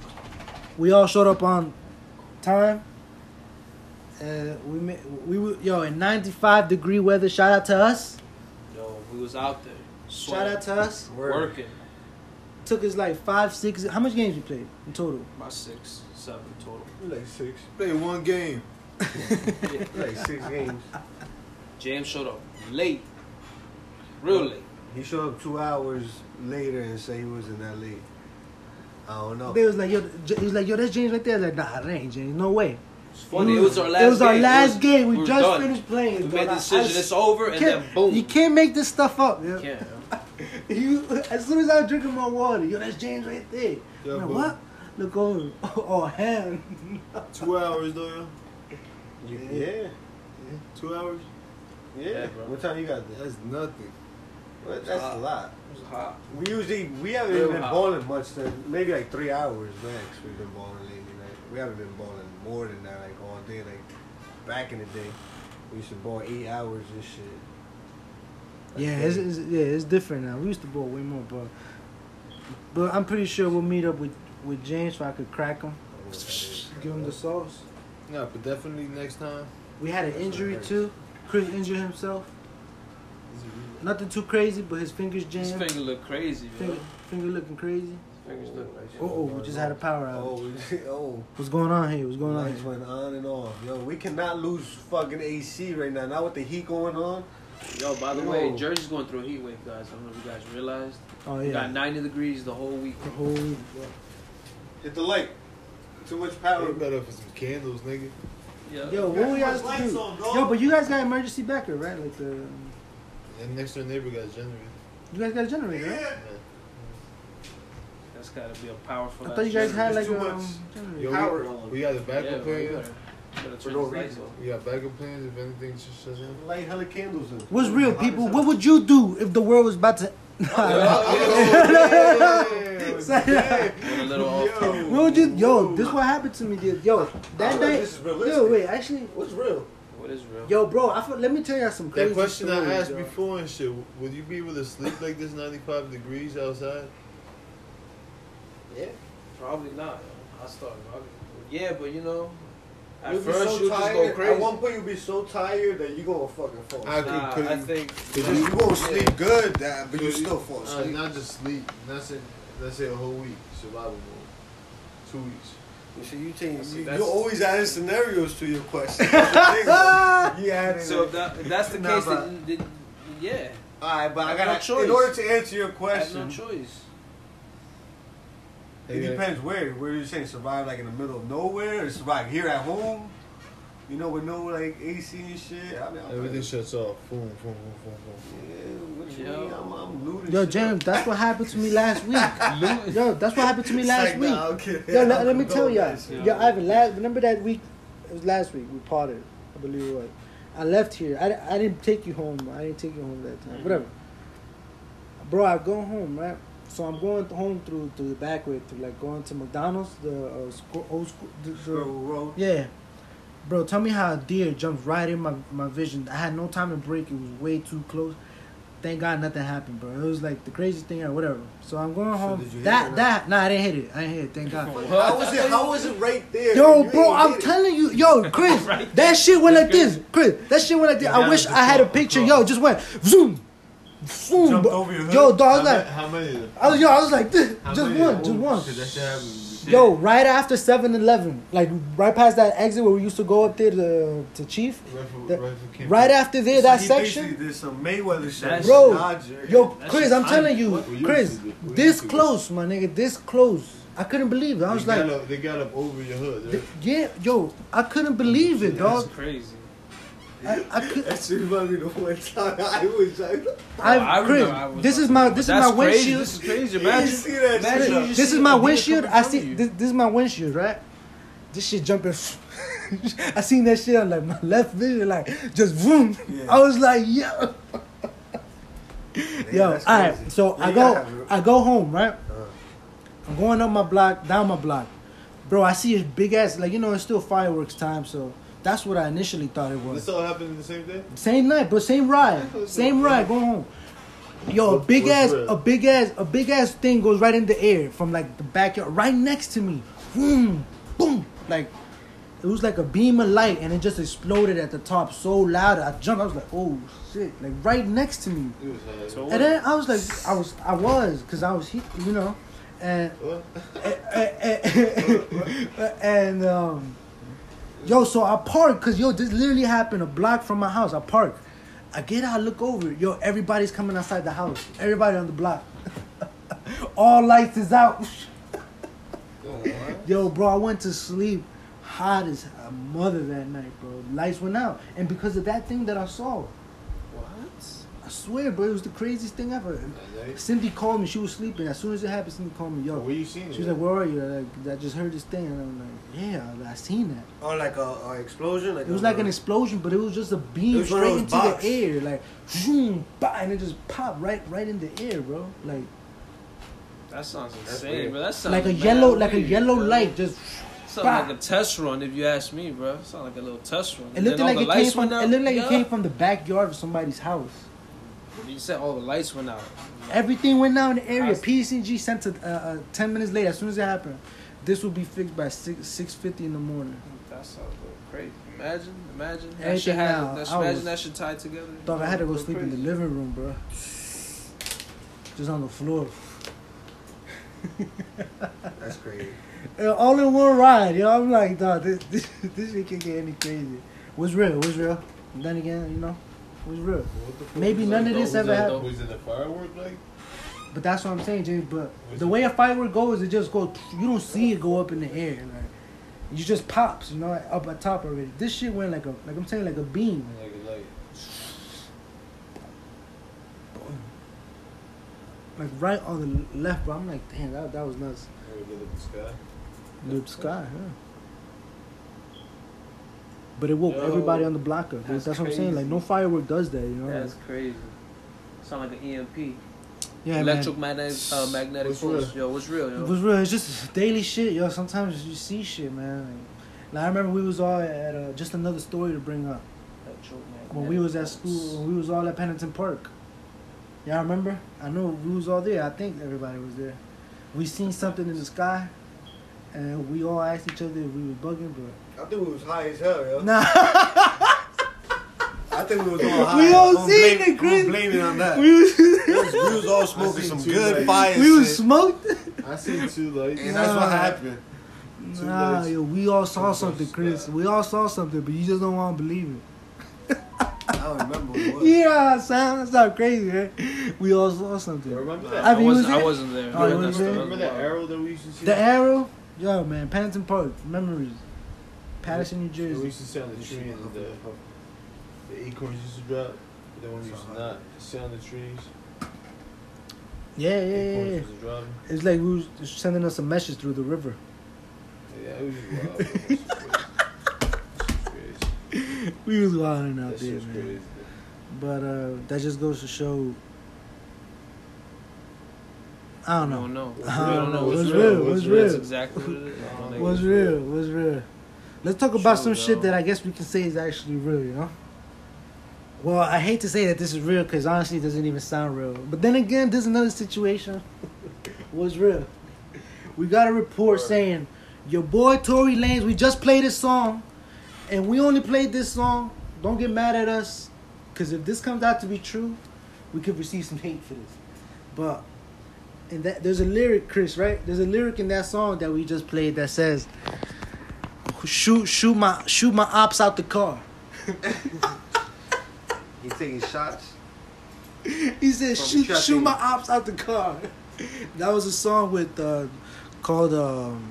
S3: We all showed up on time. Uh, we ma- we were yo in 95 degree weather. Shout out to us.
S10: Yo, we was out there.
S3: Shout out to us.
S10: Working.
S3: Took us like five six. How much games we played in total?
S10: My six, seven total.
S8: Like six. Play one game.
S7: Like six games.
S10: James showed up late. Real late.
S7: He showed up two hours later and said he wasn't that late. I don't know.
S3: They was like, yo, J- he was like, yo, that's James right there. I was like, nah, that ain't James. No way.
S10: It's funny. It was our last.
S3: It was our
S10: game.
S3: last game. We
S10: were
S3: just
S10: done.
S3: finished playing.
S10: We
S3: dog.
S10: made
S3: I-
S10: the decision.
S3: I-
S10: It's over, and
S3: can't-
S10: then boom.
S3: You can't make this stuff up. Yeah.
S10: Yeah.
S3: you, as soon as I was drinking my water, yo, that's James right there.
S8: Yeah,
S3: I'm like,
S8: boom.
S3: what? Look over. Oh, hell.
S8: Two hours though, yo.
S7: Yeah.
S8: Two hours.
S7: Yeah. What time you got there?
S8: That's nothing.
S7: What? That's a lot.
S10: It was hot.
S7: We usually we haven't
S10: Real
S7: even been
S10: hot.
S7: balling much. Then maybe like three hours max. We've been balling lately. Like we haven't been balling more than that. Like all day. Like back in the day, we used to ball eight hours and shit.
S3: Yeah, it's, it's, yeah, it's different now. We used to bowl way more, but but I'm pretty sure we'll meet up with with James so I could crack him, give him the sauce.
S8: No, but definitely next time.
S3: We had an
S8: That's what
S3: injury
S8: hurts.
S3: too. Chris injured himself. Nothing too crazy, but his fingers jammed.
S10: His finger look crazy, bro.
S3: Finger, finger looking crazy.
S10: Fingers look like shit.
S3: Oh, we just had a power outage.
S7: Oh, we- oh.
S3: What's going on here? What's going on
S7: Lights
S3: here?
S7: went on and off. Yo, we cannot lose fucking AC right now. Not with the heat going on.
S10: Yo, by the way,
S7: Yo.
S10: Jersey's going through a heat wave, guys. I don't know if you guys realized.
S3: Oh
S10: We got
S3: yeah. Oh,
S10: 90 degrees the whole week.
S3: The whole week, bro.
S7: Hit the light. Too much power.
S8: Hit that up for some candles, nigga.
S10: Yeah.
S3: Yo, what we guys to do? Yo, but you guys got emergency backup, right? Like the you
S8: And next door neighbor got a generator.
S3: guys got a generator, right?
S10: That's got to be a powerful.
S3: I thought you guys had like
S7: too
S3: a um,
S7: much.
S3: generator.
S8: Yo, we-
S7: Power on.
S8: We got a backup
S10: Yeah,
S8: plan.
S10: we better, better turn
S7: no
S10: these lights
S7: reason.
S10: off.
S8: We got backup plans if anything just shuts down.
S7: Light hella candles in.
S3: What's real, people? What would you do if the world was about to?
S10: Went a little off. topic.
S3: What would you? Yo, this what happened to me, dude. Yo, that night.
S7: This is realistic.
S3: Yo, wait, actually,
S7: What's real?
S10: What is real?
S3: yo, bro, I feel, let me tell you some crazy
S8: That question I
S3: stories,
S8: asked
S3: yo.
S8: before and shit, would you be able to sleep like this 95 degrees outside?
S10: Yeah, probably not. I start rubbing. Yeah, but you know, at
S7: You'll be
S10: first
S7: so
S10: you just
S7: tired.
S10: go crazy.
S7: At one point, you'll be so tired that you gonna fucking fall.
S8: I
S10: nah,
S8: could
S10: I
S8: couldn't.
S10: think
S8: Could you-
S19: won't sleep good, that, but you
S8: could you-
S19: still fall
S8: uh,
S19: asleep.
S8: Not just sleep. Not say, let's say a whole week. Survival mode. Two weeks.
S19: So you think
S10: See,
S19: you,
S10: that's-
S19: you always adding scenarios to your question. That's the thing. you added
S10: so.
S19: it.
S10: If, that, if that's the
S19: Nah,
S10: case,
S19: but-
S10: then, then yeah,
S19: All right, but I
S10: Have
S19: got
S10: no choice.
S19: In order to answer your
S10: I have no
S19: question,
S10: choice.
S8: Hey,
S19: it
S8: guys.
S19: depends where. Where you saying survive, like in the middle of nowhere, or survive here at home? You know, with no like AC and shit. I mean, I'm
S8: Everything shuts off. Boom, boom, boom, boom, boom.
S19: Yeah, what you
S10: Yo.
S19: mean? I'm, I'm looting.
S3: Yo,
S19: shit
S3: James, that's what happened to me last week. yo, that's what happened to me
S19: It's
S3: last
S19: like,
S3: week.
S19: nah, okay.
S3: Yo, let, let me
S19: Go
S3: tell y'all.
S19: nuts,
S10: yo.
S3: Yo, Ivan, last, remember that week? It was last week. We parted, I believe it was. I left here. I, I didn't take you home. I didn't take you home that
S19: Mm.
S3: time. Whatever. Bro, I go home, right? So I'm going home through through the back way, through like going to McDonald's, the uh, squ- old school. The, the-
S19: Bro, bro.
S3: yeah. Bro, tell me how a deer jumped right in my, my vision. I had no time to break. It was way too close. Thank God nothing happened, bro. It was like the craziest thing or whatever. So I'm going home.
S8: did you hit it or
S3: that
S8: not?
S3: that nah, I didn't hit it. I didn't hit it. Thank God.
S7: How was it? How was it right there?
S3: Yo,
S7: You
S3: bro,
S7: ain't
S3: I'm
S7: hit it.
S3: telling you, yo, Chris, that shit went like this, Chris. That shit went like this. I wish I had a picture. Yo, it just went zoom, zoom.
S19: Jumped
S3: bro.
S19: over your hood.
S3: Yo, dog, I
S8: How,
S3: was like,
S8: ma- how many of them?
S3: I was, yo, I was like, this,
S8: How
S3: just
S8: many of
S3: one,
S8: them?
S3: just
S8: Ooh,
S3: one.
S8: shit, that shit happened.
S3: Yo, right after 7-Eleven, like right past that exit where we used to go up there to, to Chief.
S8: Right for,
S3: The-
S8: right for Kim.
S3: Right after there, that
S19: he
S3: section.
S19: basically did some Mayweather shit.
S10: That's-
S3: Bro,
S19: Dodger.
S3: Yo,
S10: That
S3: Chris,
S10: shit
S3: I'm
S10: fine.
S3: telling you,
S8: What? We used
S3: Chris,
S8: to do- we
S3: this
S8: used to do.
S3: close, my nigga, this close. I couldn't believe it. I
S8: They
S3: was
S8: got
S3: like,
S8: up- they got up over your hood.
S3: th-
S8: right?
S3: yeah, yo, I couldn't believe it,
S10: That's
S3: dog.
S10: crazy.
S3: I, I could,
S7: That shit reminded me of the one time I was like,
S3: I,
S10: I remember
S3: Chris,
S10: I was
S3: this is
S10: like,
S3: my, this is
S10: That's
S3: my
S10: crazy.
S3: windshield.
S10: This is crazy.
S7: you
S10: Imagine.
S7: see that
S10: Imagine
S7: shit?
S10: you just
S3: This
S10: see
S3: is my
S10: a deer
S3: windshield.
S10: come
S3: I
S10: in front of
S3: see
S10: you.
S3: this, this is my windshield, right? This shit jumping. I seen that shit on like my left vision, like just boom. I was like, yo, yo. All
S7: that's
S3: right,
S7: crazy.
S3: so
S7: Yeah,
S3: I
S7: you
S3: go,
S7: gotta have Uh. it.
S3: I go home, right? I'm going up my block, down my block, bro. I see a big ass, like you know, it's still fireworks time, so that's what I initially thought it was.
S8: This all happened in the same day?
S3: Same night, bro. Same ride. Same ride. Going home. Yo, a
S8: What-
S3: big
S8: what's
S3: ass,
S8: red?
S3: a big ass, a big ass thing goes right in the air from like the backyard, right next to me. Boom, boom. Like it was like a beam of light, and it just exploded at the top so loud. I jumped. I was like, oh shit! Like right next to me.
S8: It was uh, high.
S10: So
S3: And then I was like, I was, I was, cause I was, he- you know, and
S8: What?
S3: and um, yo, so I park because yo, this literally happened a block from my house. I park. I get out, look over. Yo, everybody's coming outside the house. Everybody on the block. All lights is out. yo, bro, I went to sleep hot as a mother that night, bro. Lights went out, and because of that thing that I saw. What? I swear, bro, it was the craziest thing ever. Cindy called me. She was sleeping. As soon as it happened, Cindy called me. Yo, where you seen She was
S6: it?
S3: like, "Where are you?" Like, I just heard this thing, and I'm like, "Yeah, I seen that."
S7: Oh,
S6: Or like a, a explosion. Like
S3: It was
S6: a-
S3: like an explosion, but it was just a
S6: It
S3: beam
S6: was one
S3: straight
S6: of
S3: into
S6: those
S3: the air, like zoom, bah, and it just popped right, right in the air, bro. Like,
S10: That sounds
S3: That's
S10: insane,
S3: weird.
S10: bro. That sounds
S3: like a
S10: mad
S3: yellow, like a
S10: weird,
S3: yellow
S10: bro.
S3: light, just.
S10: Sound
S3: bah.
S10: like a test run, if you ask me, bro. Sound like a little test run.
S3: It looked
S10: all
S3: like
S10: the
S3: it came
S10: lights
S3: from.
S10: went
S3: It
S10: out,
S3: looked like
S10: yeah.
S3: it came from the backyard of somebody's house.
S10: You said all the lights went out.
S3: Everything went down in the area. PCG sent it uh, uh, ten minutes later. As soon as it happened, this will be fixed by six six fifty in the morning.
S10: That sounds a little crazy. Imagine, imagine that
S3: Everything
S10: shit
S3: now,
S10: happened. That's,
S3: I
S10: imagine
S3: was-
S10: that shit tied together.
S3: Dog, I had to go sleep in the
S10: Crazy.
S3: living room, bro. Just on the floor.
S6: That's crazy.
S3: Uh, All in one ride, yo. I'm like, dog, this this, this shit can get any crazy. What's real? What's real? Then again, you know, what's real? Maybe none of this ever happened.
S5: Was it a firework like?
S3: But that's what I'm saying, James. But the way a firework goes, it just goes. You don't see it go up in the air. Like, you just pops, you know, like, up at top already. This shit went like a, like I'm saying, like a beam.
S5: Like a light.
S3: like right on the left, bro. I'm like, damn, that, that was nuts.
S5: Or lit up the sky.
S3: Lip sky, yeah. But it woke
S10: Yo,
S3: everybody on the block up. That's,
S10: that's
S3: what I'm saying. Like no
S10: crazy.
S3: firework does that, you know.
S10: That's crazy. Sound like an E EMP.
S3: Yeah, man.
S10: Electromagnetic uh, magnetic
S3: What's
S10: force.
S3: real?
S10: Yo, what's real, yo?
S3: It was real. It's just daily shit, yo. Sometimes you see shit, man. Like, like, I remember we was all at uh, just another story to bring up when we was at school. When we was all at Pennington Park. Y'all remember? I know we was all there. I think everybody was there. We seen something in the sky, and we all asked each other if we was bugging, but
S7: I think we was high as hell, yo.
S3: nah.
S6: I think we was all
S3: We
S6: high.
S3: all
S6: I'm
S3: seen
S6: blaming-
S3: it, Chris.
S6: I'm blaming on that.
S3: We was-
S6: we was all smoking some good fire.
S3: We was
S6: shit.
S3: smoked.
S5: I seen two lights.
S6: And that's what
S3: Nah.
S6: happened. Two
S3: Nah,
S6: lights.
S3: yo, we all saw something, Chris. We all saw something, but you just don't want to believe
S6: I don't remember what it
S3: it.
S6: was.
S3: Yeah, sound that's not crazy, man. We all saw something.
S5: Remember that?
S3: Ivy,
S5: I
S3: you was
S5: wasn't- I
S3: there?
S5: wasn't there.
S3: Oh, you
S5: Remember
S3: was
S5: that-
S3: there?
S5: remember that arrow that we used to see?
S3: The arrow, yo, man, Pennington Park memories. Patterson, New Jersey.
S5: We used to sit on the tree and the, the acorns used to drop. But then when we used to not sit on the trees,
S3: Yeah, yeah, yeah.
S5: acorns
S3: yeah.
S5: used to drop.
S3: It's like we was sending us a message through the river.
S5: Yeah, it was wild. bro. This was crazy.
S3: We was wilding out
S5: This
S3: there,
S5: was
S3: man.
S5: crazy.
S3: But uh, that just goes to show. I don't know.
S10: don't know.
S3: I
S10: We
S3: don't
S10: don't
S3: know.
S10: know.
S3: What's
S10: What's
S3: real?
S10: real?
S3: What's
S10: What's real?
S3: real?
S10: That's exactly what it is. I don't think
S3: What's
S10: it's
S3: real? What's real? Let's talk about some shit that I guess we can say is actually real, you know? Well, I hate to say that this is real because honestly, it doesn't even sound real. But then again, this is another situation. was real. We got a report saying your boy Tory Lanez. We just played this song, and we only played this song. Don't get mad at us, because if this comes out to be true, we could receive some hate for this. But and that there's a lyric, Chris, right? There's a lyric in that song that we just played that says, "Shoot, shoot my, shoot my ops out the car."
S6: He taking shots.
S3: He said,
S6: From
S3: "Shoot,
S6: Chucky.
S3: shoot my ops out the car." that was a song with uh, called um,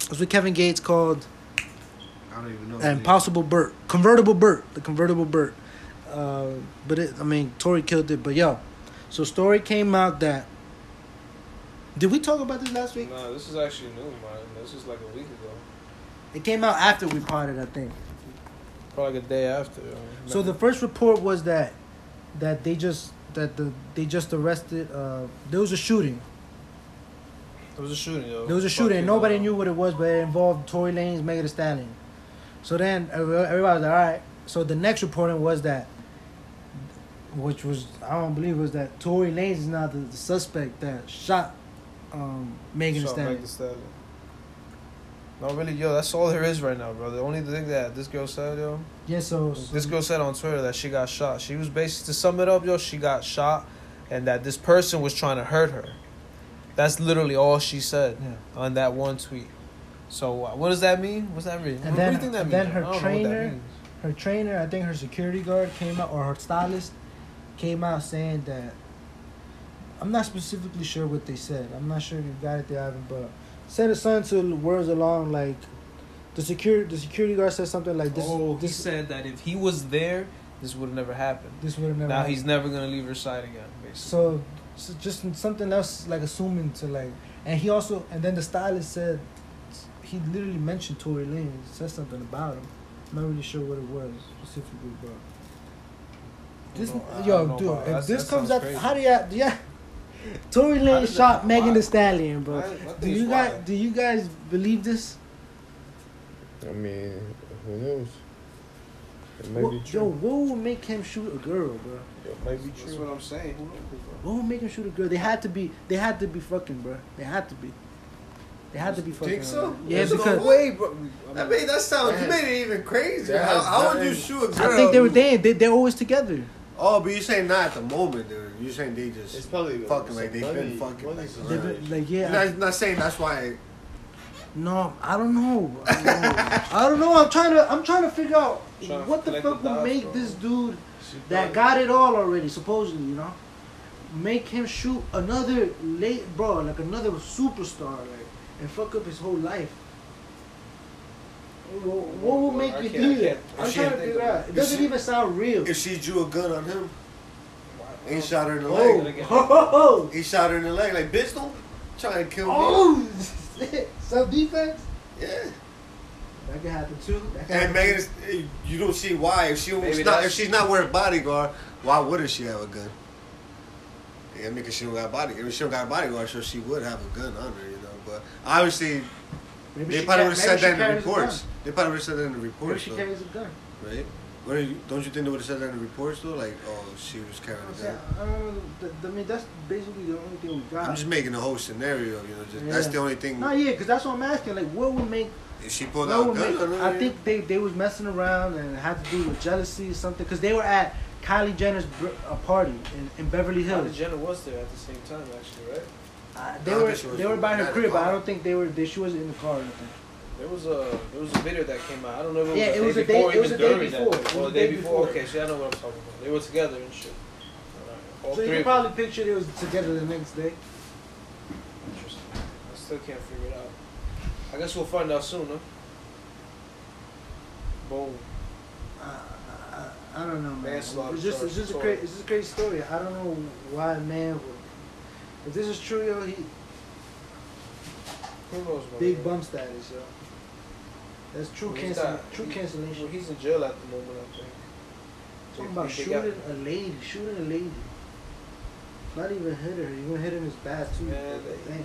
S3: it was with Kevin Gates called
S6: I don't even know.
S3: and possible Burt, convertible Burt, the convertible Burt. Uh, but it, I mean, Tory killed it. But yo, so story came out that. Did we talk about this last week?
S10: Nah, this is actually new, man. This is like a week ago.
S3: It came out after we parted, I think.
S10: Probably like a day after. yo.
S3: So the first report was that that they just that the they just arrested. Uh, there was a shooting.
S10: There was a shooting, yo. uh,
S3: There was a shooting. And nobody knew what it was, but it involved Tory Lanez, Megan Thee Stallion. So then every- everybody was like, all right. So the next reporting was that, which was I don't believe was that Tory Lanez is now the, the suspect that shot um, Megan Thee
S10: Shot
S3: Stallion.
S10: Megan Thee Stallion. No, really, yo, that's all there is right now, bro. The only thing that this girl said, yo,
S3: Yeah. So,
S10: this girl said on Twitter that she got shot. She was basically to sum it up, yo, she got shot, and that this person was trying to hurt her. That's literally all she said on that one tweet. So uh, what does that mean? What's that mean?
S3: and
S10: what
S3: then,
S10: do you think that
S3: and
S10: means?
S3: then
S10: I don't know
S3: her
S10: what that
S3: trainer,
S10: means.
S3: her trainer, I think her security guard came out or her stylist came out saying that. I'm not specifically sure what they said. I'm not sure if you got it there, Ivan, but said something to words along like the security the security guard said something like this.
S20: oh, he
S3: this
S20: said that if he was there, this would have never happened.
S3: This would have never
S20: Now
S3: happened.
S20: he's never gonna leave her side again. Basically.
S3: So, so just something else like assuming to like, and he also and then the stylist said he literally mentioned Tory Lanez said something about him. I'm not really sure what it was specifically, but this
S20: don't know- I don't
S3: yo
S20: know
S3: dude,
S20: about-
S3: if
S20: that's-
S3: this
S20: that
S3: comes
S20: sounds
S3: up,
S20: crazy.
S3: how do y'all yeah? Tory Lanez shot Megan the Stallion, bro. do you guys do you guys believe this?
S5: I mean, who knows? It might
S3: What-
S5: be
S3: yo,
S5: true.
S3: what would make him shoot a girl, bro?
S5: It might be
S10: That's what
S5: true.
S10: I'm saying.
S3: What would make him shoot a girl? They had to be. They had to be fucking, bro. They had to be. They had to be fucking.
S7: Think so?
S3: Yeah,
S7: There's
S3: because
S7: no way, bro. I mean, that sounds. You made it even crazier.
S3: That
S7: How,
S3: has
S7: how would you
S3: nothing-
S7: shoot a girl?
S3: I think they were dating. They they're always together.
S7: Oh, but you saying not at the moment, dude. You saying they just it's probably fucking like they've
S5: money-
S7: been fucking
S5: money
S7: like,
S3: They been, like yeah.
S7: You're
S3: I-
S7: not, not saying that's why.
S3: no, I don't know. I don't know. I don't know. I'm trying to. I'm trying to figure out
S10: Trying to
S3: what the
S10: collect
S3: fuck
S10: the
S3: would
S10: dots,
S3: make
S10: bro.
S3: this dude that got it all already, supposedly, you know, make him shoot another late bro, like another superstar, like, and fuck up his whole life. Wha- What would make
S10: I
S3: you
S10: can't-
S3: do
S10: I
S3: that?
S10: can't- I
S3: I'm
S10: can't
S3: trying to
S10: think
S3: figure
S10: of
S3: out.
S10: it.
S3: It doesn't even sound real.
S7: If she drew a gun on him, he shot her in the
S3: Oh,
S7: leg.
S3: oh,
S7: He shot her in the leg like pistol, trying to kill me.
S3: oh, self defense.
S7: Yeah.
S3: That could happen too. That could
S7: And
S3: happen.
S7: Megan, is- you don't see why if she was
S10: Maybe
S7: not if
S10: that's-
S7: she's not wearing bodyguard, why wouldn't she have a gun? Yeah, because she don't got body. If she don't got bodyguard, so she would have a gun on her, you know. But obviously,
S3: Maybe
S7: they
S3: she
S7: probably
S3: ca-
S7: would have
S3: maybe
S7: said
S3: she
S7: that in the
S3: carries a gun.
S7: reports. They probably would have said that in the
S3: Maybe
S7: reports,
S3: she
S7: though,
S3: carries a gun.
S7: right? What do you, don't you think they would have said that in the reports though? Like, oh, she was carrying
S3: I'm
S7: a
S3: saying,
S7: gun.
S3: I don't know. th- th- I mean, that's basically the only thing we got.
S7: I'm just making the whole scenario, you know. Just that's
S3: Yeah.
S7: the only thing.
S3: No, yeah, because that's what I'm asking. Like, what would make?
S7: If she
S3: What
S7: pulled out a
S3: would
S7: gun,
S3: make?
S7: on her,
S3: I think they they was messing around and it had to do with jealousy or something. Because they were at Kylie Jenner's br- a party in, in Beverly
S10: Kylie
S3: Hills.
S10: Jenner was there at the same time, actually, right?
S3: Uh, they
S7: I think
S3: were
S7: she was
S3: they were by
S7: at
S3: her
S7: the
S3: crib. but I
S7: bar.
S3: don't think they were. They, she wasn't in the car or anything.
S10: There was a there was a video that came out. I don't know if it was
S3: Yeah,
S10: the
S3: it was
S10: day
S3: a day-
S10: before.
S3: it was
S10: even
S3: a day
S10: during that.
S3: before. It was
S10: Oh,
S3: a
S10: the day
S3: day
S10: before.
S3: before.
S10: Okay, see, I know what I'm talking about. They were together and shit. Alright. All
S3: So you
S10: three
S3: can
S10: of them.
S3: probably picture they was together the next day.
S10: Interesting. I still can't figure it out. I guess we'll find out soon, huh? Boom.
S3: I, I, I don't know, man.
S10: Manslaughter,
S3: It's just,
S10: sorry,
S3: it's just a
S10: sorry.
S3: crazy, it's just a crazy story. I don't know why a man would. If this is true, yo, he
S10: Who knows, my
S3: big
S10: man?
S3: bump status, yo. That's true
S10: He's
S3: cancel,
S10: not-
S3: true
S10: he-
S3: cancellation.
S10: Well, he's in jail at the moment, I think.
S3: Talking about
S10: They got-
S3: shooting a lady, shooting a lady. Not even hit her. You gonna hit him as bad too.
S10: Yeah,
S3: bro.
S10: they-
S3: Damn.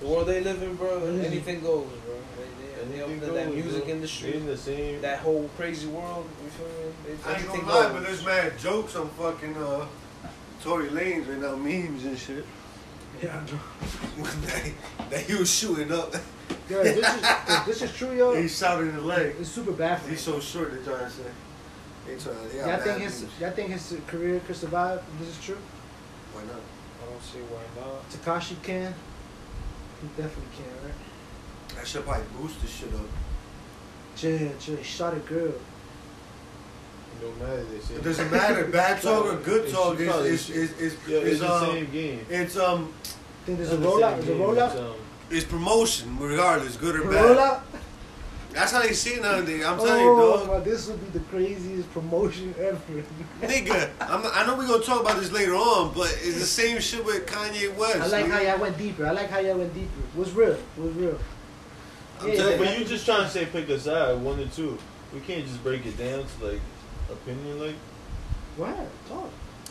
S10: The world they live in, bro,
S3: Music.
S10: anything goes, bro. They, they, they up
S5: Anything
S10: in that
S5: goes,
S10: music
S5: bro. They
S10: industry,
S5: in the same.
S10: that whole crazy world. You feel me? They,
S7: I ain't
S10: everything
S7: gonna lie, but there's
S10: goes.
S7: mad jokes on fucking uh, Tory Lanez right now, memes and shit.
S3: Yeah, I know.
S7: that, that he was shooting up.
S3: Yo, if this is, if this is true, yo.
S7: He shot in the leg.
S3: It's super baffling.
S7: He's so short, they're trying to say. They trying to. Yeah,
S3: Y'all think his, y'all think his career could survive? If this is true.
S7: Why not?
S10: I don't see why not.
S3: Takashi can. He definitely can, right?
S7: That should probably boost this shit up.
S3: Jail, jail. Shot a girl.
S5: It don't matter. They say.
S7: It doesn't matter. Bad talk or good
S5: It's
S7: talk is
S5: probably-
S7: is is is
S5: Yeah, it's
S7: is,
S5: the
S7: um,
S5: same game.
S7: it's um
S3: Think there's a
S5: It's the
S3: rollout.
S5: same
S3: There's a
S5: game. It's,
S3: rollout.
S5: um,
S7: it's promotion regardless, good or bad.
S3: Rollout.
S7: That's how they see it nowadays. I'm telling you,
S3: Oh,
S7: dog.
S3: my, this would be the craziest promotion ever.
S7: Nigga, I'm, I know we're gonna talk about this later on, but it's the same shit with Kanye West.
S3: I like
S7: nigga.
S3: how y'all went deeper. I like how y'all went deeper. What's real? What's real?
S7: I'm
S3: Yeah,
S7: telling
S3: yeah.
S5: but you just trying to say pick a side, one or two. We can't just break it down to like opinion, like.
S3: What? Talk.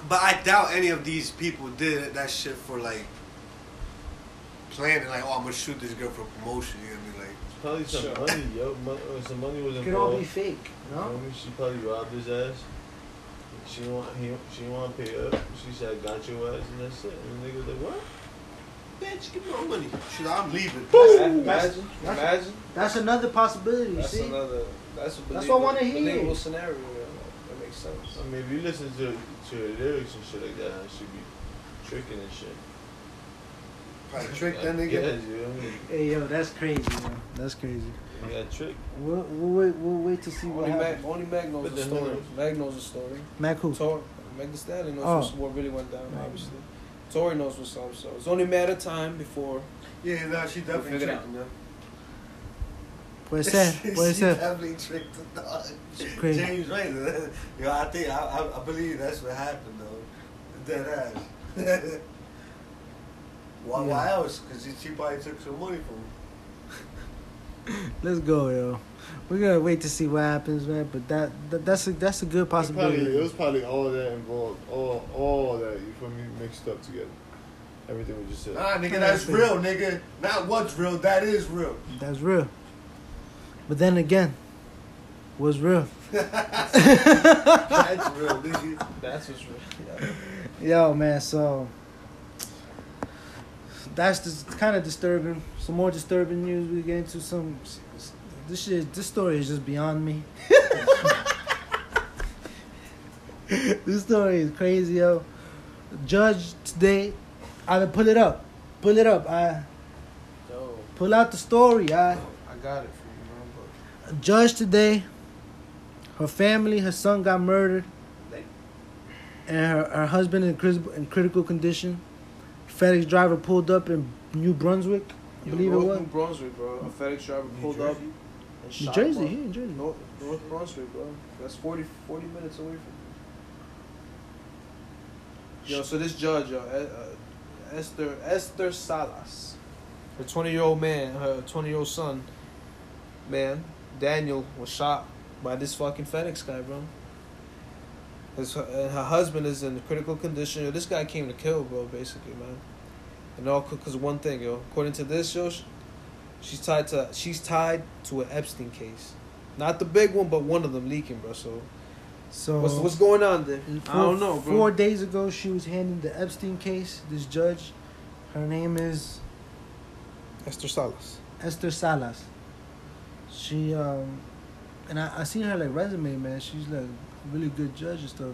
S7: But I doubt any of these people did that shit for like planning, like, oh, I'm gonna shoot this girl for promotion. You know what I mean? Like,
S5: it's Probably some
S10: Sure.
S5: money, yo. Mon- uh, some money was
S3: It
S5: involved.
S3: could all be fake,
S5: You
S3: no?
S5: know, she probably robbed his ass. She didn't want he she didn't want to pay up. She said, "Got your ass," and that's it. And the nigga was like, "What?"
S7: bitch, give me my money. Shit, I'm leaving.
S10: Imagine, imagine,
S3: That's-
S10: imagine.
S3: That's another possibility.
S10: That's
S3: see,
S10: another. That's a believable,
S3: That's what I wanna hear.
S10: Believable scenario. you know? That makes sense.
S5: I mean, if you listen to to her lyrics and shit like that, she be tricking and shit.
S7: Probably trick that
S5: I
S7: nigga.
S5: guess, you know what I mean?
S3: hey yo, that's crazy, man. That's crazy.
S5: You got tricked.
S3: We'll, we'll wait. We'll wait to see what
S10: Only Mac,
S3: happens.
S10: only Mac knows
S5: But
S10: the
S5: then who
S10: story.
S5: knows?
S10: Mac knows the story.
S3: Mac who?
S10: Tor, Meg Thee Stallion knows
S3: Oh.
S10: what's- what really went down.
S3: Right.
S10: Obviously, Tori knows what's up. So it's only a matter of time before
S7: Yeah, nah, she
S10: We'll
S7: definitely
S10: figure it
S7: tricked him. yo.
S3: Puede ser, puede
S8: she
S3: ser.
S8: definitely tricked the dog.
S3: crazy.
S8: James Rader. You know, I think I, I, I believe that's what happened though. Dead ass. why, why else? Because she, she probably took some money from him.
S3: Let's go, yo. We're gonna wait to see what happens, man. But that, that that's a that's a good
S5: Probably, it was
S3: possibility.
S5: probably all that involved, all all that you feel me mixed up together. Everything we just said.
S8: Nah, nigga, that's real, nigga. Not what's real, that is real.
S3: That's real. But then again, was real.
S8: that's real, nigga.
S21: That's what's real.
S3: Yo, man. So that's just kind of disturbing. Some more disturbing news. We get into some. This shit. This story is just beyond me. this story is crazy, yo. Judge today. I mean, pull it up. Pull it up. I
S21: Yo,
S3: pull out the story. I.
S21: I got it for you, man. But
S3: A judge today. Her family, her son got murdered, and her, her husband in, cris- in critical condition. FedEx driver pulled up in New Brunswick, I
S21: Yo,
S3: believe it
S21: North
S3: was.
S21: New Brunswick, bro. A FedEx driver pulled up. And
S3: New
S21: shot
S3: Jersey,
S21: bro.
S3: yeah, in Jersey.
S21: North, North Brunswick, bro. That's 40, 40 minutes away from. Yo, so this judge, yo, E- uh, Esther Esther Salas,
S10: Her 20 year old man, her 20 year old son, man, Daniel, was shot by this fucking FedEx guy, bro. His, and her husband is in critical condition. Yo, this guy came to kill, bro, basically, man. And all because one thing, yo. According to this, yo, sh- she's tied to she's tied to an Epstein case, not the big one, but one of them leaking, bro. So
S3: So
S10: what's what's going on there?
S3: Four,
S10: I don't know, bro.
S3: Four days ago, she was handed the Epstein case. This judge, her name is
S10: Esther Salas.
S3: Esther Salas. She um, and I, I seen her like resume, man. She's like a really good judge and stuff.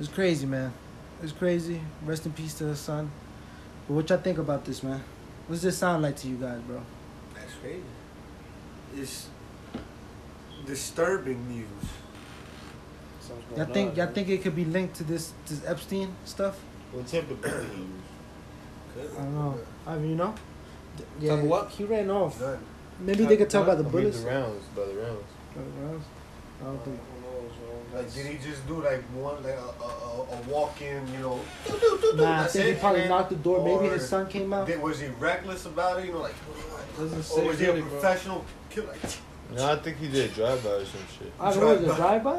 S3: It's crazy, man. It's crazy. Rest in peace to her son. But what y'all think about this, man? What's this sound like to you guys, bro?
S7: That's crazy. It's disturbing news.
S3: Y'all think y'all think it could be linked to this this Epstein stuff?
S5: What type of gun he used?
S3: I don't know. I mean, you know. Yeah,
S10: Talk what?
S3: he ran off.
S7: None.
S3: Maybe they could talk about the
S5: I mean,
S3: bullets.
S5: the rounds, by the rounds.
S3: I don't think.
S8: Like, did he just do like one, like a, a, a- a walk in, you know?
S3: Nah, I
S8: That's
S3: think he
S8: it,
S3: probably
S8: man?
S3: knocked the door. Maybe
S8: Or
S3: his son came out.
S8: Did, was he reckless about it? You know, like,
S10: Doesn't
S8: or
S10: say
S8: was he a
S10: really, bro.
S8: professional killer? Like,
S5: No, I think he did drive by or some shit.
S3: I don't know, was it a drive-by?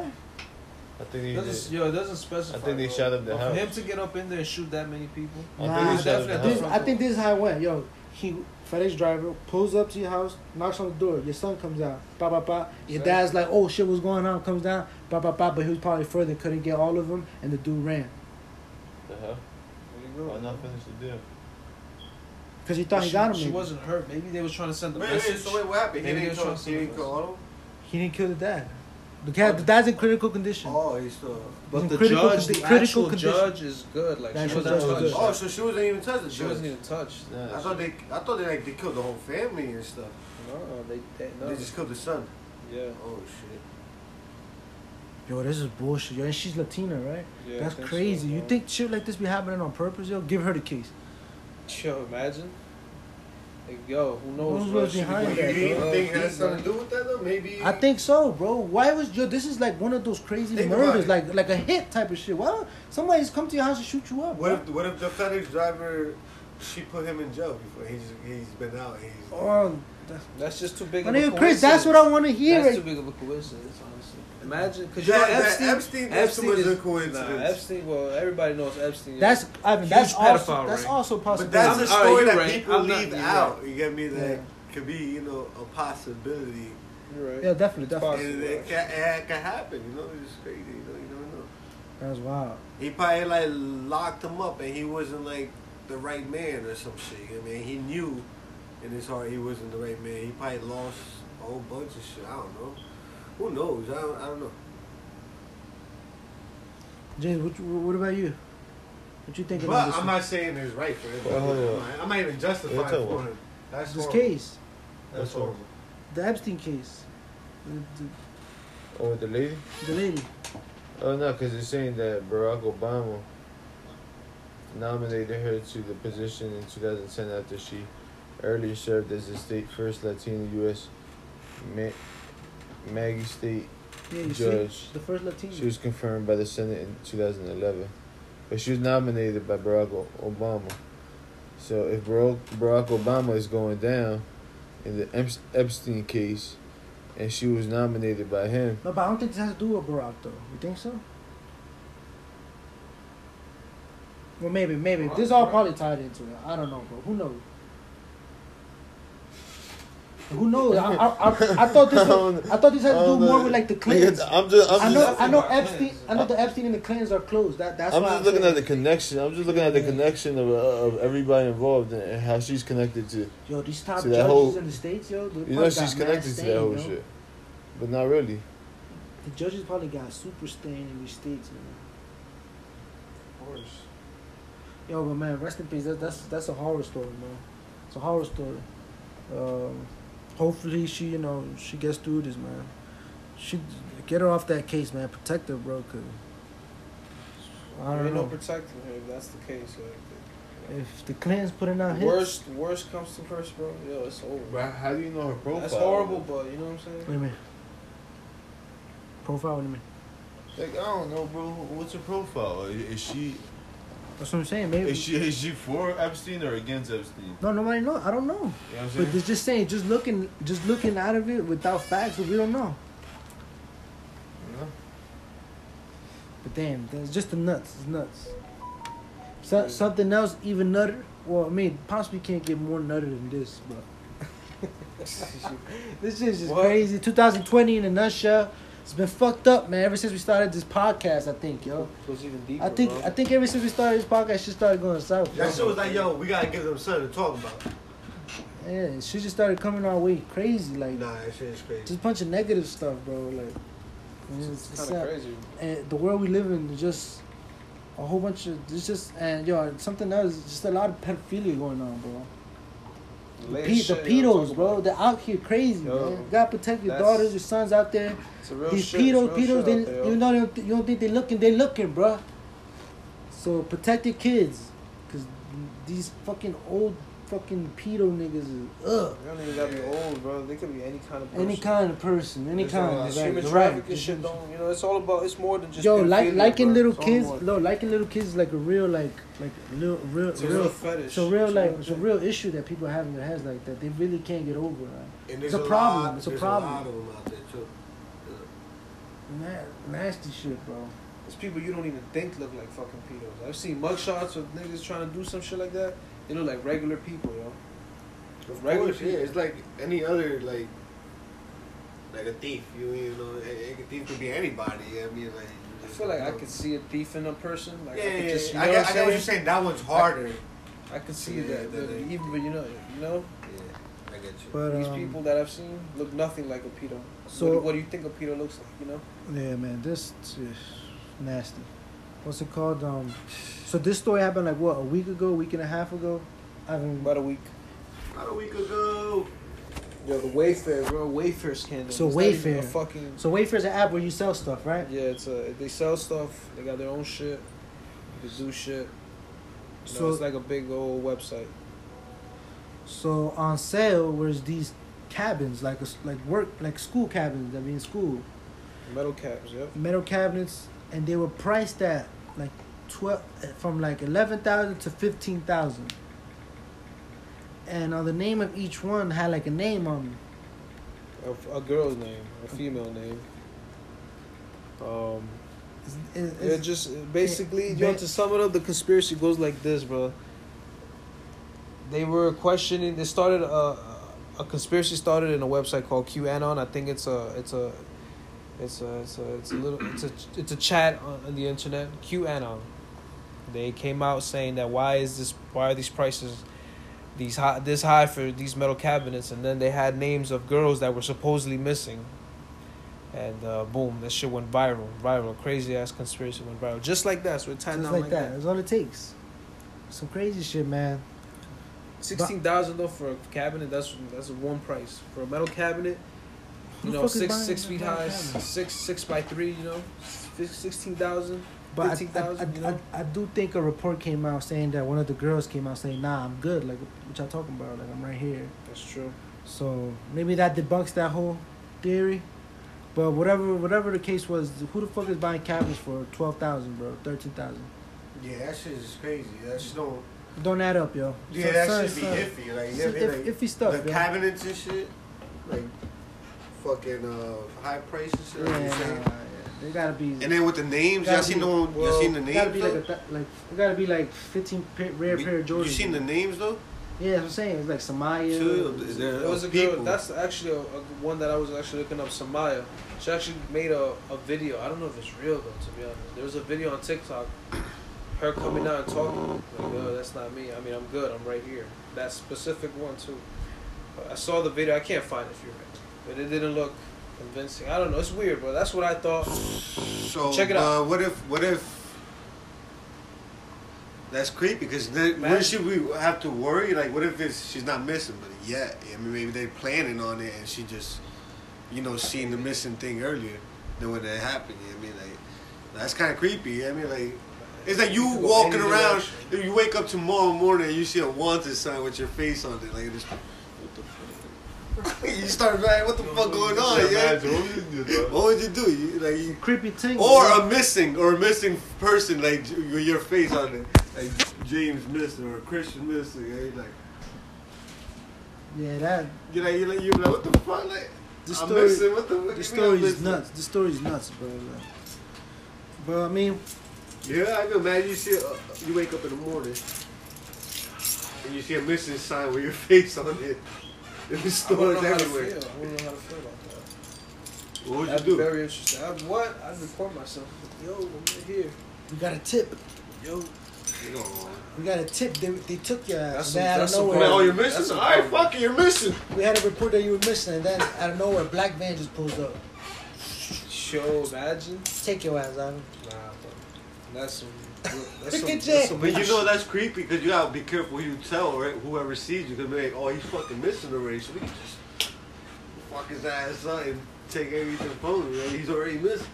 S5: I think he
S10: Doesn't,
S5: did.
S10: yo, it doesn't specify.
S5: I think they
S10: bro.
S5: shot up the
S10: But
S5: house.
S10: For him to get up in there and shoot that many people,
S5: I
S3: Nah,
S5: think he shot up
S10: definitely
S5: the
S10: doesn't-
S3: This,
S5: house.
S3: I think this is how it went. Yo, he FedEx driver pulls up to your house, knocks on the door. Your son comes out. Ba ba ba. Your dad's like, oh shit, what's going on? Comes down. Ba ba ba. But he was probably further, couldn't get all of them, and the dude ran
S5: The hell? Why not finish the deal?
S3: because he thought he
S10: she,
S3: got him.
S10: She
S3: maybe.
S10: wasn't hurt. Maybe they was trying to send the
S7: Wait, wait,
S10: message.
S7: so wait, what happened? He
S10: Maybe
S7: didn't
S10: they
S7: come,
S10: was
S7: he
S10: trying to
S7: didn't
S10: send
S7: come on him?
S3: He didn't kill the dad. The, cat, the dad's in critical condition.
S7: Oh, he's still.
S10: But the
S3: Critical
S10: judge, the
S3: condi- critical
S10: actual
S3: condition.
S10: judge is good. Like
S3: The
S10: she
S3: actual
S10: wasn't
S3: judge is
S10: touched.
S3: good.
S7: Oh, so she wasn't even touched the
S10: She wasn't
S7: judge.
S10: even touched.
S7: I
S5: Nah,
S7: thought they, I thought they like they killed the whole family and stuff.
S10: No, they, they, no.
S7: They just killed the son.
S10: yeah,
S7: Oh shit.
S3: Yo, this is bullshit. Yo, and she's Latina, right?
S10: yeah. I
S3: That's
S10: think so,
S3: crazy. you
S10: bro.
S3: think shit like this be happening on purpose? Yo, give her the case.
S10: Yo, imagine. Like, yo, who knows?
S3: Who's
S10: bro?
S3: what's
S10: She be
S3: behind
S10: going
S3: that,
S10: deep,
S3: bro?
S7: You
S10: bro,
S7: think it
S10: deep,
S7: has something to
S10: bro.
S7: do with that though? Maybe.
S3: I think so, bro. Why was yo? This is like one of those crazy
S7: Think about
S3: murders,
S7: it.
S3: like like a hit type of shit. Why don't somebody's come to your house and shoot you up?
S7: What
S3: bro?
S7: if what if the FedEx driver she put him in jail before he's he's been out? He's
S3: Oh,
S10: That's just too big.
S3: my
S10: of a
S3: nigga Chris, that's what I
S10: coincidence.
S3: want to hear.
S10: That's too big of a coincidence, honestly. Imagine, because you know
S7: That- that
S10: Epstein.
S7: Epstein- that's too much
S10: is-
S7: of a coincidence.
S10: Nah, Epstein. Well, everybody knows Epstein. is-
S3: That's I mean,
S10: Huge
S3: that's also
S10: pedophile
S3: that's
S10: ring.
S3: also possible.
S7: but that's
S10: I'm-
S7: a
S10: all right,
S7: story
S10: you're
S7: that
S10: right.
S7: people
S10: I'm not-
S7: leave
S10: you're
S7: out. You get me? That
S3: Yeah.
S7: could be you know a possibility,
S10: You're right.
S3: yeah, definitely, definitely.
S7: and it can, it can happen. You know, it's crazy. You know, you don't know.
S3: That's wild.
S7: He probably like locked him up, and he wasn't like the right man or some shit. I mean, he knew in his heart he wasn't the right man. He probably lost a whole bunch of shit. I don't know. Who knows? I don't, I don't know.
S3: James, what, you- what about you? What you think about
S7: But
S3: this,
S7: I'm not saying it's right for him.
S10: Oh,
S5: Well, hold
S7: I'm
S5: on.
S7: not- I'm not even
S5: Yeah,
S7: justifying
S5: tell
S7: for
S5: what?
S7: him. That's
S3: this
S7: horrible.
S3: case,
S7: That's
S5: That's
S7: horrible.
S3: the Epstein case, the,
S5: Oh, with the lady?
S3: the, the lady?
S5: Oh no, because it's saying that Barack Obama nominated her to the position in 2010 after she earlier served as the state first Latina U.S. Ma- Maggie State
S3: Yeah, you
S5: judge.
S3: see, the first Latino.
S5: She was confirmed by the Senate in 2011, but she was nominated by Barack O- Obama. So if Barack Barack Obama is going down in the Eps- Epstein case, and she was nominated by him,
S3: No, but I don't think this has to do with Barack though. You think so? Well, maybe, maybe this all probably tied into it. I don't know, bro. Who knows? Who knows? I, I, I, I thought this was, I thought this had to
S5: I
S3: do
S5: don't know.
S3: more with like the Clintons.
S5: Nigga, I'm just, I'm
S3: I know,
S5: just,
S3: I know Epstein. I know the Epstein and the Clintons are close. That that's
S5: I'm
S3: why
S5: just
S3: I'm
S5: looking
S3: saying.
S5: at the connection. I'm just looking at the connection of uh, of everybody involved and how she's connected to.
S3: Yo, these top
S5: to
S3: judges
S5: that whole-
S3: in the states, yo. they
S5: You know
S3: probably
S5: she's
S3: got mad
S5: connected to
S3: stain,
S5: that whole
S3: yo.
S5: shit, but not really.
S3: The judges probably got super stain in these states, man. Yo, but man, rest in peace. That, that's that's a horror story, man. It's a horror story. Um, hopefully, she you know she gets through this, man. She get her off that case, man. Protect her, bro. Cause I
S10: There
S3: don't
S10: ain't no
S3: know
S10: protecting her if that's the case. Like,
S3: if the Clintons putting out
S10: the
S3: hits.
S10: worst, worst comes to first, bro. Yo, it's over.
S5: But how do you know her profile?
S10: That's horrible, but you know what I'm saying.
S3: Wait a minute. Profile. What do you mean?
S5: Like I don't know, bro. What's her profile? Is she
S3: That's what I'm saying. Maybe.
S5: is she is she for Epstein or against Epstein?
S3: no, nobody know. I don't know.
S5: You know what I'm
S3: But
S5: saying?
S3: it's just saying, just looking, just looking out of it without facts, we don't know.
S5: No.
S3: But damn, that's just the nuts. It's nuts. So, something else even nutter. Well, I mean, possibly can't get more nutter than this, but this shit is just
S10: What?
S3: crazy. 2020 in a nutshell. It's been fucked up, man. Ever since we started this podcast, I think, yo.
S10: Goes even deeper.
S3: I think,
S10: bro.
S3: I think ever since we started this podcast, she started going south. yo.
S6: That shit was like, yo, we gotta give them something to talk about.
S3: Yeah, she just started coming our way crazy, like
S6: Nah, that shit is crazy.
S3: just a bunch of negative stuff, bro. Like, it's,
S10: it's
S3: it's uh,
S10: kind
S3: sad.
S10: of crazy.
S3: and the world we live in is just a whole bunch of it's just and yo something else just a lot of pedophilia going on bro
S10: Lay
S3: Pe- the
S10: shit, you know what I'm
S3: pedos
S10: talking
S3: bro
S10: about.
S3: they're out here crazy
S10: Yo,
S3: man god protect your
S10: that's-
S3: daughters your sons out there
S10: It's a real
S3: these
S10: shit.
S3: pedos
S10: it's real
S3: pedos
S10: shit
S3: they,
S10: out there, yo.
S3: you know they don't th- you don't think they looking they looking bro so protect your kids because these fucking old fucking pedo niggas is ugh
S10: They don't even gotta be old, bro. They could be any kind of person.
S3: any kind of person any
S10: It's
S3: kind
S10: all-
S3: of
S10: this human
S3: right,
S10: trafficking
S3: right.
S10: shit. Don't you know? It's all about. It's more than just.
S3: Yo, like
S10: pedophilia,
S3: liking
S10: bro.
S3: little
S10: It's all
S3: kids,
S10: more.
S3: no, liking little kids is like a real like like real real
S10: It's a real
S3: real.
S10: fetish.
S3: It's a real
S10: It's
S3: like
S10: a
S3: it's a real issue that people have in their heads like that they really can't get over. Right?
S1: And there's
S3: It's a problem,
S1: lot-
S3: it's a
S1: there's
S3: problem.
S1: lot of them out there too.
S3: Na- nasty shit, bro.
S10: It's people you don't even think look like fucking pedos. I've seen mugshots of niggas trying to do some shit like that. They look like regular people, yo.
S1: Of
S10: Regular
S1: course, yeah, it's like any other like like a thief. You you know, a, a thief could be anybody. I mean, like
S10: I feel like I could see a thief in a person. Like
S1: Yeah,
S10: I
S1: yeah,
S10: could just, you
S1: yeah. I,
S10: know
S1: get-
S10: what
S1: I get what
S10: I'm saying?
S1: you're saying. That one's harder.
S10: I could see
S1: Yeah, that-
S10: that, that
S1: that-
S10: even, but you know, you know,
S1: Yeah, I get you.
S3: But
S10: these
S3: um,
S10: people that I've seen look nothing like a pedo. So
S3: So-
S10: what, what do you think a pedo looks like? You know,
S3: yeah, man, this is nasty. What's it called? Um, so this story happened like what a week ago, week and a half ago. I haven't.
S10: about a week.
S1: About a week ago.
S10: Yo, the Wayfair, bro, Wayfair scandal.
S3: So
S10: It's not even a
S3: Wayfair.
S10: fucking.
S3: So Wayfair's an app where you sell stuff, right?
S10: Yeah, it's a, they sell stuff. They got their own shit. They do shit. You know,
S3: So-
S10: it's like a big old website.
S3: So on sale was these cabins, like a s like work, like school cabins. I mean, school
S10: Metal caps, yep.
S3: metal cabinets, and they were priced at like twelve, from like eleven thousand to fifteen thousand. And on the name of each one had like a name on them.
S10: A, a girl's name, a female name. Um,
S3: It's, it's,
S10: it just uh, basically,
S3: it-
S10: yo,
S3: ba-
S10: to sum it up, the conspiracy goes like this, bro. They were questioning. They started a a conspiracy started in a website called QAnon. I think it's a it's a it's a it's a it's a little it's a it's a chat on, on the internet. QAnon. They came out saying that why is this why are these prices these high this high for these metal cabinets and then they had names of girls that were supposedly missing and uh, boom that shit went viral viral crazy ass conspiracy went viral just like that so it tied
S3: just
S10: down
S3: like, that. That's all it takes. Some crazy shit, man.
S10: Sixteen thousand though for a cabinet. That's that's one price for a metal cabinet.
S3: Who
S10: You know,
S3: the fuck is
S10: six
S3: buying
S10: six
S3: a
S10: feet
S3: metal
S10: high,
S3: cabinet?
S10: six six by three. You know, Fif- sixteen thousand.
S3: But I, I,
S10: 15,000, you
S3: I,
S10: know?
S3: I, I do think a report came out saying that one of the girls came out saying, "Nah, I'm good." Like, what y'all talking about? Like, I'm right here.
S10: That's true.
S3: So maybe that debunks that whole theory. But whatever whatever the case was, who the fuck is buying cabinets for twelve thousand, bro, thirteen thousand?
S7: Yeah, that shit is crazy. That shit don't.
S3: Don't add up, yo.
S7: Yeah,
S3: So-
S7: that
S3: so-
S7: should be
S3: so-
S7: iffy. Like,
S3: it's
S7: yeah,
S3: just
S7: like,
S3: if- iffy stuff,
S7: The
S3: yo.
S7: cabinets and shit, like fucking uh, high price and
S3: Yeah,
S7: shit. you know what I'm saying?
S3: yeah, they gotta be.
S7: And then with the names,
S3: Gotta
S7: y'all seen
S3: be-
S7: the one,
S3: well,
S7: y'all seen the names?
S3: Gotta be like,
S7: though?
S3: a th- like it gotta be like fifteen pair, rare
S7: We-
S3: pair of Jordans.
S7: You seen the names though?
S3: Yeah, that's what I'm saying. It's like Samaya.
S7: Two, is there-
S10: There was a
S7: of
S10: girl.
S7: people.
S10: That's actually a, a one that I was actually looking up. Samaya. She actually made a, a video. I don't know if it's real though. To be honest, there was a video on TikTok. Her coming out and talking. Like, oh, that's not me. I mean, I'm good. I'm right here. That specific one too. I saw the video. I can't find it if you're right, but it didn't look convincing. I don't know. It's weird, but that's what I thought.
S7: So
S10: Check it
S7: Uh,
S10: out.
S7: what if? What if? That's creepy because then
S10: Man.
S7: when should we have to worry? Like, what if it's she's not missing, but yet? I mean, maybe they planning on it, and she just, you know, seen the missing thing earlier than when that happened. You know what I mean, like, that's kind of creepy. You know what I mean, like, it's like you
S10: You can go
S7: walking
S10: any
S7: around.
S10: direction.
S7: If you wake up tomorrow morning and you see a wanted sign with your face on it, like, this, what the fuck? you start like, what the fuck going on? Yeah, Oh. what would you do? You like. You,
S3: creepy thing.
S7: or a missing, or a missing person, like j- with your face on it, like James missing or Christian missing. eh? like,
S3: yeah, that
S7: you know, you like, you like, what the fuck? Like,
S3: This
S7: I'm
S3: story-
S7: missing. What the fuck?
S3: the
S7: you
S3: story
S7: mean I'm
S3: is
S7: missing?
S3: nuts. The story is nuts, bro. Like, but I mean,
S7: Yeah, I can imagine. You see, uh, you wake up in the morning and you see a missing sign with your face on it. And the
S10: I don't
S7: stores
S10: know how to feel. I
S7: everywhere.
S10: don't know how to feel about that.
S7: What would you
S10: That'd be
S7: do?
S10: very interesting. I, what? I'd record myself. Yo, I'm right here.
S3: we got a tip.
S10: Yo.
S7: You know,
S3: We got a tip. They, they took your ass.
S10: That's some-
S3: Man, out
S10: that's
S3: of
S10: some
S3: nowhere.
S10: problem.
S7: oh, you're
S10: That's
S7: missing.
S10: a
S7: All right,
S10: problem.
S7: fuck it, you're missing.
S3: We had a report that you were missing, and then out of nowhere, black van just pulls up.
S10: Show, imagine.
S3: Take your ass out.
S10: Nah, but that's some. That's
S3: Look
S10: some,
S3: at
S10: that's
S3: Jack.
S10: some
S7: But you know that's creepy because you gotta be careful who you tell, right? Whoever sees you, because like, oh, he's fucking missing already, so we can just fuck his ass up and take everything from him. Right? He's already missing.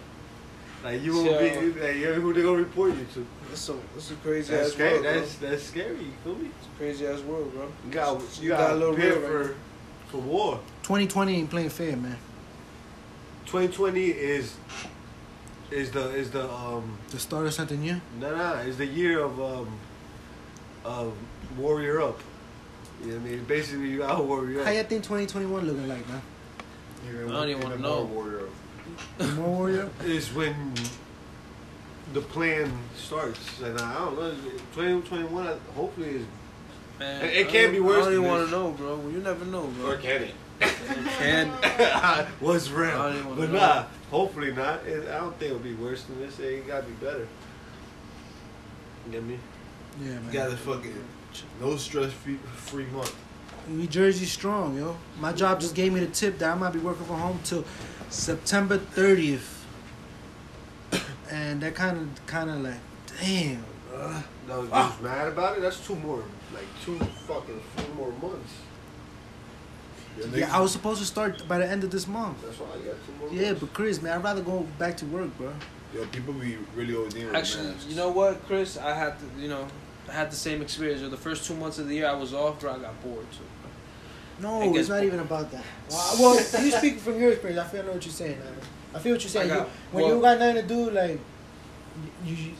S7: like you won't be, like, you know who they gonna report you to?
S10: That's some. That's some crazy
S7: That's
S10: ass
S7: scary.
S10: world. bro.
S7: That's that's scary. You feel me?
S10: It's a crazy ass world, bro.
S7: You got you
S10: You got a
S7: got
S10: little
S7: prepare
S10: real right
S7: for for war.
S3: 2020 ain't playing fair, man.
S7: 2020 is is the is the um
S3: The start of something new.
S7: No, no, it's the year of um, of warrior up. You know what I mean? Basically, you gotta warrior up.
S3: How you think 2021 looking like, man?
S7: You're
S10: I don't even
S7: in
S10: wanna
S7: a
S10: know.
S7: Warrior up.
S3: More warrior.
S7: Is when the plan starts, and I don't know. Twenty twenty one, hopefully, is
S10: Man,
S7: It- it
S10: I
S7: can't
S10: don't-
S7: be worse
S10: I don't
S7: than
S10: want
S7: this.
S10: to know, bro. Well, you never know, bro.
S7: can it?
S10: You can.
S7: was real,
S10: I don't even wanna
S7: but
S10: know.
S7: nah. Hopefully not. It, I don't think it'll be worse than this. It gotta be better. You get me?
S3: Yeah, man.
S8: got a fucking no stress free, free month.
S3: New Jersey strong, yo. My job just gave me the tip that I might be working from home till September 30th. And that kind of, kind of like, damn. bruh.
S7: No, you was mad about it. That's two more, like two fucking four more months.
S3: Yeah, I was supposed to start by the end of this month.
S7: That's why I got two more.
S3: Yeah,
S7: months.
S3: but Chris, man, I'd rather go back to work, bro.
S8: Yo, people be really ODing with
S10: Actually,
S8: masks.
S10: you know what, Chris? I had to, you know, I had the same experience. The first two months of the year, I was off, bro. I got bored too.
S3: No,
S10: I guess-
S3: it's not even about that. Well, well, you speaking from your experience. I feel I know what you're saying. man. I feel what you're saying.
S10: I
S3: You-
S10: got-
S3: when
S10: well-
S3: you got nothing to do, like you, you,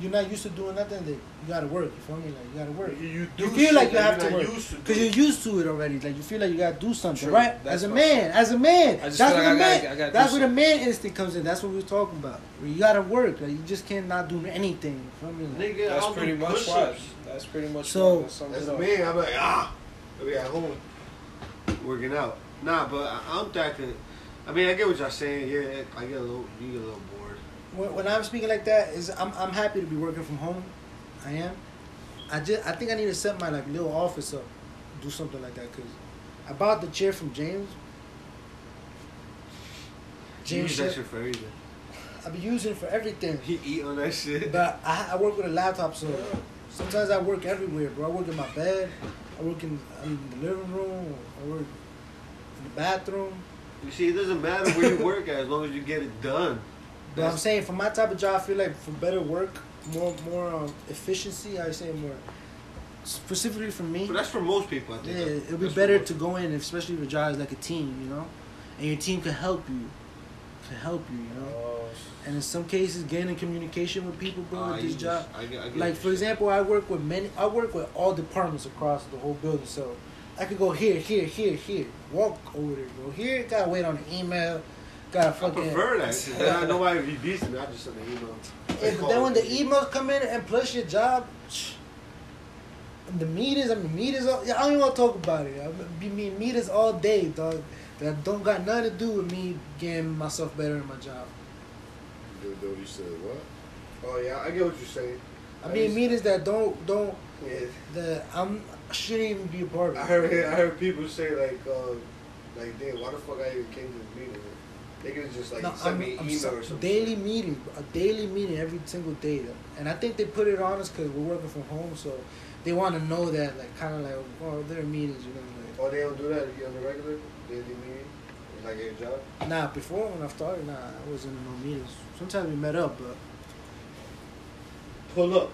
S3: you're not used to doing nothing. That you gotta work. You feel me? Like you gotta work.
S7: You, you do
S3: You feel like
S7: shit
S3: you
S7: that
S3: have
S7: you're
S3: to
S7: not
S3: work
S7: used to
S3: because
S7: do.
S3: you're used to it already. Like you feel like you gotta do something,
S10: True.
S3: right?
S10: That's
S3: as a
S10: my-
S3: man, as a man,
S10: I
S3: that's
S10: just feel
S3: what
S10: like
S3: a
S10: I gotta-
S3: man.
S10: I gotta do
S3: that's where the
S10: something.
S3: man instinct comes in. That's what we were talking about. Where you gotta work. Like you just can't not do anything. You feel me? Like,
S7: Nigga,
S10: That's
S7: I'll do
S10: pretty much
S7: push-ups.
S10: why. That's pretty much
S3: So-
S10: why. That sums
S7: As
S10: it
S7: a
S10: up.
S7: man, I'm like ah, I be at home working out. Nah, but I, I'm thinking. I mean, I get what y'all saying. Yeah, I get a little, you get a little bored.
S3: when, when I'm speaking like that, is I'm I'm happy to be working from home. I am. I just I think I need to set my like little office up, do something like that. Cause I bought the chair from James.
S7: You
S3: James,
S7: use that
S3: shit,
S7: shit for everything.
S3: I be using it for everything.
S7: He eat on that shit.
S3: But I, I work with a laptop, so sometimes I work everywhere, bro. I work in my bed. I work in, I'm in the living room. I work in the bathroom.
S7: You see, it doesn't matter where you work at as long as you get it done.
S3: But I'm saying for my type of job, I feel like for better work, more more um, efficiency. I say more specifically for me,
S7: But that's for most people, I
S3: yeah,
S7: think. though.
S3: it'll be
S7: That's for
S3: better
S7: most
S3: to go in, especially if your job is like a team, you know, and your team can help you, can help you, you know. And in some cases, getting in communication with people, bro,
S7: Ah,
S3: with
S7: Oh, you
S3: this
S7: just-
S3: job.
S7: I get- I get
S3: Like
S7: what
S3: for
S7: you're
S3: example, I work with many. I work with all departments across the whole building, so I could go here, here, here, here. Walk over there, go here. Gotta wait on an email. Gotta
S7: saying. I
S3: fucking.
S7: prefer that. 'cause Then I know why it'd be decent. I just send an email.
S3: Yeah, but then when the e- emails come in and plus your job, psh, the meetings, I mean meetings. All, yeah, I don't even want to talk about it. I be mean meetings all day, dog. That don't got nothing to do with me getting myself better in my job.
S8: Dude, dude, you said what?
S7: Oh yeah, I get what you're saying.
S3: I mean meetings that don't don't
S7: Yeah.
S3: that I'm I shouldn't even be a part of.
S7: I heard I heard people say like uh, like damn, why the fuck I even came to the meeting? They could just like
S3: No,
S7: send
S3: I'm-
S7: me
S3: I'm
S7: email
S3: so-
S7: or something.
S3: Daily meeting, a daily meeting every single day, though. and I think they put it on us because we're working from home, so they want to know that, like, kind of like, oh, there are meetings, you know.
S7: Or Oh, they don't do that on the regular daily meeting, like your job.
S3: Like, nah, before when I started, nah, I wasn't in no meetings. Sometimes we met up, but
S7: Pull up.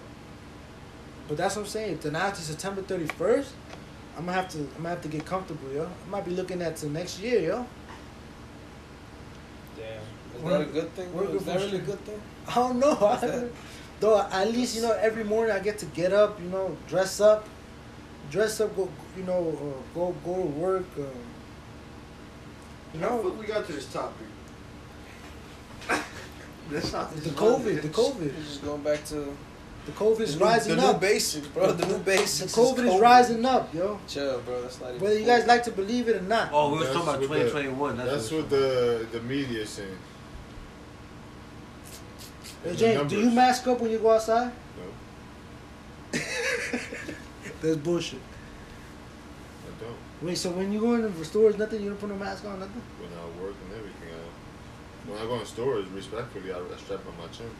S3: but that's what I'm saying. Then after September 31st, I'm gonna have to I'm gonna have to get comfortable, yo. I might be looking at till next year, yo.
S10: Is that a good thing? bro?
S3: we're
S10: Is that
S3: good
S10: really a
S3: for
S10: good thing?
S3: I don't know. I, though at least you know every morning I get to get up, you know, dress up, dress up, go you know, uh, go go to work. Um, you
S7: How
S3: know,
S7: the fuck we got to this topic? That's not
S3: the COVID, the COVID,
S10: We're just going back to
S3: the COVID
S10: the
S3: is
S10: new-
S3: rising
S10: the
S3: up.
S10: new basics, bro. The new basics.
S3: The COVID is rising up, yo.
S10: Chill, bro. That's not even.
S3: Whether you
S10: cool.
S3: guys like to believe it or not.
S22: Oh, we was
S8: That's
S22: talking about
S8: what the-
S22: 2021. That's,
S8: That's
S22: what.
S8: what the the media saying.
S3: Yo,
S8: And the
S3: James, do you
S8: numbers.
S3: mask up when you go outside?
S8: No,
S3: That's bullshit.
S8: I don't.
S3: Wait, so when you go in the stores, nothing, you don't put no mask on, nothing?
S8: When I work and everything, I, when I go in stores, respectfully, I, I strap on my chin.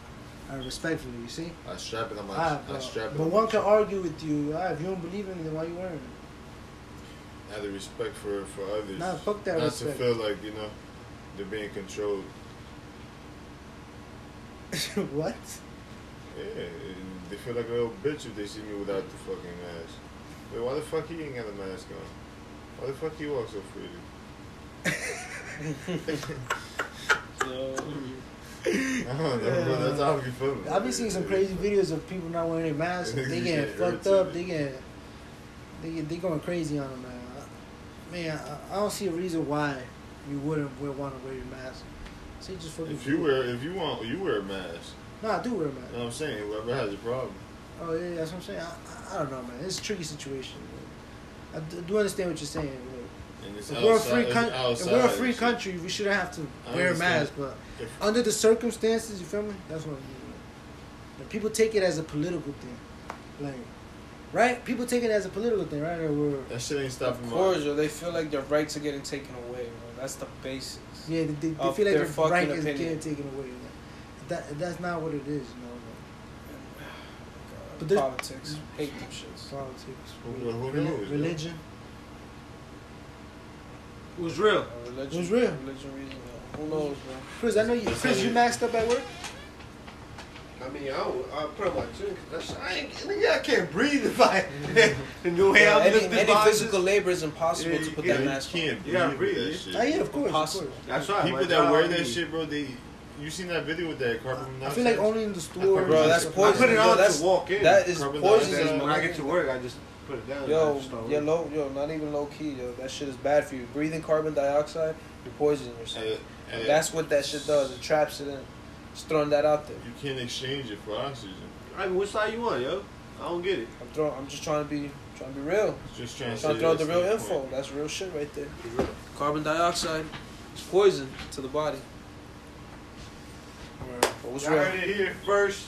S3: I respectfully, you see?
S8: I strap it on my.
S3: Ah,
S8: I
S3: but,
S8: strap it.
S3: but
S8: on
S3: one
S8: my
S3: can
S8: chin.
S3: argue with you. Ah, if you don't believe in it, then why you wearing it?
S8: Out of respect for for others.
S3: Nah, fuck that
S8: Not
S3: respect.
S8: to feel like you know they're being controlled.
S3: what?
S8: Yeah, and they feel like a little bitch if they see me without the fucking mask. Wait, why the fuck he ain't got a mask on? Why the fuck he walk so freely? I don't know, bro. That's how I be feeling.
S3: I've been seeing some crazy videos of people not wearing their masks. They
S8: You
S3: getting
S8: get
S3: fucked up.
S8: irritated.
S3: They getting they get, they going crazy on them, man. I- Man, I, I don't see a reason why you wouldn't wear, want to wear your mask. See, just fucking.
S8: If you wear, if you want, you wear a mask.
S3: no, I do wear a
S8: You
S3: mask.
S8: know what I'm saying? Whoever has a problem.
S3: Oh yeah, that's what I'm saying. I, I- I don't know, man. It's a tricky situation. man. I d- do understand what you're saying. man.
S8: And it's
S3: If
S8: outside,
S3: we're a free
S8: it's
S3: country, if
S8: outside,
S3: we're a free
S8: so-
S3: country, we shouldn't have to
S8: I
S3: wear a
S8: understand.
S3: mask. But
S8: If-
S3: under the circumstances, you feel me? That's what I mean. And people take it as a political thing, like, right? People take it as a political thing, right? Or we're-
S8: That shit ain't stopping
S10: Of
S8: my-
S10: course, yo, they feel like their rights are getting taken away, bro. That's the basics.
S3: yeah, they, they, they
S10: Of
S3: feel like their
S10: their fucking
S3: right is
S10: opinion.
S3: getting taken away. Like, that that's not what it is, you know. Like, But there's-
S10: Uh, Politics. Hate them shits.
S3: politics,
S8: Who- who
S3: reli-
S8: knows, yo?
S3: religion.
S7: Who's real?
S10: Religion.
S3: It's real.
S10: Religion reason. yo. Who knows, bro?
S3: Chris, I know you. Chris, you maxed up at work.
S7: I mean, I don't, I put on my chin 'cause that's, I, ain't, nigga, I can't breathe if I. and the way
S10: Yeah,
S7: I'm
S10: any,
S7: lifting
S10: any
S7: boxes-
S10: physical labor is impossible
S7: Yeah,
S10: to
S7: you
S10: put
S8: Yeah,
S10: that
S8: you
S10: mask on.
S8: can't
S7: You gotta
S8: breathe
S7: breathe.
S8: that shit.
S3: Oh yeah, of course, of
S10: Possible.
S3: course.
S7: That's right.
S8: People
S7: my
S8: that wear
S7: job, I
S8: that
S7: mean,
S8: shit, bro, they. You seen that video with that carbon
S3: I
S8: monoxide?
S3: feel like only in the store.
S10: Bro, that's
S7: I
S10: poison.
S7: put it
S10: yo,
S7: on
S10: that's,
S7: to walk in.
S10: That is
S8: Carbon
S10: poison.
S7: That's-
S8: dioxide.
S10: yo.
S7: when I get to work, I just put it down. and I
S10: Yo,
S7: just start
S10: yeah,
S7: working.
S10: low, yo, not even low key, yo. That shit is bad for you. Breathing carbon dioxide, you're poisoning yourself.
S8: Uh, uh,
S10: That's what that shit does. It traps it in. Just throwing that out there.
S8: You can't exchange it for oxygen.
S7: I mean, which side you on, yo? I don't get it.
S10: I'm throwing. I'm just trying to be, trying to be real.
S8: It's Just trying
S10: I'm trying
S8: to
S10: to throw out the
S8: that's
S10: real
S8: the
S10: info.
S8: point.
S10: That's real shit right there. Carbon dioxide is poison to the body. But what's
S7: Y'all
S10: real?
S7: heard it here first.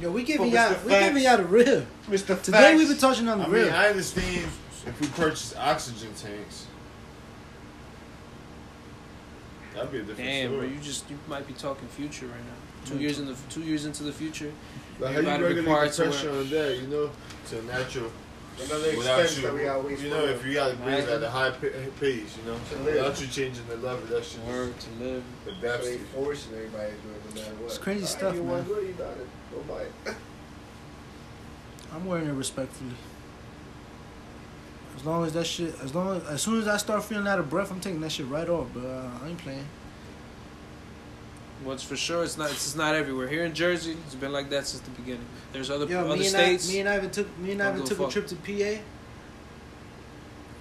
S3: Yo, we giving
S7: But
S3: y'all,
S7: Mr.
S3: we giving
S7: Facts-
S3: y'all the real.
S7: Mr.
S3: Today we've been touching on the
S8: I
S3: real.
S8: mean, I understand if we purchase oxygen tanks. That'd be a different
S10: Damn, bro,
S8: story.
S10: you just you might be talking future right now. Two years in the two years into the future,
S8: But
S10: you
S8: how
S10: gotta
S8: you regulate
S10: require it
S8: the
S10: to
S8: pressure on that, you know, to a natural.
S7: Another
S8: Without
S7: expense
S8: you,
S7: that we gotta waste
S8: you know,
S7: money
S8: if you gotta breathe at a high pa- pace, you know,
S7: To live.
S8: without you changing the level, that shit
S10: word to live.
S8: just
S7: So
S8: adapts
S7: they
S8: you.
S7: forcing everybody to do it no matter what.
S3: It's crazy
S7: All right,
S3: stuff,
S7: you
S3: man.
S7: want to do it, you got it. Go buy it.
S3: I'm wearing it respectfully. As long as that shit, as long as, as soon as I start feeling out of breath, I'm taking that shit right off, bro. I ain't playing.
S10: What's for sure, it's not it's not everywhere. Here in Jersey, it's been like that since the beginning. There's other
S3: Yo,
S10: other
S3: me and, I,
S10: states.
S3: me and Ivan took me and
S10: Don't
S3: Ivan
S10: give a
S3: took a
S10: fuck.
S3: trip to PA.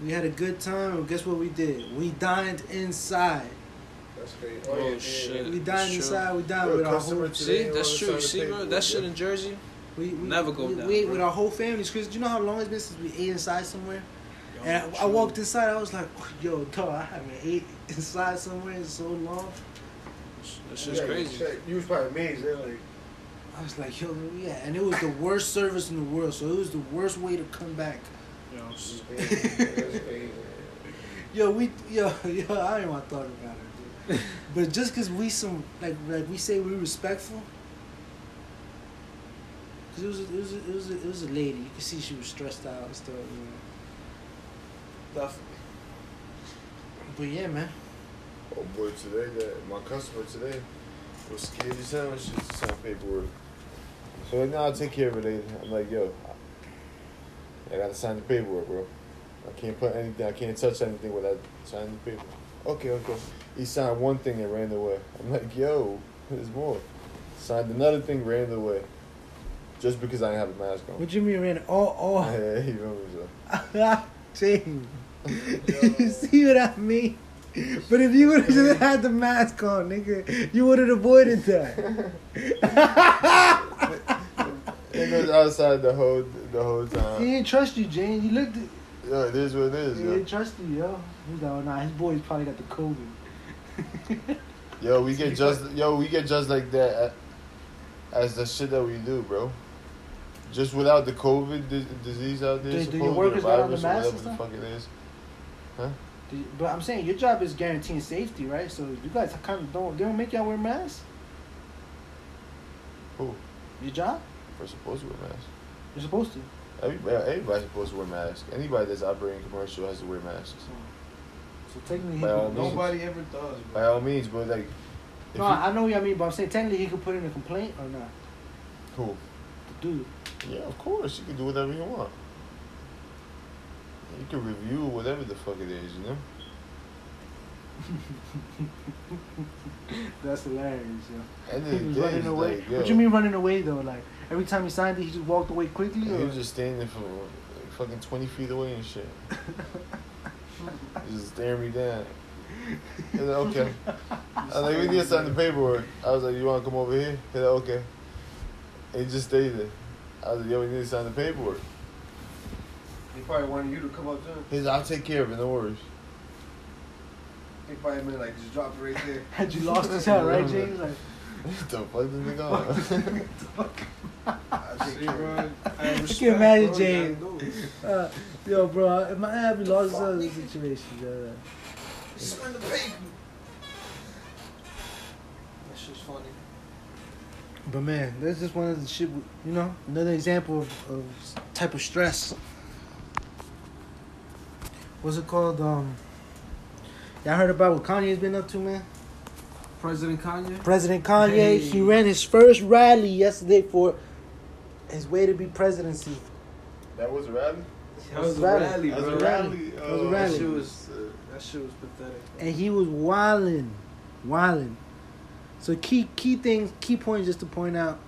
S3: We had a good time, and guess what we did? We dined inside.
S7: That's crazy.
S10: oh shit!
S3: We dined
S10: That's true.
S3: inside. We dined
S7: You're a
S3: with our
S7: customer
S3: whole
S7: today,
S10: See,
S7: you
S10: that's
S7: wanna
S10: true. You
S7: sign the
S10: see, bro,
S7: paperwork,
S10: that shit
S7: yeah.
S10: in Jersey.
S3: we, we
S10: Never go
S3: we,
S10: down,
S3: We ate
S10: bro.
S3: with our whole families, Chris. You know how long it's been since we ate inside somewhere. and I, I walked inside. I was like, "Oh, "Yo, dog, I haven't ate inside somewhere in so long."
S10: That shit's crazy.
S7: You was probably amazed.
S8: eh?
S7: They're like,
S3: I was like, "Yo, yeah," and it was the worst service in the world. So it was the worst way to come back.
S10: Yo, s-
S3: Yo, we yo yo I ain't want to talk about it, dude. but just cause we some like like we say we respectful. Cause it was a, it was a, it was a, it was a lady. You could see she was stressed out and stuff. You know. But yeah, man.
S5: Oh boy, today that my customer today was scared as hell and shit to sign paperwork. So now I'll take care of it later. I'm like, yo, I gotta sign the paperwork, bro. I can't put anything, I can't touch anything without signing the paperwork. Okay, okay. He signed one thing and ran away. I'm like, yo, there's more. Signed another thing, ran away. Just because I didn't have a mask on.
S23: What you mean, Randy? Oh,
S5: Yeah, you know what I'm saying?
S23: oh, James. you see what I mean? But if you would have just had the mask on, nigga, you would have avoided that.
S5: It goes outside the whole, the whole
S3: He
S5: time.
S3: didn't trust you, Jane. He looked. At,
S5: Yo, it is what it
S3: he
S5: is, yo.
S3: didn't trust you, yo. He was like, oh, nah, his boys probably got the COVID.
S5: Yo, we get just yo, we get just like that a- as the shit that we do, bro. Just without the COVID di- disease out there,
S3: Do- do your
S5: supposedly,
S3: workers
S5: the
S3: not on
S5: virus
S3: the
S5: or
S3: masks
S5: whatever the
S3: and
S5: fuck it is.
S3: Do you- But I'm saying your job is guaranteeing safety, right? So you guys kind of don't they don't make y'all wear masks.
S5: Who?
S3: Your job?
S5: We're supposed to wear masks.
S3: You're supposed to.
S5: Everybody, everybody's supposed to wear masks. Anybody that's operating commercial has to wear masks.
S3: So technically, he
S5: By all
S3: could,
S5: means,
S6: Nobody ever does, bro.
S5: by all means, but like, if
S3: no,
S5: you,
S3: I know what you mean, but I'm saying technically he could put in a complaint or not.
S5: who?
S3: The dude,
S5: Yeah, of course, you can do whatever you want. You can review whatever the fuck it is, you know.
S3: that's hilarious. Yo.
S5: And
S3: He was running away.
S5: Like, yo,
S3: what you mean running away though? Like every time he signed it, he just walked away quickly.
S5: He
S3: Or?
S5: was just standing for like, fucking 20 feet away and shit. just staring me down. He's like, okay. I was like, we need to sign the paperwork. I was like, you want to come over here? He's like, okay. And he just stayed there. I was like, yo, we need to sign the paperwork.
S6: They probably wanted you to come up to him.
S5: He's like, I'll take care of it, no worries.
S6: They probably meant like just drop it right there.
S3: had you lost his hell, right, James? Like,
S5: the fuck did nigga on?
S6: I see, bro.
S10: I
S23: I
S10: respect-
S23: can imagine
S6: Bro,
S23: James.
S6: y'all know.
S23: Uh, yo, bro, if my I haven't lost in this situation, yo,
S6: Sign the paper.
S10: That shit's funny.
S3: but man, that's just one of the shit. we- You know, another example of, of s- type of stress. What's it called? Um, y'all heard about what Kanye's been up to, man?
S10: President Kanye.
S3: President Kanye, he ran his first rally yesterday for his way to be presidency.
S5: that was a rally?
S10: That was a
S3: Rally.
S10: rally,
S5: That was
S10: bro.
S5: a rally.
S3: That was a rally.
S10: That shit was uh, that shit was pathetic.
S3: And he was wilding, wilding. So key key things, key point just to point out.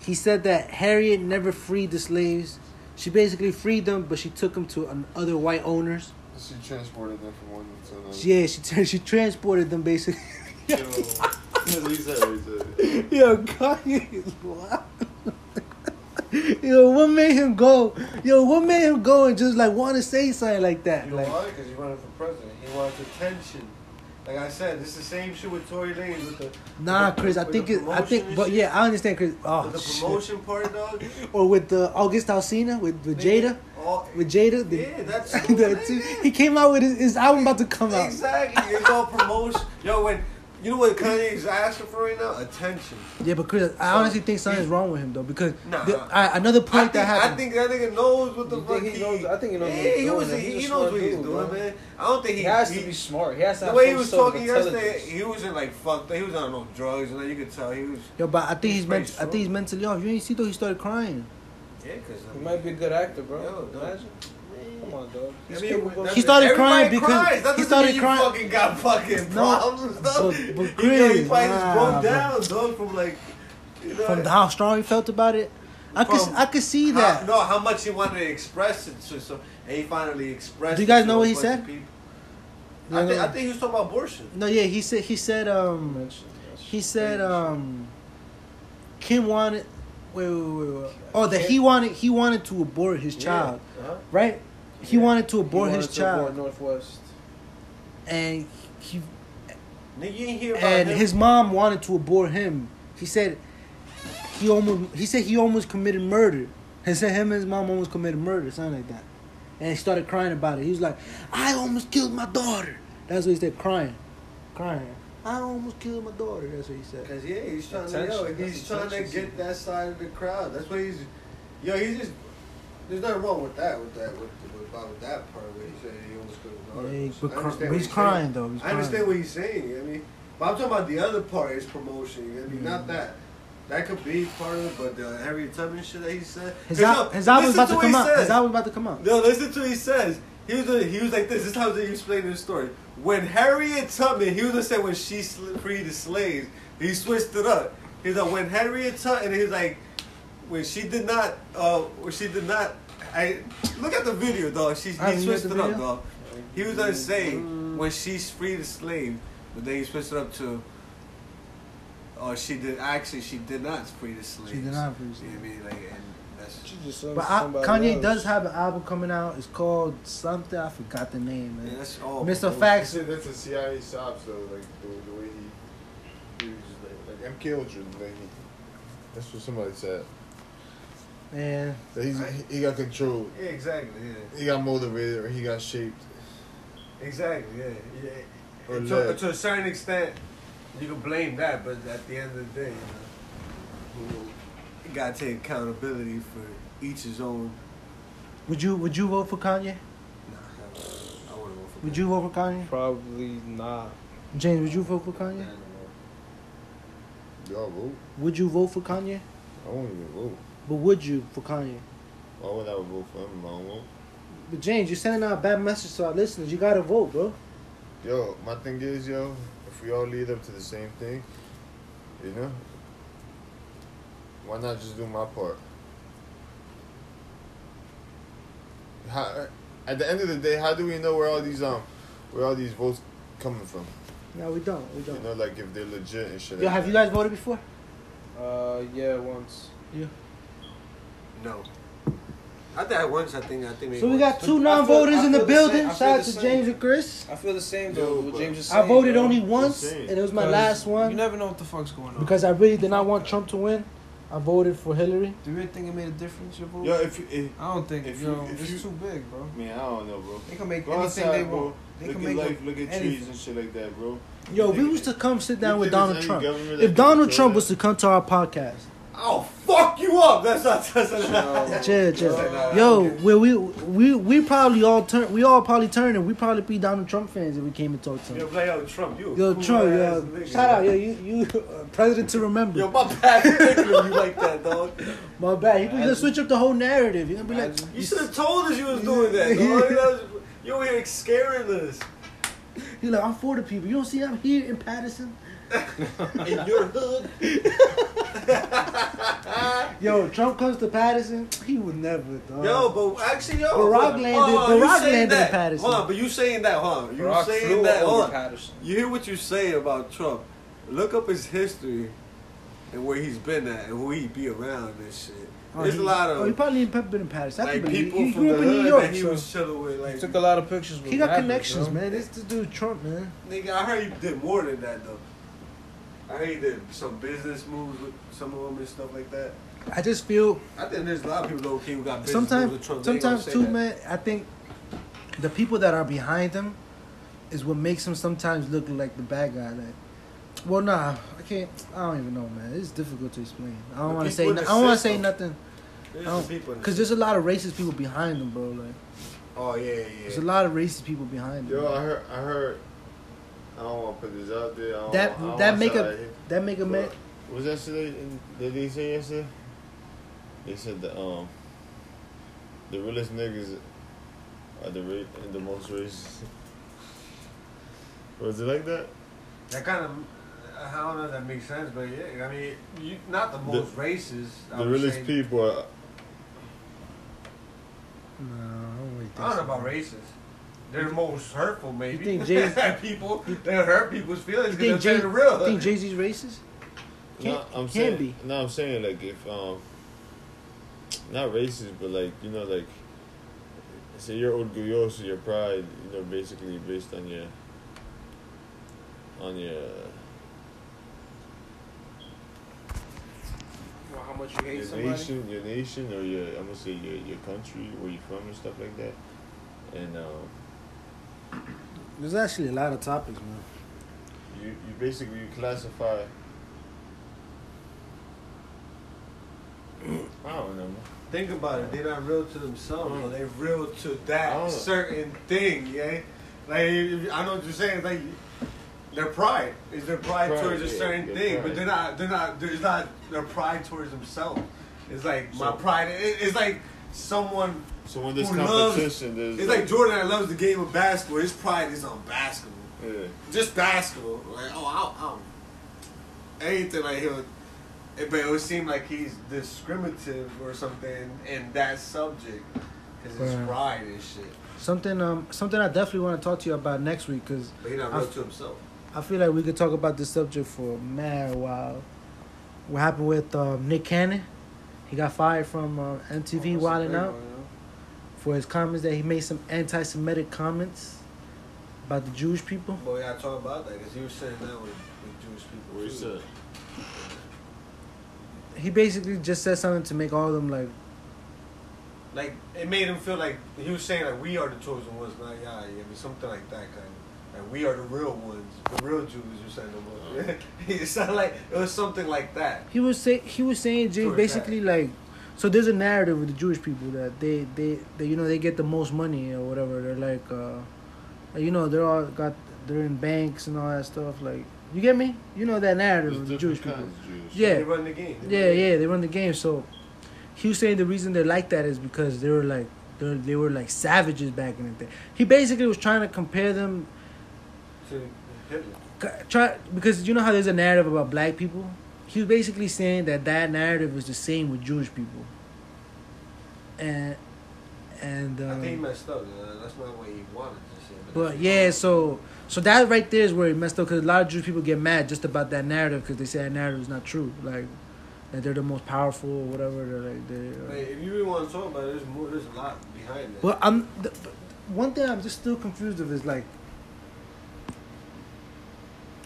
S3: He said that Harriet never freed the slaves. She basically freed them, but she took them to an, other white owners.
S5: She transported them from one to another.
S3: Yeah, she tra- she transported them basically.
S5: That's what he said, what he said.
S23: Yo, Kanye is wild. yo, what made him go? Yo, what made him go and just like want to say something like that?
S6: You know
S23: Like,
S6: why? Because he running for president. He wants attention. Like I said, this is the same shit with Tory Lanez with the,
S23: nah, Chris. I
S6: With
S23: think
S6: the
S23: it. I
S6: promotion
S23: think,
S6: and
S23: but
S6: shit?
S23: yeah, I understand, Chris. Oh,
S6: with the
S23: shit.
S6: promotion part, dog.
S23: or with the August Alsina with with Jada,
S6: All,
S23: with Jada. The,
S6: yeah, that's
S23: the two, he came out with his, his album about to come out.
S6: Exactly. It's all promotion. Yo, when you know what Kanye is asking for right now? Attention.
S23: Yeah, but Chris, I honestly think something's wrong with him though because
S6: Nah.
S23: the, I, another
S6: I
S23: point
S6: think,
S23: that
S6: I
S23: happened.
S6: think that nigga knows what the
S10: You
S6: fuck
S10: think he
S6: he.
S10: knows- I think he knows what
S6: Yeah,
S10: he's
S6: he,
S10: doing,
S6: was,
S10: man.
S6: he,
S10: He's
S6: knows
S10: a smart
S6: what he's
S10: dude,
S6: doing,
S10: bro.
S6: man. I don't think he,
S10: He has
S6: he-
S10: to be smart. He has to
S6: The
S10: have
S6: way he
S10: some
S6: was
S10: sort of
S6: talking yesterday,
S10: intelligence.
S6: he was in like fucked. He was on no drugs, and you could tell he was.
S23: Yo, but I think he's
S6: He's
S23: ment-
S6: pretty
S23: I think he's mentally off. You ain't see though he started crying.
S6: Yeah, because
S10: He might be a good actor, bro.
S6: Yo, dog.
S10: Imagine.
S6: Yeah,
S10: Come on, dog.
S7: I mean, that's-
S3: He started
S7: everybody
S3: crying because-
S7: cries. That
S3: he
S7: doesn't
S3: started
S7: mean you
S3: crying-
S7: Fucking got fucking problems. No,
S3: but-
S7: he,
S3: but
S7: he probably
S3: Chris,
S7: just
S3: nah,
S7: broke down, dog, from like you know,
S3: From how strong he felt about it, I could
S7: From-
S3: I could see
S7: how-
S3: that.
S7: no, how much he wanted to express it to so, and he finally expressed.
S3: Do you guys
S7: it to
S3: know
S7: a
S3: what he
S7: bunch of
S3: said?
S7: people.
S3: You
S7: I,
S3: know-
S7: think, I think he was talking about abortion.
S3: No, yeah, he said he said um he said um Kim wanted wait wait wait, wait. oh that he wanted he wanted to abort his child
S7: Uh-huh.
S3: right he
S10: Yeah.
S3: wanted to abort
S10: He
S3: his
S10: wanted to
S3: child
S10: abort Northwest.
S3: and he
S7: Nigga, you ain't hear about
S3: and
S7: him.
S3: his mom wanted to abort him he said he almost he said he almost committed murder he said him and his mom almost committed murder something like that and he started crying about it he was like I almost killed my daughter that's what he said crying crying I almost killed my daughter that's what he said.
S7: Cause yeah, he's trying to
S10: Attention,
S7: yo,
S10: that's
S7: he's trying to
S10: attention
S7: get that side of the crowd. That's what he's, yo, he's just. There's nothing wrong with that, with that, with, with about that part where he said he almost could have
S3: Yeah,
S7: done it.
S3: but
S7: I
S3: cr-
S7: understand
S3: but
S7: what
S3: he's crying,
S7: saying.
S3: though. He's
S7: I understand
S3: crying.
S7: what he's saying. You know what I mean, but I'm talking about the other part is promotion. You know what I mean,
S3: Mm.
S7: not that. That could be part of it, but the Harriet Tubman shit that he said.
S3: His,
S7: 'Cause,
S3: al-
S7: yo,
S3: his album's
S7: listen
S3: about to
S7: what he
S3: come out. His
S7: says.
S3: album's about to come out.
S7: No, listen to what he says. He was he was like this. This is how they explain the story. When Harriet Tubman, he was gonna say when she sl- freed the slaves, he switched it up. He's like when Harriet Tubman, he's like when she did not, uh, when she did not. I look at the video, dog. She
S3: Ah, you
S7: he
S3: got the
S7: switched it up,
S3: video?
S7: dog. He was gonna say when she freed the slave, but then he switched it up to. Oh, she did. Actually, she did not free the slaves.
S3: did not free the
S7: You know what I mean? Like, and that's
S10: She just sung
S3: But I,
S10: somebody
S3: Kanye
S10: else.
S3: does have an album coming out. It's called something. I forgot the name,
S7: yeah,
S3: man.
S7: that's all.
S3: Mr. Facts.
S8: Said that's a CIA sob though, like the, the way he, he was just like, like MK Ultra. Like, he, that's what somebody said.
S3: Man,
S8: That he's, he- he got controlled.
S7: Yeah, exactly. Yeah.
S8: He got motivated, or he got shaped.
S7: Exactly. Yeah.
S8: Or
S7: yeah. To,
S8: led.
S7: to a certain extent, you can blame that, but at the end of the day, you know, you gotta take accountability for each his own.
S3: would you would you vote for Kanye?
S7: Nah, I wouldn't vote for
S3: Would
S7: that.
S3: you vote for Kanye?
S10: Probably not.
S3: James, would you vote for Kanye?
S7: Nah, nah,
S8: Y'all vote.
S3: Would you vote for Kanye?
S8: I won't even vote.
S3: But would you for Kanye?
S8: Why would I vote for him? if I don't vote.
S3: But James, you're sending out a bad message to our listeners. You gotta vote, bro.
S8: Yo, my thing is, yo, if we all lead up to the same thing, you know, why not just do my part? How, at the end of the day, how do we know where all these um, where all these votes coming from?
S3: No, we don't. We
S8: You
S3: don't.
S8: know, like if they're legit and shit.
S3: Yo,
S8: like
S3: have you
S8: that.
S3: guys voted before?
S10: Uh, yeah, once.
S7: No. I think I once. I think. I think. they
S3: So we
S7: once.
S3: got two
S10: I feel-
S3: non-voters
S10: I
S3: in the
S10: feel the same-
S3: building.
S10: I feel
S3: Shout out
S10: the
S3: to
S10: same.
S3: James and Chris.
S10: I feel the same though.
S8: Yo,
S10: what
S8: but-
S10: James is
S3: I
S10: saying,
S3: voted
S10: bro.
S3: only once,
S8: Insane.
S3: and it was my
S10: 'Cause
S3: last
S10: You
S3: one
S10: never know what the fuck's going on.
S3: because I really did not want Trump to win. I voted for Hillary.
S10: Do you really think it made a difference? Your vote?
S8: Yo, if, if
S10: I don't think.
S8: If
S10: yo,
S8: you- if
S10: it's
S8: you-
S10: too big, bro.
S8: I mean, I don't know, bro.
S10: They can make
S8: Go
S10: anything
S8: outside,
S10: they
S8: bro.
S10: want. They
S8: look
S10: can
S8: at
S10: make
S8: life, look at trees
S10: anything.
S8: and shit like that, bro.
S3: Yo,
S8: You
S3: we
S8: think-
S3: was to come sit down
S8: you
S3: with
S8: think there's
S3: Donald
S8: any
S3: Trump.
S8: government that
S3: If
S8: can
S3: Donald
S8: control
S3: Trump
S8: that?
S3: was to come to our podcast,
S7: I'll fuck you up. That's not. That's not.
S3: chill, chill. Yo, we we we we probably all turn. We all probably turn, and we probably be Donald Trump fans if we came and talked to
S7: Yo,
S3: him.
S7: play out Trump. You. a
S3: Yo,
S7: cool
S3: Trump,
S7: ass
S3: yo,
S7: nigga.
S3: shout out, yo, you you uh, president to remember.
S7: Yo, my bad. for thinking of you like that, dog.
S3: My bad. He gonna switch up the whole narrative. You're gonna be like,
S7: You should have told us you was doing that, dog. That was- You were here scaring us.
S3: he like, I'm for the people. You don't see I'm here in Patterson.
S7: In your hood.
S3: Yo, Trump comes to Patterson, he would never. Dog.
S7: Yo, but actually, yo,
S3: Barack
S7: hold on,
S3: landed-
S7: hold on, you
S3: Barack
S7: saying
S3: landed in
S7: that.
S3: Patterson.
S7: Hold on, but you saying that, huh? You
S10: Barack
S7: saying
S10: flew
S7: that?
S10: over
S7: Hold on.
S10: Patterson.
S7: You hear what you say about Trump? Look up his history and where he's been at and who he be around and shit.
S3: Oh,
S7: There's
S3: he-
S7: a lot
S3: Oh, he
S7: of
S3: probably ain't been in Patterson. I
S7: like
S3: can believe-
S7: people
S3: he
S7: from
S3: grew
S7: the
S3: up in
S7: hood
S3: New York.
S7: that he
S3: so
S7: was chilling with. Like,
S10: Took a lot of pictures. With
S3: he got
S10: rappers,
S3: connections,
S10: bro.
S3: man. This this dude Trump, man.
S7: nigga, I heard he did more than that though. I heard he did some business moves with some of them and stuff like that.
S3: I just feel
S7: I think there's a lot of people low key who got business moves with
S3: sometimes
S7: Trump. They ain't gonna
S3: sometimes
S7: say
S3: too,
S7: that.
S3: man. I think the people that are behind him is what makes him sometimes look like the bad guy. Like, well, nah, I can't. I don't even know, man. It's difficult to explain. I
S7: The
S3: don't want to
S7: people
S3: say.
S7: in
S3: no- I
S7: the
S3: don't want to say
S7: system.
S3: nothing
S7: There's
S3: I don't-
S7: some people in
S3: because there's a lot of racist people behind him, bro. Like,
S7: Oh yeah, yeah.
S3: there's a lot of racist people behind him.
S8: Yo, I heard, I heard. I don't want to put this out there. I don't
S3: That-
S8: wanna- I don't
S3: that
S8: wanna
S3: make
S8: sound
S3: a-
S8: like it.
S3: that make a man.
S8: But Was that shit they- that they say yesterday? They said the um the realest niggas
S5: are the ra- and the most racist. Was it like that?
S7: That kind of, I don't know if that makes sense, but yeah, I mean, you, not the
S5: The-
S7: most racist. I
S5: the
S7: would
S5: realest
S7: say.
S5: people are
S3: No, I don't really think
S7: I don't
S3: so.
S7: know about racist. They're the most hurtful, maybe.
S3: think Jay-
S7: people? They hurt people's feelings
S3: You think
S7: because they're
S3: Jay-
S7: real.
S3: you think Jay Z's racist?
S5: No,
S3: Can't-
S5: I'm
S3: can't
S5: saying,
S3: be.
S5: No, I'm saying like if um, not racist, but like you know, like say you're orgulloso, your pride, you know, basically based on your on your
S2: Well, how much you hate
S5: your
S2: somebody?
S5: nation, your nation, or your I'm gonna say your your country, where you from, and stuff like that. And um,
S3: There's actually a lot of topics, man.
S5: you you basically you classify. I don't know. man.
S7: Think about it. They're not real to themselves.
S5: Mm. Oh.
S7: Or they're real to
S5: I don't know.
S7: that certain thing. Yeah. Like if- I know what you're saying. It's like their pride is their pride,
S5: Pride,
S7: towards a
S5: yeah,
S7: certain
S5: their
S7: thing,
S5: pride.
S7: but they're not. They're not. There's not their pride towards themselves. It's like my
S5: So-
S7: pride. It, it's like someone.
S5: So when there's
S7: Who loves-
S5: competition, there's
S7: It's like Jordan that loves the game of basketball. His pride is on basketball.
S5: yeah.
S7: Just basketball. Like oh, I, I don't. Anything like he'll. It, but it would seem like he's discriminative or something in that subject because it's
S3: Right.
S7: pride and shit.
S3: Something, um, something I definitely want to talk to you about next week because
S7: But he not
S3: I-
S7: real to himself.
S3: I feel like we could talk about this subject for mad while. What happened with um, Nick Cannon? He got fired from uh, MTV
S10: Oh, That's a
S3: Wilding
S10: big
S3: Out
S10: one, yo.
S3: for his comments that he made some anti-Semitic comments about the Jewish people.
S7: But we gotta talk about that because he was saying that with, with Jewish people.
S5: Where
S7: too.
S5: is that?
S3: He basically just said something to make all of them like,
S7: Like it made him feel like he was saying like we are the chosen ones, not y'all. Yeah, I mean something like that kind of. Like we are the real ones, the real Jews. You're saying the ones. it sounded like it was something like that.
S3: He was say he was saying Jay
S7: Towards
S3: basically like so there's a narrative with the Jewish people that they they, they you know they get the most money or whatever they're like uh you know they're all got they're in banks and all that stuff like you get me you know that narrative
S5: There's
S3: of the
S5: different
S3: Jewish people
S5: kinds of Jews.
S7: They
S3: yeah
S7: run the game. They
S3: yeah
S7: run the
S3: yeah they run the game so he was saying the reason they're like that is because they were like they they were like savages back in the day he basically was trying to compare them
S7: game To Hitler.
S3: c- try because you know how there's a narrative about black people. He was basically saying that that narrative was the same with Jewish people. And and
S7: I think he
S3: um,
S7: messed up. Uh, that's not what he wanted to say.
S3: but
S7: that's-
S3: yeah, so so that right there is where it messed up because a lot of Jewish people get mad just about that narrative because they say that narrative is not true, like that they're the most powerful or whatever. They're like
S7: Like,
S3: they're. uh,
S7: if you really want to talk about it, there's more. There's a lot behind it.
S3: But I'm the, but one thing I'm just still confused of is like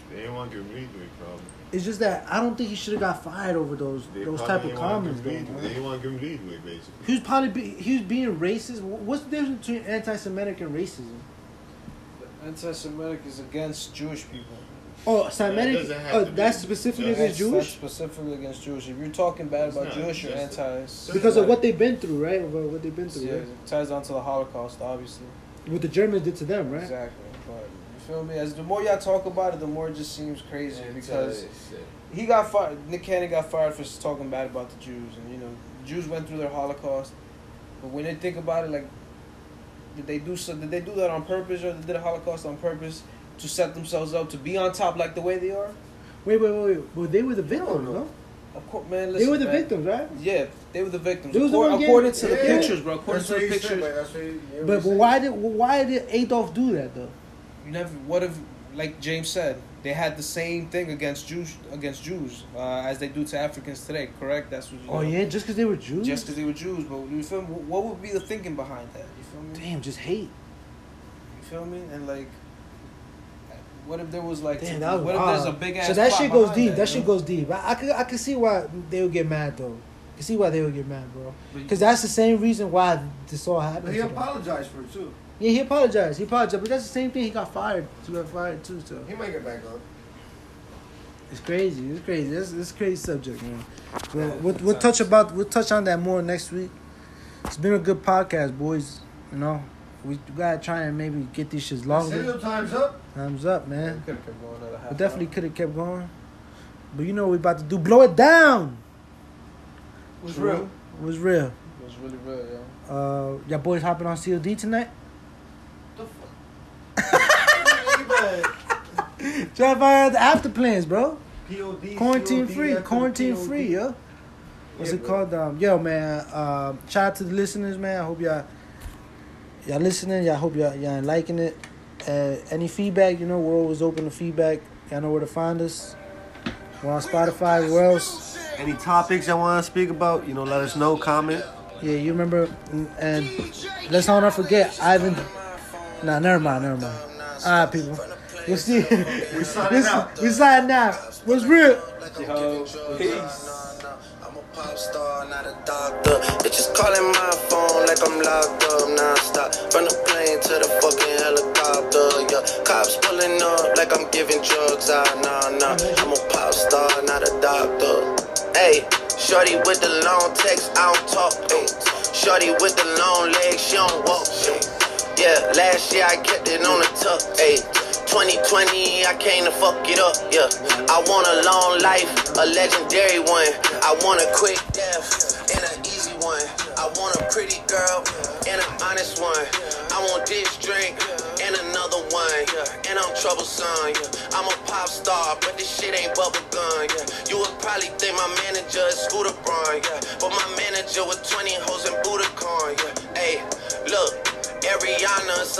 S5: They didn't want to give me the problem.
S3: it's just that I don't think he should have got fired over those
S5: They
S3: those
S5: probably
S3: type of
S5: didn't wanna
S3: comments.
S5: give
S3: though,
S5: leadway.
S3: man.
S5: They didn't want to give him leadway, basically.
S3: He was probably be, he was being racist. Wh- What's the difference between anti-Semitic and racism?
S10: Anti-Semitic is against Jewish people.
S3: Oh,
S5: Semitic-
S3: Semitic.
S5: doesn't have
S3: Oh,
S5: to be.
S3: that's specifically
S5: That's-
S3: against
S10: That's- that's
S3: Jewish
S10: specifically against Jewish. If you're talking bad
S5: It's
S10: about
S5: not
S10: Jewish, you're
S5: just-
S10: anti.
S3: because of what they've been through, right? About what they've been through,
S10: Yeah,
S3: right?
S10: it ties down to the Holocaust, obviously.
S3: What the Germans did to them, right?
S10: Exactly. But you feel me? As the more y'all talk about it, the more it just seems crazy because he got fired. Nick Cannon got fired for talking bad about the Jews, and you know, Jews went through their Holocaust. But when they think about it, like, did they do so? Did they do that on purpose, or did the Holocaust on purpose to set themselves up to be on top like the way they are?
S3: Wait, wait, wait, wait. But they were the victims,
S7: know.
S3: no?
S10: Of course, man. Listen,
S3: They were the
S10: man.
S3: victims, right?
S10: Yeah, they were the victims.
S3: They was the
S10: Accor-
S3: one getting-
S10: according to the
S7: Yeah.
S10: pictures, bro. According
S7: That's
S10: to
S7: what
S10: the
S7: he said,
S10: pictures,
S7: like, that's what he- you know
S3: But,
S7: what
S3: but
S7: he
S3: why did why did Adolf do that though?
S10: you never. What if, like James said, they had the same thing against Jews against Jews uh, as they do to Africans today? Correct. That's what. you
S3: Oh
S10: know.
S3: yeah, just because they were Jews.
S10: Just because they were Jews, but you feel me? What would be the thinking behind that? You feel me?
S3: damn, just hate.
S10: You feel me? And like, what if there was like,
S3: Damn, that was
S10: what
S3: wild.
S10: if there's a big ass?
S3: So that
S10: plot
S3: shit goes
S10: behind
S3: deep. That,
S10: you
S3: shit
S10: know?
S3: goes deep. I, I could I could see why they would get mad though. I could see why they would get mad, bro.
S10: But-
S3: Because that's the same reason why this all happened.
S7: But he
S3: to them.
S7: apologized for it too.
S3: Yeah, he apologized. He apologized, but that's the same thing. He got fired. He got fired too. So
S7: He might get back on.
S3: it's crazy. It's crazy. That's it's a crazy subject, man.
S10: Oh,
S3: Well, we'll, we'll touch about we'll touch on that more next week. It's been a good podcast, boys. You know, we gotta try and maybe get these shits longer.
S7: Serial time's up.
S3: Times up, man.
S10: Could've kept going another half
S3: We
S10: hour.
S3: definitely could have kept going, but you know what we about to do. Blow it down.
S10: It was real.
S3: It was real.
S10: It was really real, yo.
S3: Uh, y'all boys hopping on COD tonight? Try to find out the after plans, bro.
S7: POD.
S3: Quarantine
S7: COD,
S3: free,
S7: after
S3: quarantine
S7: POD.
S3: free, yo. What's
S7: Yeah,
S3: it
S7: bro.
S3: called? Um, yo, man. Um, shout out to the listeners, man. I hope y'all y'all listening. Y'all hope y'all y'all liking it. Uh, any feedback, you know, we're always open to feedback. Y'all know where to find us. We're on Spotify. Where else?
S7: Any topics y'all want to speak about, you know, let us know. Comment.
S3: Yeah, you remember. And, and let's not forget Ivan. Nah, never mind, never mind. All right, people. We'll see. We signing out. We signing out. What's real?
S1: I'm a pop star, not a doctor. Bitches calling my phone like I'm locked up non-stop. From the plane to the fucking helicopter, yeah. Cops pulling up like I'm giving drugs out, nah, nah. I'm a pop star, not a doctor. Hey, shorty with the long text, I don't talk. Ay. Shorty with the long legs, she don't walk. Yeah, last year I kept it on the tuck, ayy. 2020, I came to fuck it up, yeah. I want a long life, a legendary one. I want a quick death and an easy one. I want a pretty girl and an honest one. I want this drink and another one, yeah. And I'm troublesome, yeah. I'm a pop star, but this shit ain't bubble gum, yeah. You would probably think my manager is Scooter Braun, yeah. But my manager with 20 hoes and Budokan, yeah. Hey, look, Ariana's.